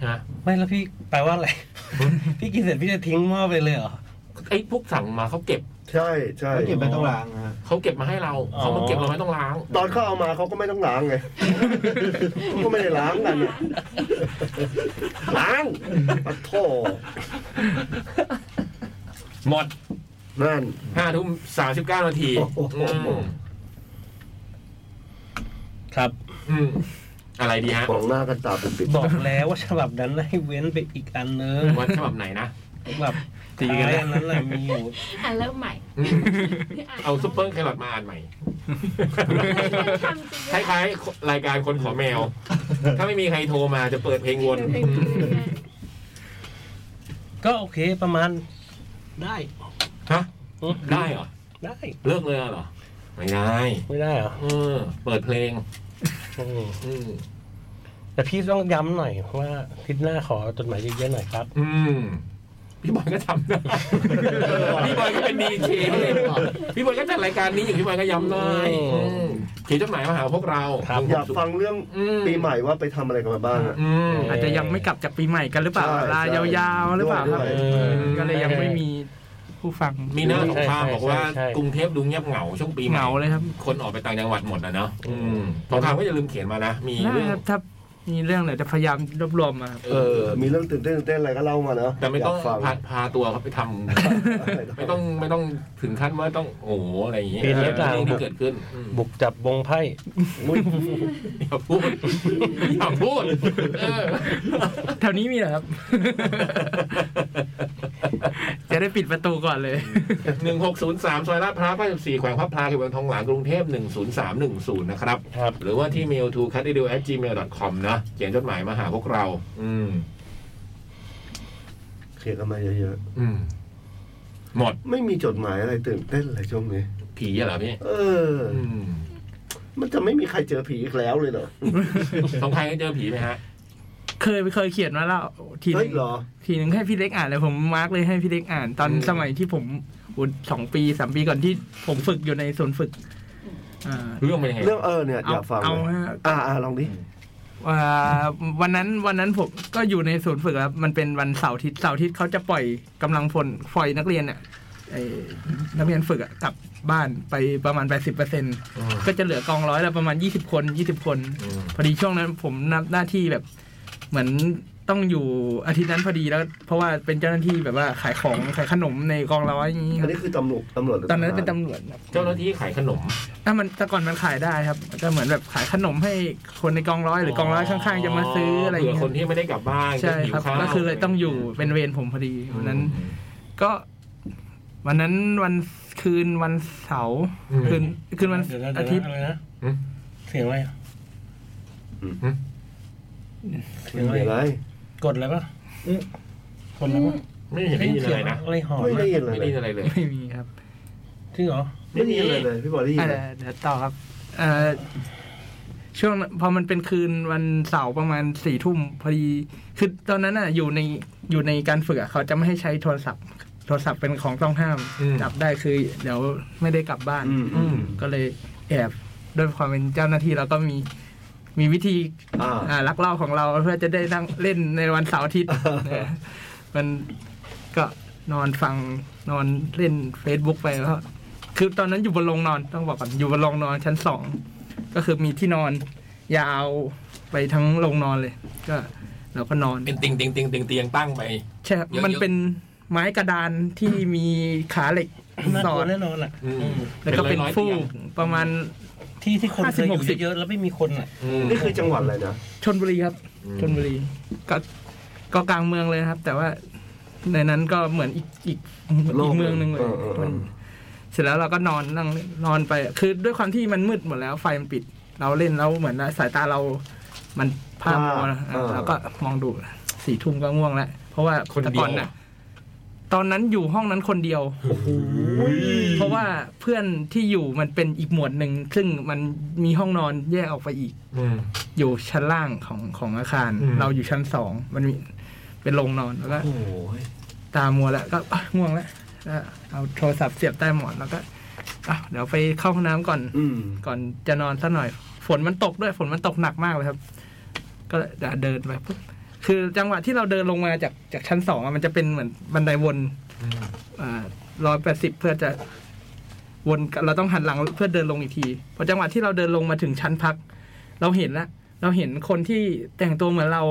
นะ ไม่แล้วพี่แปลว่าอะไร พี่กินเสร็จพี่จะทิ้งหม้อไปเลยเหรอ ไอ้พวกสั่งมาเขาเก็บ ใช่ใช่ ไม่เก็บไปต้องล้างนะฮะ เขาเก็บมาให้เรา อ๋อ เขามาเก็บเราไม่ต้องล้าง ตอนเขาเอามาเขาก็ไม่ต้องล้าง <laughs> ไง ก็ไม่ได้ล้างกันเนี่ยล้างปะโถ หมด นั่น ห้าทุ่มสามสิบเก้านาที โอ้โห อืม ครับ อืมอะไรดีฮะ มองหน้ากันตาเป็นปิด บอกแล้วว่าฉบับนั้นให้เว้นไปอีกอันนึง วันฉบับไหนนะ แบบ ตีกันแล้ว ท้ายอันนั้นแหละมีอยู่ อ่านเริ่มใหม่ อืมเอาซุปเปอร์แครอทมาอ่านใหม่ <laughs> ทำจริง คล้ายๆ รายการคนขอแมว ถ้าไม่มีใครโทรมาจะเปิดเพลง <laughs> วน เพลง อืม ก็โอเคประมาณได้ ฮะ อืม ได้เหรอ ได้ เลิกเลยเหรอ ไม่ได้ ไม่ได้เหรอ เออ เปิดเพลง อืม อืม แต่พี่ต้องย้ำหน่อยว่าอาทิศหน้าขอจดหมายเยอะๆหน่อยครับ อืมพี่บอยก็ทำได้ <laughs> พี่บอยก็เป็นดีเจ <laughs> พี่บอยก็จัดรายการนี้อยู่พี่บอยก็ย้ำได้ อืม อืมเขียนจดหมายมาหาพวกเรา ครับ อยากฟังเรื่อง อืม ปีใหม่ว่าไปทำอะไรกันมาบ้างอะ อืม อาจจะยังไม่กลับจากปีใหม่กันหรือเปล่า ใช่ ลายาวๆหรือเปล่าครับ ด้วย เออก็เลยยังไม่มีผู้ฟัง มีหน้าสงครามบอกว่า ใช่ใช่ใช่ กรุงเทพดูเงียบเหงาช่วงปีให เห ม่ งาเลยครับ คนออกไปต่างจังหวัดหมดนะเนาะอืมสงครามก็อย่าลืมเขียนมานะ มี น่า เรื่อง จะถ้ามีเรื่องเดี๋ยวจะพยายามรวบรวมมาครับ เออ มีเรื่องตื่นเต้นตื่นเต้นอะไรก็เล่ามาเนาะ แต่ไม่ต้อง ยากฟัง พาพาตัวเขาไปทำ <laughs> ไม่ต้องไม่ต้องถึงขั้นว่าต้องโอ้โหอะไรอย่างเงี้ย ปีนี้ เรื่ ต่าง องที่เกิดขึ้นอืม บุกจับบงไพ่ อุ๊ย อย่าพูด <laughs> อย่าพูดเออ แถวนี้มีเหรอครับ <laughs> จะได้ปิดประตูก่อนเลย หนึ่งหกศูนย์สามซอยลาดพร้าว94แขวงพระพลาเขตบางทองหลางกรุงเทพหนึ่งศูนย์สามหนึ่งศูนย์นะครับ ครับ หรือว่าที่ mail to c a t i d o at gmail com นะเขียนจดหมายมาหาพวกเรา อืม เคลียร์กันมาเยอะ อืม หมด ๆ ไม่มีจดหมายอะไรตื่นเต้นเลยช่วงนี้ ผีเหรอพี่ เออ อืม มันจะไม่มีใครเจอผีอีกแล้วเลยเหรอ สงใครก็เจอผีไหมฮะ เคยเคยเขียนมาแล้วทีห เฮ้ นึ ย ง เหรอ ทีหนึงให้พี่เล็กอ่านเลยผมมาร์กเลยให้พี่เล็กอ่าน ตอน อืม สมัยที่ผมอุยสองปีสามปีก่อนที่ผมฝึกอยู่ในศูนย์ฝึกอ่า เรื่องเป็นยังไง เรื่องเออเนี่ยอยากฟัง เอา เลย ฮะ อ่าอ่าลองดิ อ่าวันนั้นวันนั้นผมก็อยู่ในศูนย์ฝึกครับมันเป็นวันเสาร์อาทิตย์เสาร์อาทิตย์เขาจะปล่อยกำลังพลปล่อยนักเรียนเนี่ยไอ้นักเรียนฝึกอะกลับบ้านไปประมาณ 80เปอร์เซ็นก็จะเหลือกองร้อยละประมาณ 20 คน 20 คน อืม พอดีช่วงนั้นผมนับหน้าที่แบบ เหมือนต้องอยู่อาทิตย์นั้นพอดีแล้ว เพราะว่าเป็นเจ้าหน้าที่แบบว่าขาย <coughs> ของขายขนมในกองร้อยอย่างนี้ค อั รั น บ นี้คือตำรวจตำรวจหรือ ตอนนั้นเป็นตำรวจครับ เจ้าหน้าที่ขายขนม ถ้ามันแต่ก่อนมันขายได้ครับก็เหมือนแบบขายขนมให้คนในกองร้อยหรือกองร้อยข้างๆจะมาซื้ออะไรอย่าง เผื่อคน เงี้ย ที่ไม่ได้กลับบ้าน ใช่ครับ หิวข้าว ก็คือเลยต้องอยู่เป็นเวรผมพอดีวันนั้น ก็ วันนั้นวันคืนวันเสาร์ อืม คืนคืนวัน เดี๋ยวนะ อาทิตย์ เดี๋วนะอะไรนะ อืม เสียงอะไรอะเสียง มี อะ อะไรไร กดอะไรปะกดอะไรปะ ไม่เห็นได้ยินอะไรนะ อะไรหอน ไม่ อะ ได้ยินอะไร ไม่ได้ยินอะไรเลเลยย ไม่มีครับ จริงเหรอ ไม่ได้ยินอะไรเลยพี่บอยได้ยิน อ่ะ ไหม เดี๋ยวต่อครับเอ่อช่วงนั้นพอมันเป็นคืนวันเสาร์ประมาณสี่ทุ่มพอดีคือตอนนั้นอ่ะอยู่ในอยู่ในการฝึกอ่ะเขาจะไม่ให้ใช้โทรศัพท์ โทรศัพท์เป็นของต้องห้าม อืม จับได้คือเดี๋ยวไม่ได้กลับบ้าน อืม อืม ก็เลยแอบด้วยความเป็นเจ้าหน้าที่เราก็มีมีวิธี อ่า อ่าลักลอบของเราเพื่อจะได้นั่งเล่นในวันเสาร์อาทิตย์ เออมันก็นอนฟังนอนเล่น Facebook ไปแล้วคือตอนนั้นอยู่บนโรงนอนต้องบอกก่อนอยู่บนโรงนอนชั้นสองก็คือมีที่นอน ยาวไปทั้งโรงนอนเลย ก็เราก็นอน เป็นติงติงติงติงเตียงตั้งไป ใช่ครับ เยอะๆ มันเป็นไม้กระดานที่มีขาเหล็ก น่า ส ก อ ลัว ด แน่นอนอ่ะ อืม แล้วก็เป็น ร้อยๆ ฟู ตียง กประมาณ ที่ที่คนเคยอยู่ 50-60 เยอะๆแล้วไม่มีคนอ่ะ อืม นี่คือจังหวัดอะไรนะ ชนบุรีครับชนบุรีก็ก็กลางเมืองเลยนะครับ แต่ว่าในนั้นก็เหมือนอีกอีกอีกเมืองหนึ่งเลย ออออ มันเสร็จแล้วเราก็นอนนั่งนอนไป คือด้วยความที่มันมืดหมดแล้ว ไฟมันปิด เราเล่นแล้วเหมือนสายตาเรา มันภาพมัวนะอ่ะเราก็มองดูสี่ทุ่มก็ง่วงแล้วเพราะว่า คน แต่ เดีย ก่ ว อน่ะ ตอนนั้นอยู่ห้องนั้นคนเดียว เพราะว่าเพื่อนที่อยู่มันเป็นอีกหมวดหนึ่ง ซึ่งมันมีห้องนอนแยกออกไปอีก อืม อยู่ชั้นล่างของของอาคาร อืม เราอยู่ชั้นสองมันมีเป็นโรงนอนแล้วก็ โอ้ย ตามัวแล้วก็อ่ะง่วงแล้วก็เอาโทรศัพท์เสียบใต้หมอนแล้วก็อ่ะเดี๋ยวไปเข้าห้องน้ำก่อน อืม ก่อนจะนอนสักหน่อย ฝนมันตกด้วยฝนมันตกหนักมากเลยครับ ก็เลยเดินไปปุ๊บคือจังหวะที่เราเดินลงมาจากจากชั้นสองอะมันจะเป็นเหมือนบันไดวนร้อยแปดสิบเพื่อจะวนกลับเราต้องหันหลังเพื่อเดินลงอีกทีพอจังหวะที่เราเดินลงมาถึงชั้นพัก เราเห็นแล้วเราเห็นคนที่แต่งตัวเหมือนเรา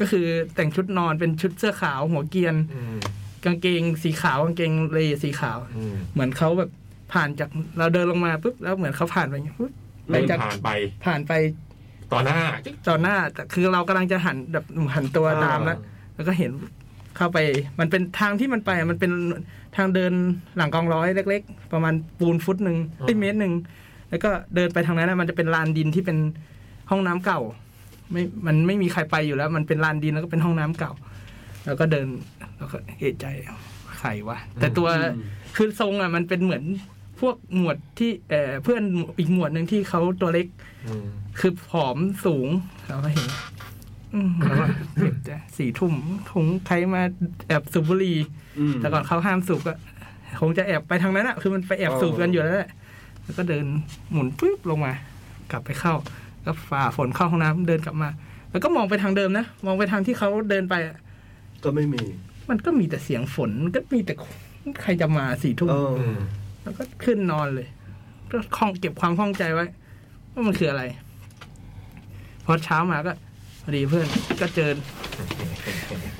ก็คือแต่งชุดนอนเป็นชุดเสื้อขาวหัวเกรียน อืม กางเกงสีขาวกางเกงเลยสีขาว อืม เหมือนเขาแบบผ่านจากเราเดินลงมาปุ๊บแล้วเหมือนเขาผ่านไปอย่างเงี้ยปุ๊บ เดินผ่านไป ผ่านไป ต่อหน้าจิ๊ก ต่อหน้าแต่คือเรากำลังจะหันแบบหันตัวตามแล้ว แล้วก็เห็นเข้าไป มันเป็นทางที่มันไปอะมันเป็นทางเดินหลังกองร้อยเล็ก ๆ ประมาณปูนฟุตหนึ่งเอ้ยเมตรหนึ่งแล้วก็เดินไปทางนั้นนะมันจะเป็นลานดินที่เป็นห้องน้ำเก่า ไม่มันไม่มีใครไปอยู่แล้ว มันเป็นลานดินแล้วก็เป็นห้องน้ำเก่า แล้วก็เดินแล้วก็เอะใจใครวะแต่ตัวคือทรงอ่ะมันเป็นเหมือนพวกหมวดที่เอ่อเพื่อนอีกหมวดหนึ่งที่เขาตัวเล็ก อืม คือผอมสูงเราก็เห็นอืมแล้วก็เก็บแต่สี่ทุ่มคงใครมาแอบสูบบุหรี่แต่ก่อนเขาห้ามสูบก็คงจะแอบไปทางนั้นอะคือมันไปแอบสูบกันอยู่แล้วแหละแล้วก็เดินหมุนปุ๊บลงมา กลับไปเข้า ก็ฝ่าฝนเข้าห้องน้ำเดินกลับมา แล้วก็มองไปทางเดิมนะมองไปทางที่เขาเดินไปอะ ก็ไม่มี มันก็มีแต่เสียงฝนมันก็มีแต่ใครจะมาสี่ทุ่ม เออ อืม แล้วก็ขึ้นนอนเลยก็คล่องเก็บความข้องใจไว้ว่ามันคืออะไร พอเช้ามาก็พอดีเพื่อนก็เจอ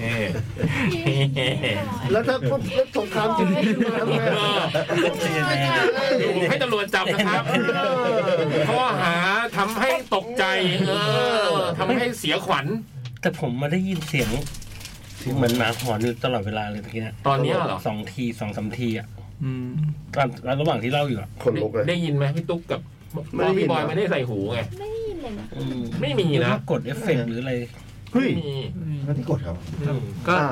เอ๊ะ แล้วถ้าพวกเล็กสงครามจริงๆแล้วไง เดี๋ยวผมให้ตำรวจจับนะครับข้อหาทำให้ตกใจเออทำให้เสียขวัญ แต่ผมมาได้ยินเสียงเหมือนหมาหอนอยู่ตลอดเวลาเลยตะกี้นะ ตอนเนี้ยเหรอ สองทีสองสามทีอ่ะ อืม ตอนระหว่างที่เล่าอยู่อ่ะ คนลุกเลย ได้ยินไหมพี่ตุ๊กกับ ไบอยม่ได้ยิน พี่บอยไม่ได้ใส่หูไง ไม่ได้ยินเลยนะ อืม ไม่มี หรือ นะ ว่ากดเอฟเฟกต์หรืออะไร เฮ้ย ไม่มี นั่นที่กดครับ ก็ อ่ะ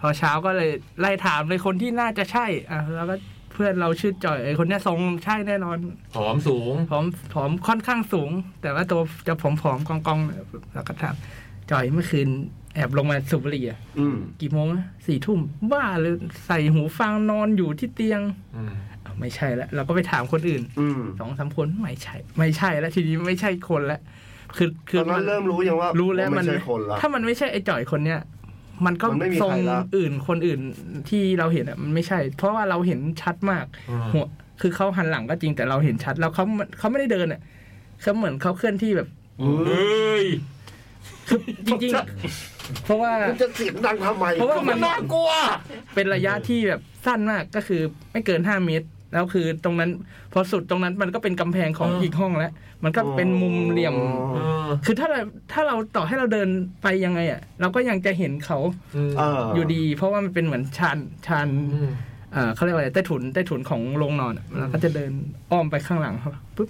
พอเช้าก็เลยไล่ถามเลยคนที่น่าจะใช่อ่ะแล้วก็เพื่อนเราชื่อจ่อยไอ้คนเนี้ยทรงใช่แน่นอน หอมสูง ผอมผอมค่อนข้างสูง แต่ว่าตัวจะผอมๆกองๆแล้วก็ถามจ่อยเมื่อคืนแอบลงมาสูบบุหรี่อ่ะ อืม กี่โมงนะสี่ทุ่มบ้าเลยใส่หูฟังนอนอยู่ที่เตียง อืม อ้าวไม่ใช่แล้วเราก็ไปถามคนอื่น อืม สองสามคนไม่ใช่ ไม่ใช่แล้วทีนี้ไม่ใช่คนแล้วคือคื ตอนนั้นเริ่มรู้ยังว่า รู้แล้วมั ไม่ น ใช่คนละ ถ้ามันไม่ใช่ไอ้จ่อยคนเนี้ยมันก็ มันไม่มี ทรง ใครละ อื่นคนอื่นที่เราเห็นอะมันไม่ใช่ เพราะว่าเราเห็นชัดมาก อืม หัวคือเขาหันหลังก็จริงแต่เราเห็นชัด แล้วเขาเขาไม่ได้เดินอ่ะเขาเหมือนเขาเคลื่อนที่แบบ เฮ้ย จริงๆอะเพราะว่า มันจะเสียงดังทำไม เพราะว่ามัน น่ากลัว เป็นระยะที่แบบสั้นมากก็คือไม่เกินห้าเมตร แล้วคือตรงนั้นพอสุดตรงนั้นมันก็เป็นกำแพงของ เอออี อีกห้องแล้ว มันก็เป็นมุมเหลี่ยม เออ คือถ้าเราถ้าเราต่อให้เราเดินไปยังไงอ่ะ เราก็ยังจะเห็นเขา อืม เ อยู่ดี เพราะว่ามันเป็นเหมือนชานชาน อืม เอ่อเขาเรียกว่าอะไรใต้ถุนใต้ถุนของโรงนอนอะเราก็จะเดินอ้อมไปข้างหลังเขาปุ๊บ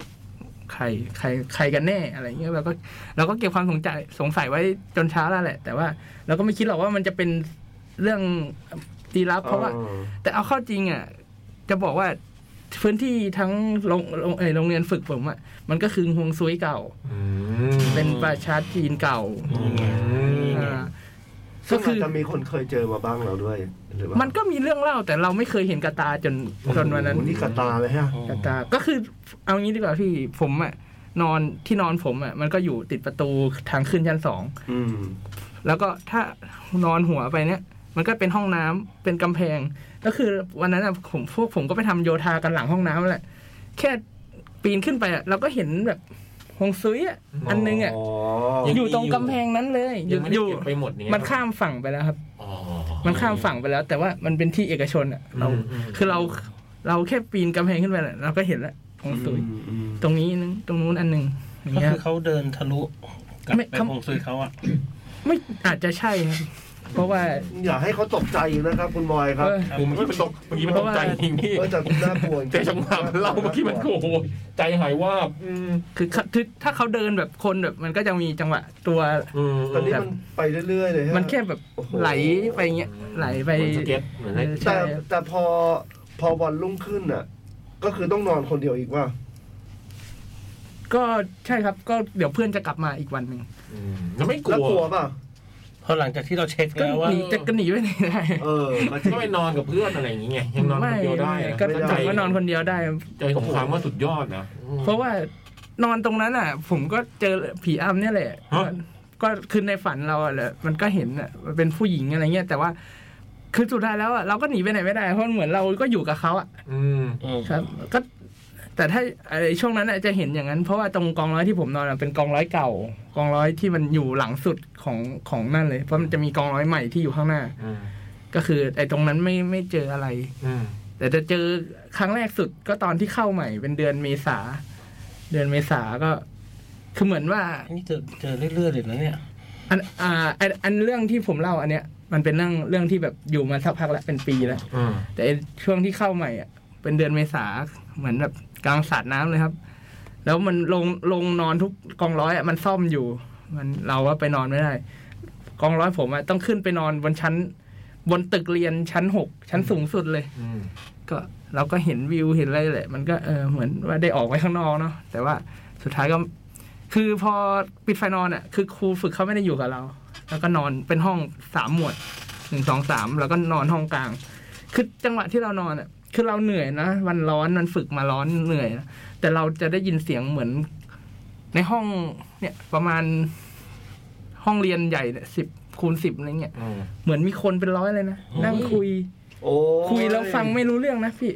ใครใครใครกันแน่อะไรเงี้ยเราก็เราก็เก็บความสงสัยสงสัยไว้จนเช้าแล้วแหละ แต่ว่าเราก็ไม่คิดหรอกว่ามันจะเป็นเรื่องดีลับเพราะว่า ออ แต่เอาเข้าจริงอ่ะ จะบอกว่าพื้นที่ทั้งโรงโรงเอ่อโรงเรียนฝึกผมอ่ะ มันก็คือฮวงซุยเก่า เป็นประชาจีนเก่าอ่า ก็ ก็ คื คือ อ จะมีคนเคยเจอมาบ้างแล้วด้วยหรือว่า มั มัน ก็มีเรื่องเล่าแต่เราไม่เคยเห็นกระตาจนจนวันนั้น นี่กระตาเลยฮะ กระตาก็คือเอางี้ดีกว่าพี่ผมอ่ะนอนที่นอนผมอ่ะมันก็อยู่ติดประตูทางขึ้นชั้นสอง อืม แล้วก็ถ้านอนหัวไปเนี่ย มันก็เป็นห้องน้ำเป็นกำแพง ก็คือวันนั้นอะผมพวกผมก็ไปทำโยธากันหลังห้องน้ำแหละ แค่ปีนขึ้นไปอะเราก็เห็นแบบหงซุยอะอันนึงอะ อ๋อ ยังมีอยู่ อยู่ตรงกำแพงนั้นเลยอ ยั ยู่ งไม่ อ ได้ ยู่ เก็บไปหมดเนี่ย มันข้ามฝั่งไปแล้วครับ อ๋อ มันข้ามฝั่งไปแล้ว แต่ว่ามันเป็นที่เอกชนอะเรา อืมอืม คือเราเราแค่ปีนกำแพงขึ้นไปแหละเราก็เห็นแล้วหงซุย อืม ตรงนี้นึงตรงนู้นอันนึงอย่าง ก็ เงี้ย คือเขาเดินทะลุกลับ ไม่ ไป เขา พงซุยเขาอ่ะ ไม่อาจจะใช่ครับเพราะว่า อย่าให้เขาตกใจนะครับคุณบอยครับ เออ ผมเมื่อกี้มันตกเมื่อกี้มันตกใจจริงพี่ ก็จะน่ากลัวจริง แต่จังหวะมันเล่าเมื่อกี้มันโอ้โหใจหายว่าบอืม คือเขาคือถ้าเขาเดินแบบคนแบบมันก็จะมีจังหวะตัว อืม ตอนนี้มันไปเรื่อยๆเลยฮะ มันแค่แบบ โอ้โห ไหลไปเงี้ยไหลไป เหมือนสเก็ตเหมือนอะไร ใช่ แต่แต่พอพอวันรุ่งขึ้นน่ะ ก็คือต้องนอนคนเดียวอีกว่า ก็ใช่ครับก็เดี๋ยวเพื่อนจะกลับมาอีกวันหนึ่ง อืมแล้วไม่ก แล้วก ลั ลั ว วป่ะ พอหลังจากที่เราเช็ค ก็ แล้วว่า หนีจะก็หนีไปไหนได้ เออมาจริง ก็ไปนอนกับเพื่อนอะไรอย่างเงี้ยยังนอนคนเดียวได้ ม่ นะ ก็ ไม่ได้ จับว่านอนคนเดียวได้ ใจสงครามว่าสุดยอดนะ เพราะว่านอนตรงนั้นอ่ะ ผมก็เจอผีอำเนี่ยแหละ ฮะ ก็คือในฝันเราอะแหละมันก็เห็นอ่ะมันเป็นผู้หญิงอะไรเงี้ยแต่ว่าคือสุดท้ายแล้วอ่ะเราก็หนีไปไหนไม่ได้เพราะเหมือนเราก็อยู่กับเขาอ่ะ อืม ครับก็แต่ถ้าไอ้ช่วงนั้นน่ะจะเห็นอย่างนั้น เพราะว่าตรงกองร้อยที่ผมนอนนะเป็นกองร้อยเก่า กองร้อยที่มันอยู่หลังสุดของของนั่นเลย เพราะมันจะมีกองร้อยใหม่ที่อยู่ข้างหน้า อืม ก็คือไอ้ตรงนั้นไม่ไม่เจออะไร อืม แต่จะเจอครั้งแรกสุดก็ตอนที่เข้าใหม่เป็นเดือนเมษา เดือนเมษาก็ คือเหมือนว่า นี่เจอเจอเรื่อยๆเลยนะเนี่ย อันอ่าอันอันเรื่องที่ผมเล่าอันเนี้ย มันเป็นเรื่องเรื่องที่แบบอยู่มาสักพักแล้วเป็นปีแล้ว อืม แต่ไอ้ช่วงที่เข้าใหม่อ่ะเป็นเดือนเมษาเหมือนแบบกลางสาดน้ำเลยครับ แล้วมันลงลงนอนทุกกองร้อยอ่ะมันซ่อมอยู่ มันเราว่าไปนอนไม่ได้ กองร้อยผมอ่ะต้องขึ้นไปนอนบนชั้น บนตึกเรียนชั้นหกชั้นสูงสุดเลย อืม ก็เราก็เห็นวิวเห็นอะไรแหละ มันก็เออเหมือนว่าได้ออกไปข้างนอกเนาะแต่ว่าสุดท้ายก็ คือพอปิดไฟนอนอ่ะคือครูฝึกเขาไม่ได้อยู่กับเรา แล้วก็นอนเป็นห้องสามหมวดหนึ่งสองสามแล้วก็นอนห้องกลาง คือจังหวะที่เรานอนอ่ะ คือเราเหนื่อยนะวันร้อนมันฝึกมาร้อนเหนื่อยนะแต่เราจะได้ยินเสียงเหมือน ในห้องเนี่ยประมาณห้องเรียนใหญ่เนี่ยสิบคูณสิบอะไรเงี้ย อืม เหมือนมีคนเป็นร้อยเลยนะนั่งคุย โอ้ คุยแล้วฟังไม่รู้เรื่องนะพี่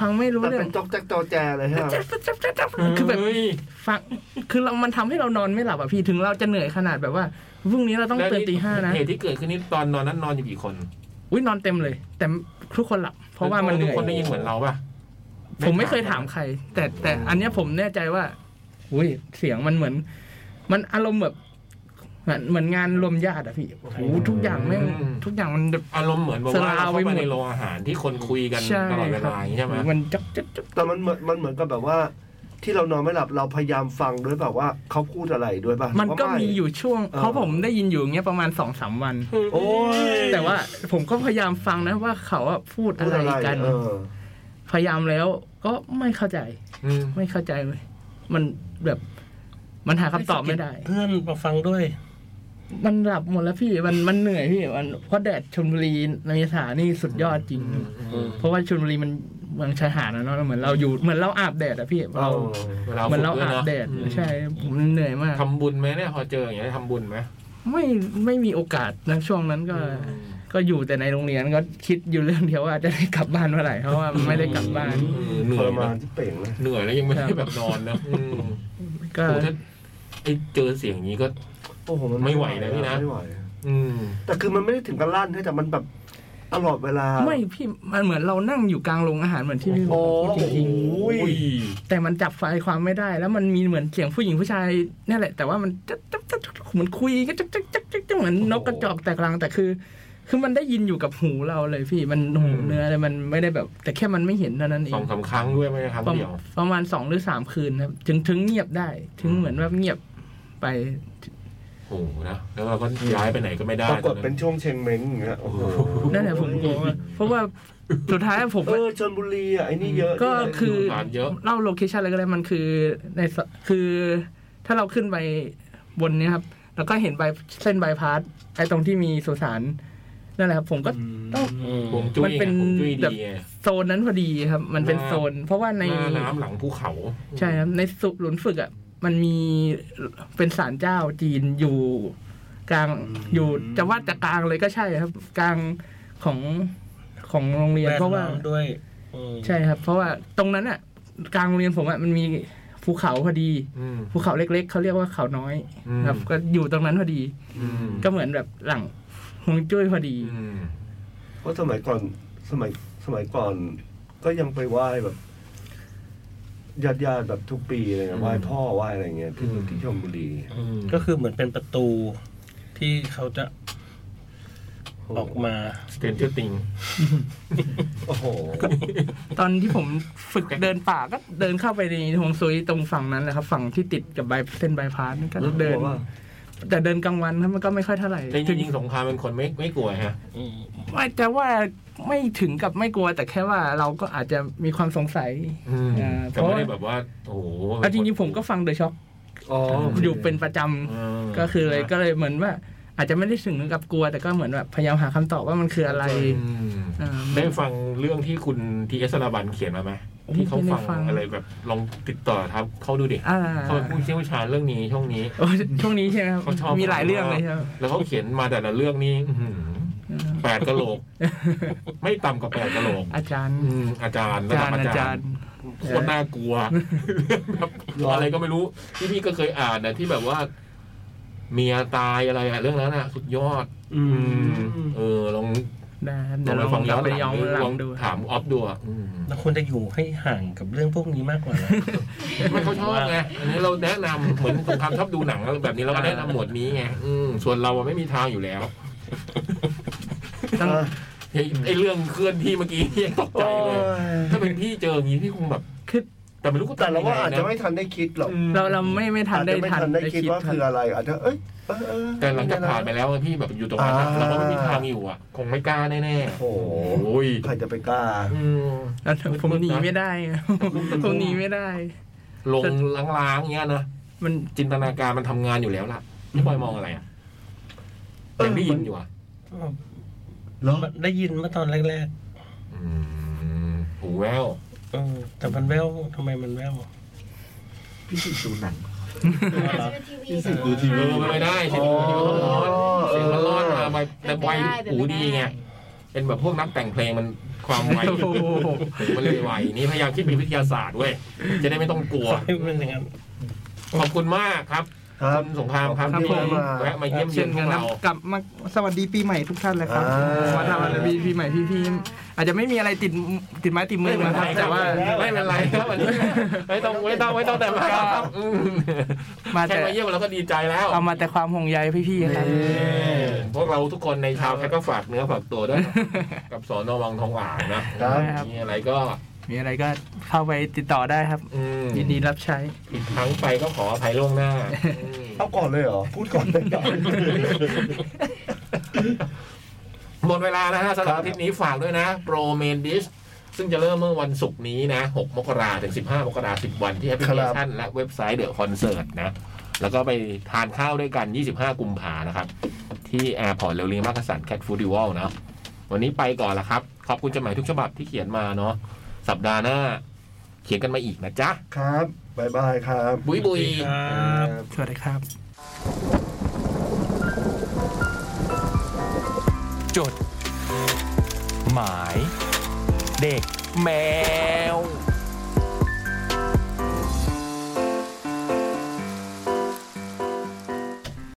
ฟังไม่รู้ มัน เรื่อ เป็ ง นจอกแจ๊กจอแจเลยฮะ จ๊ะจ๊ะจ๊ะจ๊ะจ๊ะคือแบบ เฮ้ย ฟังคือเรามันทำให้เรานอนไม่หลับอ่ะพี่ถึงเราจะเหนื่อยขนาดแบบว่าพรุ่งนี้เราต้องตื่นตีห้านะ เหตุที่เกิดขึ้นนี่ตอนนอนนั้นนอนอยู่กี่คน อุ้ยนอนเต็มเลย แต่ทุกคนหลับ เพราะว่ามันทุกเหนื่อย คนได้ยินเหมือนเราป่ะ ผมไม่เคยถามใคร แต่แต่อันเนี้ยผมแน่ใจว่า อุ้ยเสียงมันเหมือน มันอารมณ์แบบเหมือนเหมือนงานรวมญาติอะพี่โอ้โหทุกอย่างแม่งทุกอย่างมันแบบ อารมณ์เหมือนแบบว่า สลา เรา วไป เข้า หม ไป ด ในโรงอาหารที่คนคุยกันตลอดเวลาอย่างนี้ใช่ไหม มันจ๊อกจ๊อกจ๊อก แต่มันเหมือนมันเหมือนกับแบบว่า ที่เรานอนไม่หลับเราพยายามฟังด้วยแบบว่าเขาพูดอะไรด้วยป่ะ มันก็ หรือว่าไ มีอยู่ช่วง เออ เพราะผมได้ยินอยู่อย่างเงี้ยประมาณสองสามวัน โอ้ย แต่ว่าผมก็พยายามฟังนะว่าเขาอะพูด พู อะ ด ไร อะไร กัน เออ พยายามแล้วก็ไม่เข้าใจ ไม่เข้าใจเลยมันแบบมันหาคำตอบไม่ได้ เพื่อนมาฟังด้วย มันหลับหมดแล้วพี่มันมันเหนื่อยพี่มันเพราะแดดชลบุรีในสถานี่สุดยอดจริง เพราะว่าชลบุรีมันเมืองชายหาดนะเนาะเหมือนเราอยู่เหมือนเราอาบแดดอะพี่เราเหมือนเราอาบแดด อืม ใช่ผมเหนื่อยมาก ทำบุญไหมเนี่ยพอเจออย่างเงี้ยทำบุญไหม ไม่ไม่มีโอกาสนะช่วงนั้นก็ ก็อยู่แต่ในโรงเรียนก็คิดอยู่เรื่องเดียวว่าจะได้กลับบ้านเมื่อไหร่เพราะว่าไม่ได้กลับบ้าน อืมเห ท นื่อ ร ย มานะนที่เป่งเลย เหนื่อยแล้วยังไม่ได้แบบนอนนะอืม ก็ โอ้ถ้าไอ้เจอเสียงอย่างนี้ก็ โอ้โหน ไม่ไหวนะพี่นะ ไม่ไหว อืม แต่คือมันไม่ได้ถึงกับลั่นนะแต่มันแบบตลอดเวลา ไม่พี่มันเหมือนเรานั่งอยู่กลางโรงอาหารเหมือนที่พี่บ โอ้ อกจริง อุ้ย ๆแต่มันจับไฟความไม่ได้ แล้วมันมีเหมือนเสียงผู้หญิงผู้ชายเนี่ยแหละ แต่ว่ามันจ๊ะจ๊ะจ๊ะจ๊ะเหมือนคุยก็จ๊ะจ๊ะจ๊ะจ๊ะจ๊ะเหมือนนกกระจอกแตกรังแต่คือ คือมันได้ยินอยู่กับหูเราเลยพี่มันหูเนื้อเลยมันไม่ได้แบบ แต่แค่มันไม่เห็นเท่านั้นเอ สอง ง สามครั้งด้วยไหมครั้ง ประ เดียว ประมาณสองหรือสามคืนครับ ถึงถึงเงียบได้ ถึงเหมือนว่าเงียบไป โอ้โหนะแล้วเราก็ย้ายไปไหนก็ไม่ได้ ปรากฏเป็น ตอ ช่วงเชงเม้งอย่างเงี้ยโอ้โห นั่นแหละผมกลัวว่าเพราะว่าสุดท้ายผม เออชนบุรีอ่ะไอ้นี่เยอะ ก็คือน ผ่านเยอะ เล่าโลเคชันอะไรก็ได้มันคือในสคือถ้าเราขึ้นไปบนเนี้ครับแล้วก็เห็นใบเส้นบายพาสไอ้ตรงที่มีสุสานนั่นแหละครับผมก็ต้อง ผมจุ้ มั ย น ไง เป็น ผมจุ้ย แบ ดี บ ไง โซนนั้นพอดีครับ มันเป็น หน้า โซน เพราะว่า ห ใน น้าน้ำหลังภูเขา ใช่ครับในสุหลุนฝึกอ่ะมันมีเป็นศาลเจ้าจีนอยู่กลางอยู่จะว่าจะกลางเลยก็ใช่ครับ กลางของของโรงเรียน แวด เพราะว่า ล้อมด้วยอืม ใช่ครับ เพราะว่าตรงนั้นอ่ะ กลางโรงเรียนผมอ่ะมันมีภูเขาพอดี อืม ภูเขาเล็ก ๆเขาเรียกว่าเขาน้อย อืม ครับ ก็อยู่ตรงนั้นพอดี อืม ก็เหมือนแบบหลังฮวงจุ้ยพอดี อืม เพราะสมัยก่อนสมัยสมัยก่อน ก็ยังไปไหว้แบบญาติญาติๆแบบทุกปีเลยนะไหว้พ่อไหว้อะไรเงี้ยที่ อืม ที่ชลบุรี อืม ก็คือเหมือนเป็นประตูที่เขาจะออกมา สเตนเจอร์ติง โอ้โห ตอนที่ผมฝึกเดินป่าก็เดินเข้าไปในฮวงซุยตรงฝั่งนั้นแหละครับฝั่งที่ติดกับใบเส้นใบายพาสก็เดิน ว่า แต่เดินกลางวันนะมันก็ไม่ค่อยเท่าไหร่ แต่จ ถึง ริงๆสงครามเป็นคนไม่ไม่กลัวฮะ ไม่แต่ว่าไม่ถึงกับไม่กลัว แต่แค่ว่าเราก็อาจจะมีความสงสัย อืม อ่า แต่ไม่ เพราะ ได้แบบว่า โอ้โห เอาจริงๆผมก็ฟังเดอะช็อค อ๋อ อยู่เป็นประจำ อืม ก็คือเลยก็เลยเหมือนว่า อาจจะไม่ได้ถึงกับกลัว แต่ก็เหมือนแบบพยายามหาคำตอบว่ามันคืออะไร อืม อ่า ได้ฟังเรื่องที่คุณทีเอสลาบันเขียนมาไหมที่เขา ไม่ได้ฟั ฟัง ง อะไรแบบลองติดต่อครับ เขาดูดิ อ่า เขาเป็นผู้เชี่ยวชาญเรื่องนี้ช่วงนี้ โอ้ยช่วงนี้ใช่ไหมครับ เขาชอบ มีหลายเรื่องเลยใช่ไหม แล้วเขาเขียนมาแต่ละเรื่องนี้อื้อหือ อ่า แปดกะโหลก ไม่ต่ำกว่าแปดกะโหลก อาจารย์ อืมอาจารย์ อา ระดัจาร บ ย์ อา อา จา จาร ร ย์ ย์ โคตรน่ากลัวแบบอะไรก็ไม่รู้ที่พี่ก็เคยอ่านนะที่แบบว่า เมียตายอะไรอะเรื่องนั้นอะสุดยอด อื อื ม มเออลอง ได้ครับ ล เดี๋ย องไปวลอง ฟังย้อน ไป ห ย้ ลัดูอง นหลั ลอง ง ดู ถามออฟดูอะอืม เราควรจะอยู่ให้ห่างกับเรื่องพวกนี้มากกว่านะ ไม่เขาชอบไงอันนี้เราแนะนำเหมือนสงครามชอบดูหนังแบบนี้เราก็แนะนำหมวดนี้ไงอืมส่วนเราอะไม่มีทางอยู่แล้ว ต้อง ไอ้ไอเรื่องเคลื่อนที่เมื่อกี้ <laughs> ยังตกใจเลย ถ้าเป็นพี่เจออย่างนี้พี่คงแบบ คือ แต่ไม่รู้กู แต่เราว่าอาจทำยัจะงงน ไม่ทันได้คิดหรอก เราเราไม่ไม่ทัน อาจ ได้ จะไม่ ทัน ทันได้คิดว่า รับ คืออะไร อาจจะเอ้ยเออเออ แต่หลังจากผ่านไปแล้วอะพี่แบบอยู่ตรงนั้นอะ อ่า เราก็ไม่มีทางอยู่อ่ะ คงไม่กล้าแน่ๆ โอ้โห โอ้ย ใครจะไปกล้า อืม แล้วผมหนี มืดๆนะ ไม่ได้ไงผมหนีไม่ได้ ลงล้างๆเงี้ยนะ มัน จินตนาการมันทำงานอยู่แล้วล่ะพี่บอยมองอะไรอ่ะ เออ ยังได้ยินอยู่อ่ะ เหรอ ได้ยินเมื่อตอนแรก อืมหูแวว ๆเออแต่มันแววทำไมมันแวว พี่สิทธิ์ดูหนัง พี่สิทธิ์ดูดูที ที วีเออวีมันไม่ได้เสียงมันร้อนๆเสียงมันร้อนมาไปแต่บอยหูดีไงเป็นแบบพวกนักแต่งเพลงมันความไว โอ้โห มันเลยไหวนี่พยายามคิดเป็นวิทยาศาสตร์เว้ยจะได้ไม่ต้องกลัว ให้มันอย่างนั้น ขอบคุณมากครับ ครับ ณสงครามครับ ครับ ที่ ผม แวะมาเยี่ยมเยี เช่ ยนพนกั วน ก ครับ เรา กลับมาสวัสดีปีใหม่ทุกท่านเลยครับ อ่า มาทำอะไรปีปีใหม่พี่พี่อาจจะไม่มีอะไรติดติดไม้ติดมือนะครับแต่ว่า ไม่เป็นไรครับวันนี้ไม่ต้องไม่ต้องไม่ต้องแต่มาครับอืม มา แค่ แต่ มาเยี่ยมเราก็ดีใจแล้ว เอามาแต่ความห่วงใยพี่ๆครับ เออพวกเราทุกคนในชาวแค่ก็ฝากเนื้อฝากตัวด้วยนะกับสอนอวังทองหว่างนะครับ มีอะไรก็ มีอะไรก็เข้าไปติดต่อได้ครับ อืม ยินดีรับใช้ อีกครั้งไปก็ขออภัยล่วงหน้าอืม เอาก่อนเลยเหรอ พูดก่อนเลยเหรอ หมดเวลาแล้วฮะสำหรับอาทิตย์นี้ฝากด้วยนะโปรเมนดิส ซึ่งจะเริ่มเมื่อวันศุกร์นี้นะ 6 มกราถึง 15 มกราคม10 วันที่แอปพลิเคชันและเว็บไซต์เดอะคอนเสิร์ตนะ แล้วก็ไปทานข้าวด้วยกัน 25 กุมภานะครับ ที่แอร์พอร์ตเรลลิงมักกะสันแคทฟูดิวัลนะ วันนี้ไปก่อนละครับ ขอบคุณจดหมายทุกฉบับที่เขียนมาเนาะสัปดาห์หน้า เขียนกันมาอีกนะจ๊ะ ครับบายบายครับ บุยบุย ครับ สวัสดีครับ จด หมาย เด็กแมว